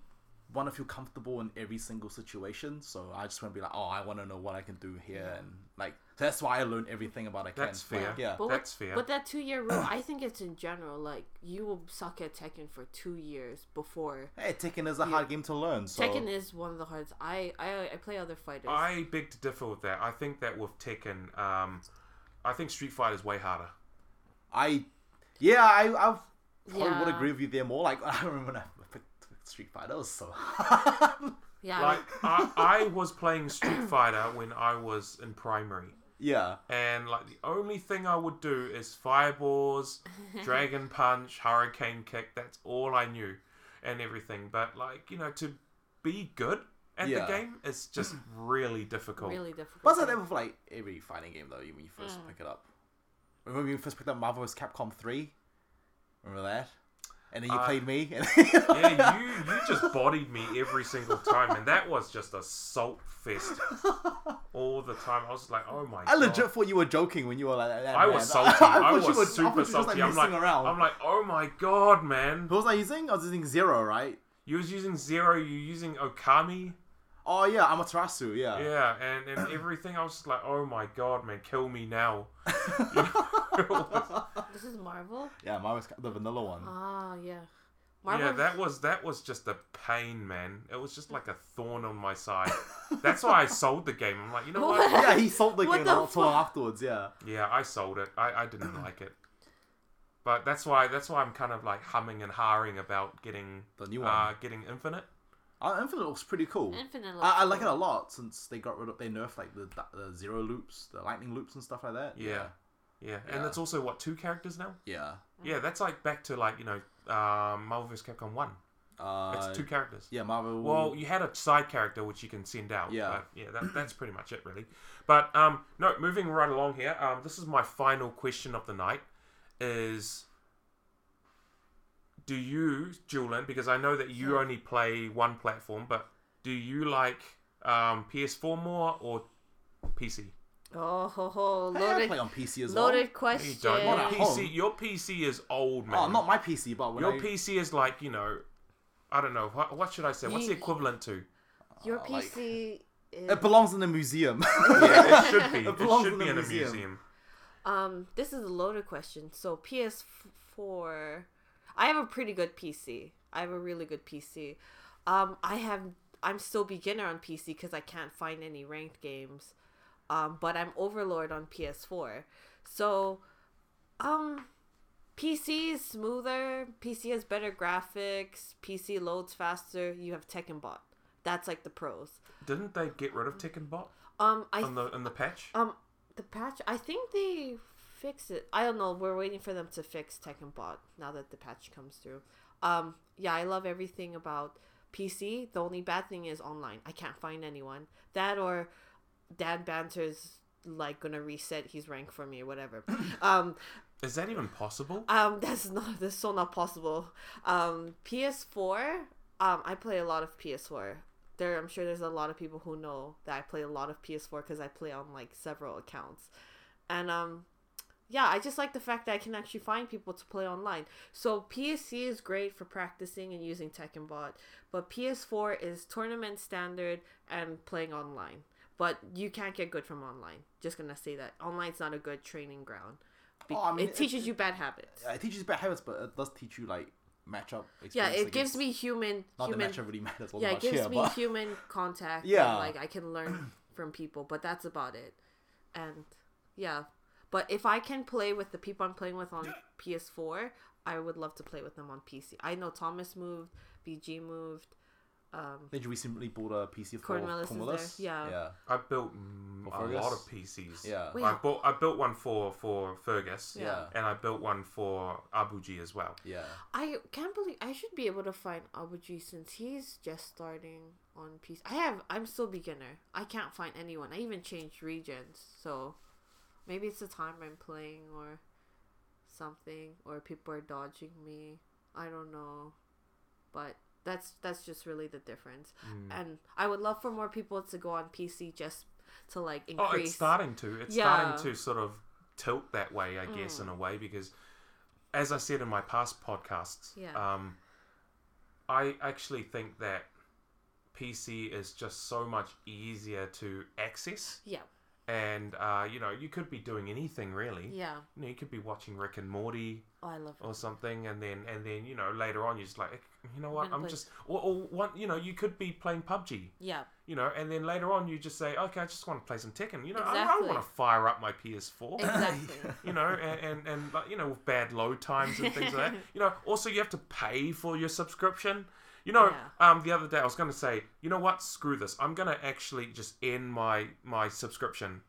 [SPEAKER 2] want to feel comfortable in every single situation, so I just want to be like, oh, I want to know what I can do here, and like so that's why I learn everything about I can.
[SPEAKER 1] That's fair.
[SPEAKER 2] Like, yeah,
[SPEAKER 8] But
[SPEAKER 1] That's
[SPEAKER 8] with,
[SPEAKER 1] fair.
[SPEAKER 8] But that two year rule, I think it's in general. Like you will suck at Tekken for two years before.
[SPEAKER 2] Hey, Tekken is a hard game to learn. So
[SPEAKER 8] Tekken is one of the hardest. I I, I play other fighters.
[SPEAKER 1] I beg to differ with that. I think that with Tekken, um, I think Street Fighter is way harder.
[SPEAKER 2] I, yeah, I I've, probably would
[SPEAKER 8] Yeah.
[SPEAKER 2] agree with you there more. Like I remember when I picked Street Fighter, it was so
[SPEAKER 8] yeah.
[SPEAKER 1] Like I, I was playing Street Fighter when I was in primary,
[SPEAKER 2] yeah.
[SPEAKER 1] and like the only thing I would do is fireballs, dragon punch, hurricane kick. That's all I knew, and everything. But like you know, to be good at
[SPEAKER 2] Yeah.
[SPEAKER 1] the game is just really difficult.
[SPEAKER 8] really difficult.
[SPEAKER 2] But it's never for like every fighting game though. When you first pick it up, remember when you first picked up Marvel vs. Capcom three? Remember that? And then you
[SPEAKER 1] Uh,
[SPEAKER 2] played me. And
[SPEAKER 1] Yeah, you you just bodied me every single time, and that was just a salt fest all the time. I was like, oh my
[SPEAKER 2] I
[SPEAKER 1] god.
[SPEAKER 2] legit thought you were joking when you were like that.
[SPEAKER 1] I
[SPEAKER 2] man.
[SPEAKER 1] was salty.
[SPEAKER 2] thought
[SPEAKER 1] I,
[SPEAKER 2] you
[SPEAKER 1] was
[SPEAKER 2] were- I thought you were
[SPEAKER 1] super
[SPEAKER 2] just, like,
[SPEAKER 1] salty. I'm
[SPEAKER 2] messing
[SPEAKER 1] like,
[SPEAKER 2] around.
[SPEAKER 1] I'm like, oh my god, man.
[SPEAKER 2] Who was I using? I was using Zero, right?
[SPEAKER 1] You was using zero. You using Okami.
[SPEAKER 2] Oh yeah, Amaterasu. Yeah.
[SPEAKER 1] Yeah, and, and everything. I was just like, oh my god, man, kill me now. You know?
[SPEAKER 8] This is Marvel.
[SPEAKER 2] Yeah, mine was the vanilla one.
[SPEAKER 8] Ah, yeah. Marvel.
[SPEAKER 1] yeah, that was that was just a pain, man. It was just like a thorn on my side. That's why I sold the game. I'm like, you know what?
[SPEAKER 2] yeah, he sold the
[SPEAKER 8] What
[SPEAKER 2] game
[SPEAKER 8] the
[SPEAKER 2] not so long
[SPEAKER 8] fuck?
[SPEAKER 2] afterwards. Yeah.
[SPEAKER 1] Yeah, I sold it. I, I didn't like it. But that's why that's why I'm kind of like humming and harring about getting
[SPEAKER 2] The new
[SPEAKER 1] uh,
[SPEAKER 2] one.
[SPEAKER 1] getting Infinite.
[SPEAKER 2] Uh, Infinite looks pretty cool.
[SPEAKER 8] Infinite looks
[SPEAKER 2] I, I like
[SPEAKER 8] cool.
[SPEAKER 2] it a lot since they got rid of they nerfed like the, the zero loops, the lightning loops, and stuff like that.
[SPEAKER 1] Yeah. Yeah. And
[SPEAKER 2] Yeah.
[SPEAKER 1] it's also what two characters now?
[SPEAKER 2] Yeah.
[SPEAKER 1] Yeah, that's like back to like, you know, um Marvel vs. Capcom 1.
[SPEAKER 2] Uh,
[SPEAKER 1] It's two characters.
[SPEAKER 2] Yeah, Marvel.
[SPEAKER 1] Well, you had a side character which you can send out.
[SPEAKER 2] Yeah.
[SPEAKER 1] but yeah. That, that's pretty much it, really. But um, no, moving right along here. Um, this is my final question of the night: is do you, Julian? Because I know that you only play one platform, but do you like um, PS4 more or PC?
[SPEAKER 8] Oh ho ho!
[SPEAKER 2] Hey, I
[SPEAKER 8] Loaded,
[SPEAKER 2] play on PC as well.
[SPEAKER 8] loaded
[SPEAKER 1] No,
[SPEAKER 8] question.
[SPEAKER 1] You don't. Your
[SPEAKER 2] Not at home.
[SPEAKER 1] PC, your PC is old, man.
[SPEAKER 2] Oh, not my PC, but when
[SPEAKER 1] your
[SPEAKER 2] I,
[SPEAKER 1] PC is like you know, I don't know. What, what should I say? What's the
[SPEAKER 8] Ye-
[SPEAKER 1] equivalent to?
[SPEAKER 8] Your
[SPEAKER 2] Uh, like- uh,
[SPEAKER 8] PC is
[SPEAKER 2] it belongs in a museum.
[SPEAKER 1] Yeah, it should be. It,
[SPEAKER 2] belongs
[SPEAKER 1] should
[SPEAKER 2] in
[SPEAKER 1] be
[SPEAKER 2] a
[SPEAKER 1] in a
[SPEAKER 2] museum.
[SPEAKER 1] museum.
[SPEAKER 8] um. This is a loaded question. So PS4, I have a pretty good PC. I have a really good PC. Um, I have. I'm still beginner on PC because I can't find any ranked games. Um, but I'm overlord on PS4. So, um, PC is smoother. PC has better graphics. PC loads faster. You have Tekken Bot. That's like the pros.
[SPEAKER 1] Didn't they get rid of Tekken Bot
[SPEAKER 8] Um, I
[SPEAKER 1] on the in the patch?
[SPEAKER 8] Um, the patch. I think they fixed it. I don't know. We're waiting for them to fix Tekken Bot now that the patch comes through. Um, yeah, I love everything about PC. The only bad thing is online. I can't find anyone. That or Dan Banter's like gonna reset his rank for me or whatever. um,
[SPEAKER 1] Is that even possible?
[SPEAKER 8] um, that's not that's so not possible. Um, PS4. Um, I play a lot of PS4. There, I'm sure there's a lot of people who know that I play a lot of PS4 because I play on like several accounts, and um, yeah, I just like the fact that I can actually find people to play online. So PSC is great for practicing and using Tekken Bot, but PS4 is tournament standard and playing online. But you can't get good from online. Just gonna say that online's not a good training ground. Be-
[SPEAKER 2] Oh, I mean,
[SPEAKER 8] it
[SPEAKER 2] it-
[SPEAKER 8] teaches you bad habits.
[SPEAKER 2] it teaches bad habits, but it does teach you like matchup.
[SPEAKER 8] Yeah,
[SPEAKER 2] experience
[SPEAKER 8] it gives
[SPEAKER 2] against-
[SPEAKER 8] me human.
[SPEAKER 2] Not
[SPEAKER 8] human
[SPEAKER 2] that matchup really matters. All
[SPEAKER 8] yeah,
[SPEAKER 2] that
[SPEAKER 8] it
[SPEAKER 2] much
[SPEAKER 8] gives
[SPEAKER 2] here,
[SPEAKER 8] me
[SPEAKER 2] but-
[SPEAKER 8] human contact.
[SPEAKER 2] Yeah.
[SPEAKER 8] and, like I can learn from people, but that's about it. And yeah, but if I can play with the people I'm playing with on PS4, I would love to play with them on PC. I know Thomas moved, BG moved, Um,
[SPEAKER 2] Did you recently bought a PC for
[SPEAKER 8] Cornwallis is
[SPEAKER 2] Cornwallis?
[SPEAKER 8] there, yeah.
[SPEAKER 2] yeah.
[SPEAKER 1] I built mm,
[SPEAKER 2] For
[SPEAKER 1] a lot
[SPEAKER 2] Fergus?
[SPEAKER 1] of PCs.
[SPEAKER 2] Yeah.
[SPEAKER 8] Wait,
[SPEAKER 1] I
[SPEAKER 8] how-
[SPEAKER 1] bought I built one for for Fergus.
[SPEAKER 8] Yeah.
[SPEAKER 1] And I built one for Abuji as well.
[SPEAKER 2] Yeah.
[SPEAKER 8] I can't believe I should be able to find Abuji since he's just starting on PC. I have I'm still beginner. I can't find anyone. I even changed regions, so maybe it's the time I'm playing or something, or people are dodging me. I don't know, but that's that's just really the difference.
[SPEAKER 1] Mm.
[SPEAKER 8] And I would love for more people to go on PC just to like increase.
[SPEAKER 1] Oh, it's starting to. It's starting
[SPEAKER 8] Yeah. Mm.
[SPEAKER 1] to sort of tilt that way, I guess, in a way, because as I said in my past podcasts,
[SPEAKER 8] Yeah.
[SPEAKER 1] um, I actually think that PC is just so much easier to access.
[SPEAKER 8] Yeah,
[SPEAKER 1] And, uh, you know, you could be doing anything really.
[SPEAKER 8] yeah.
[SPEAKER 1] You know, you could be watching Rick and Morty
[SPEAKER 8] Oh, I love.
[SPEAKER 1] or something, and then and then you know later on you're just like, you know what,
[SPEAKER 8] gonna
[SPEAKER 1] I'm
[SPEAKER 8] play-
[SPEAKER 1] just or, or one, you know, you could be playing PUBG,
[SPEAKER 8] Yeah,
[SPEAKER 1] you know, and then later on you just say, okay, I just want to play some Tekken. You know, I don't
[SPEAKER 8] Exactly.
[SPEAKER 1] want to fire up my PS4.
[SPEAKER 8] exactly.
[SPEAKER 1] You know, and and, and like, you know, with bad load times and things like that. You know, also you have to pay for your subscription. You know, um, the other day I was going to say, you know what, screw this. I'm going to actually just end my my subscription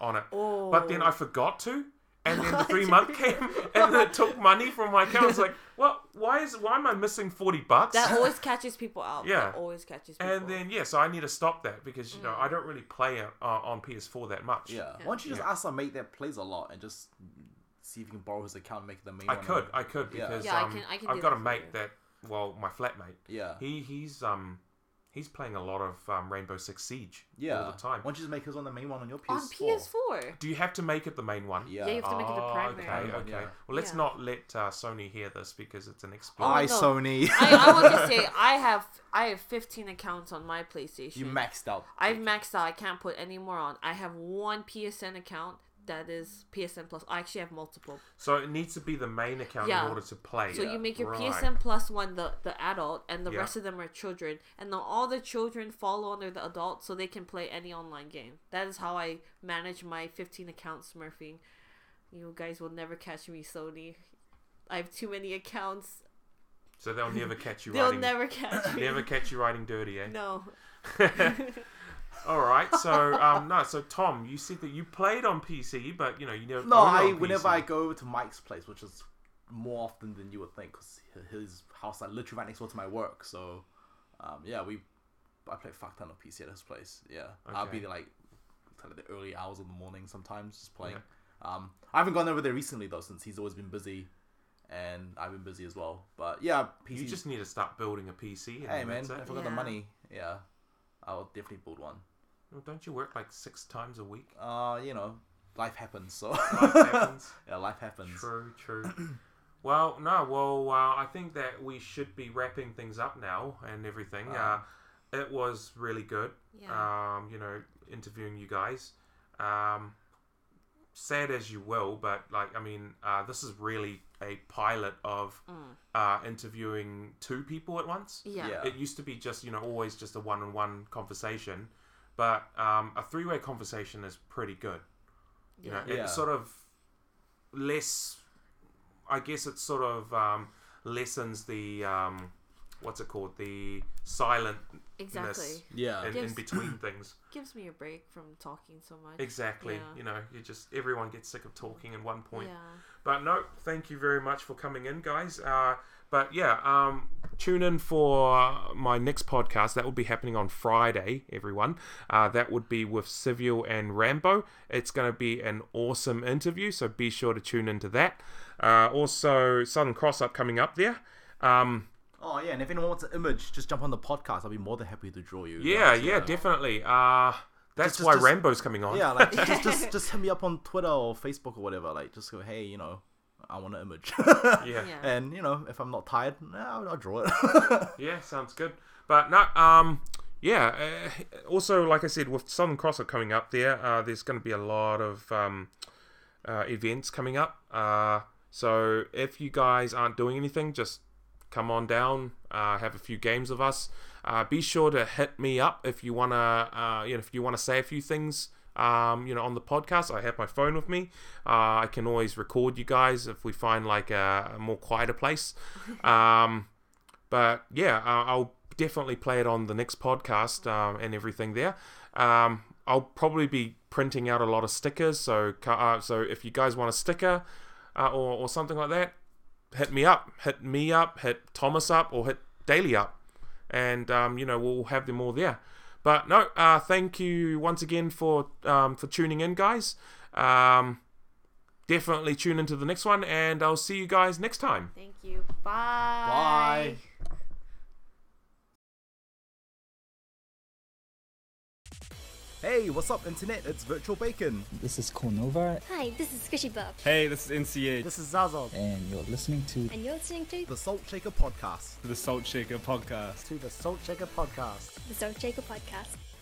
[SPEAKER 1] on it. But then I forgot to. And then the three month came, and then it took money from my account. I was like, "Well, why is why am I missing forty bucks?"
[SPEAKER 8] That always catches people out.
[SPEAKER 1] Yeah.
[SPEAKER 8] That always catches people.
[SPEAKER 1] And then yeah, so I need to stop that because you know I don't really play it uh, on PS4 that much.
[SPEAKER 2] Yeah. Why don't you just ask some mate that plays a lot and just see if you can borrow his account and make it the main
[SPEAKER 1] I
[SPEAKER 2] one?
[SPEAKER 1] could, I could
[SPEAKER 2] Um, Yeah.
[SPEAKER 1] because
[SPEAKER 8] Yeah, I
[SPEAKER 1] um,
[SPEAKER 8] can- I can
[SPEAKER 1] I've
[SPEAKER 8] do
[SPEAKER 1] got
[SPEAKER 8] that
[SPEAKER 1] a
[SPEAKER 8] for
[SPEAKER 1] mate
[SPEAKER 8] you.
[SPEAKER 1] that well, my flatmate.
[SPEAKER 2] Yeah.
[SPEAKER 1] He he's um he's playing a lot of um, Rainbow Six Siege
[SPEAKER 2] yeah.
[SPEAKER 1] all the time.
[SPEAKER 2] Why don't you just make his one the main one on your PS4?
[SPEAKER 8] on PS4.
[SPEAKER 1] Do you have to make it the main one?
[SPEAKER 2] Yeah.
[SPEAKER 8] Yeah, you have to make it the
[SPEAKER 1] Oh,
[SPEAKER 8] primary.
[SPEAKER 1] Okay,
[SPEAKER 2] Primary,
[SPEAKER 1] okay.
[SPEAKER 2] yeah.
[SPEAKER 1] Well, let's
[SPEAKER 8] Yeah.
[SPEAKER 1] not let uh, Sony hear this because it's an exploit.
[SPEAKER 2] Hi,
[SPEAKER 8] Oh, no.
[SPEAKER 2] Sony.
[SPEAKER 8] I, I will just say I have I have 15 accounts on my PlayStation.
[SPEAKER 2] you maxed out.
[SPEAKER 8] I've maxed out. I can't put any more on. I have one PSN account that is PSN Plus. I actually have multiple.
[SPEAKER 1] So it needs to be the main account
[SPEAKER 8] Yeah.
[SPEAKER 1] in order to play.
[SPEAKER 8] So you make your
[SPEAKER 1] Right.
[SPEAKER 8] PSN Plus one the the adult, and the
[SPEAKER 1] Yeah.
[SPEAKER 8] rest of them are children, and then all the children fall under the adult, so they can play any online game. That is how I manage my 15 accounts, Smurfing. You guys will never catch me, Sony. I have too many accounts.
[SPEAKER 1] So they'll never catch you.
[SPEAKER 8] They'll
[SPEAKER 1] writing,
[SPEAKER 8] never catch me.
[SPEAKER 1] never catch you riding dirty, eh?
[SPEAKER 8] No.
[SPEAKER 1] All right. So um, no. So Tom, you said that you played on PC, but you know you never.
[SPEAKER 2] No,
[SPEAKER 1] owned
[SPEAKER 2] I
[SPEAKER 1] on
[SPEAKER 2] whenever
[SPEAKER 1] PC.
[SPEAKER 2] I go to Mike's place, which is more often than you would think, because his house like literally right next door to my work. So, um, yeah, we I play a fuck ton of PC at his place. Yeah, I'll be
[SPEAKER 1] Okay.
[SPEAKER 2] there like till, like, the early hours of the morning sometimes just playing. Um, I haven't gone over there recently though, since he's always been busy, and I've been busy as well. But yeah, PC.
[SPEAKER 1] You just need to start building a PC. And
[SPEAKER 2] hey
[SPEAKER 1] then
[SPEAKER 2] man,
[SPEAKER 1] that's
[SPEAKER 2] if I
[SPEAKER 1] it.
[SPEAKER 2] got the
[SPEAKER 8] Yeah.
[SPEAKER 2] money, yeah, I'll definitely build one.
[SPEAKER 1] Well, Don't you work like six times a week?
[SPEAKER 2] Uh, you know, life happens. So
[SPEAKER 1] happens.
[SPEAKER 2] yeah, life happens.
[SPEAKER 1] True, true. well, no, well, uh, I think that we should be wrapping things up now and everything. Uh, it was really good,
[SPEAKER 8] Yeah.
[SPEAKER 1] um, you know, interviewing you guys. Um, sad as you will, but like, I mean, uh, this is really a pilot of uh, interviewing two people at once.
[SPEAKER 8] Mm. Yeah.
[SPEAKER 2] Yeah.
[SPEAKER 1] It used to be just, you know, always just a one on one conversation, but um, a three way conversation is pretty good. You know,
[SPEAKER 2] Yeah.
[SPEAKER 1] it's sort of less. I guess it sort of um, lessens the um, what's it called the silentness
[SPEAKER 8] Exactly.
[SPEAKER 2] Yeah.
[SPEAKER 1] in, in
[SPEAKER 8] Gives-
[SPEAKER 1] between things.
[SPEAKER 8] Gives me a break from talking so much.
[SPEAKER 1] Exactly.
[SPEAKER 8] Yeah.
[SPEAKER 1] You know, you just everyone gets sick of talking at one point.
[SPEAKER 8] Yeah.
[SPEAKER 1] But no, thank you very much for coming in, guys. Uh, but yeah, um, tune in for my next podcast. That will be happening on Friday, everyone. Uh, that would be with Civil and Rambo. It's going to be an awesome interview, so be sure to tune into that. Uh, also, Southern Cross up coming up there. Um,
[SPEAKER 2] Oh yeah, and if anyone wants an image, just jump on the podcast. I'll be more than happy to draw you.
[SPEAKER 1] yeah,
[SPEAKER 2] Like,
[SPEAKER 1] yeah, definitely. Uh, that's
[SPEAKER 2] Just- just-
[SPEAKER 1] why
[SPEAKER 2] just-
[SPEAKER 1] Rambo's coming on.
[SPEAKER 2] yeah. Like just, just just hit me up on Twitter or Facebook or whatever. Like just go, hey, you know, I want an image.
[SPEAKER 1] yeah.
[SPEAKER 8] Yeah.
[SPEAKER 2] And you know, if I'm not tired, nah, I'll, I'll draw it.
[SPEAKER 1] Yeah, sounds good. But no, um, yeah. Uh, also, like I said, with Southern Cross are coming up there, uh, there's going to be a lot of um, uh, events coming up. Uh, so if you guys aren't doing anything, just come on down, uh, have a few games of us. Uh, be sure to hit me up if you wanna, uh, you know, if you wanna say a few things. Um, you know, on the podcast, I have my phone with me. Uh, I can always record you guys if we find like a, a more quieter place. Um, but yeah, uh, I'll definitely play it on the next podcast um, and everything there. Um, I'll probably be printing out a lot of stickers, so uh, so if you guys want a sticker uh, or, or something like that, hit me up, hit me up, hit Thomas up, or hit Daily up, and um, you know we'll have them all there. But no, uh, thank you once again for um, for tuning in, guys. Um, definitely tune into the next one, and I'll see you guys next time.
[SPEAKER 8] Thank you. Bye.
[SPEAKER 2] Bye. Hey, what's up, internet? It's Virtual Bacon.
[SPEAKER 3] This is Cornova,
[SPEAKER 16] Hi, this is Squishy Bob.
[SPEAKER 5] Hey, this is NCH.
[SPEAKER 13] This is
[SPEAKER 10] Oh.
[SPEAKER 13] Zazzle.
[SPEAKER 3] and you're listening to
[SPEAKER 16] And you're listening to
[SPEAKER 2] The Salt Shaker Podcast.
[SPEAKER 5] The Salt Shaker Podcast.
[SPEAKER 13] To the Salt Shaker Podcast.
[SPEAKER 16] the Salt Shaker Podcast.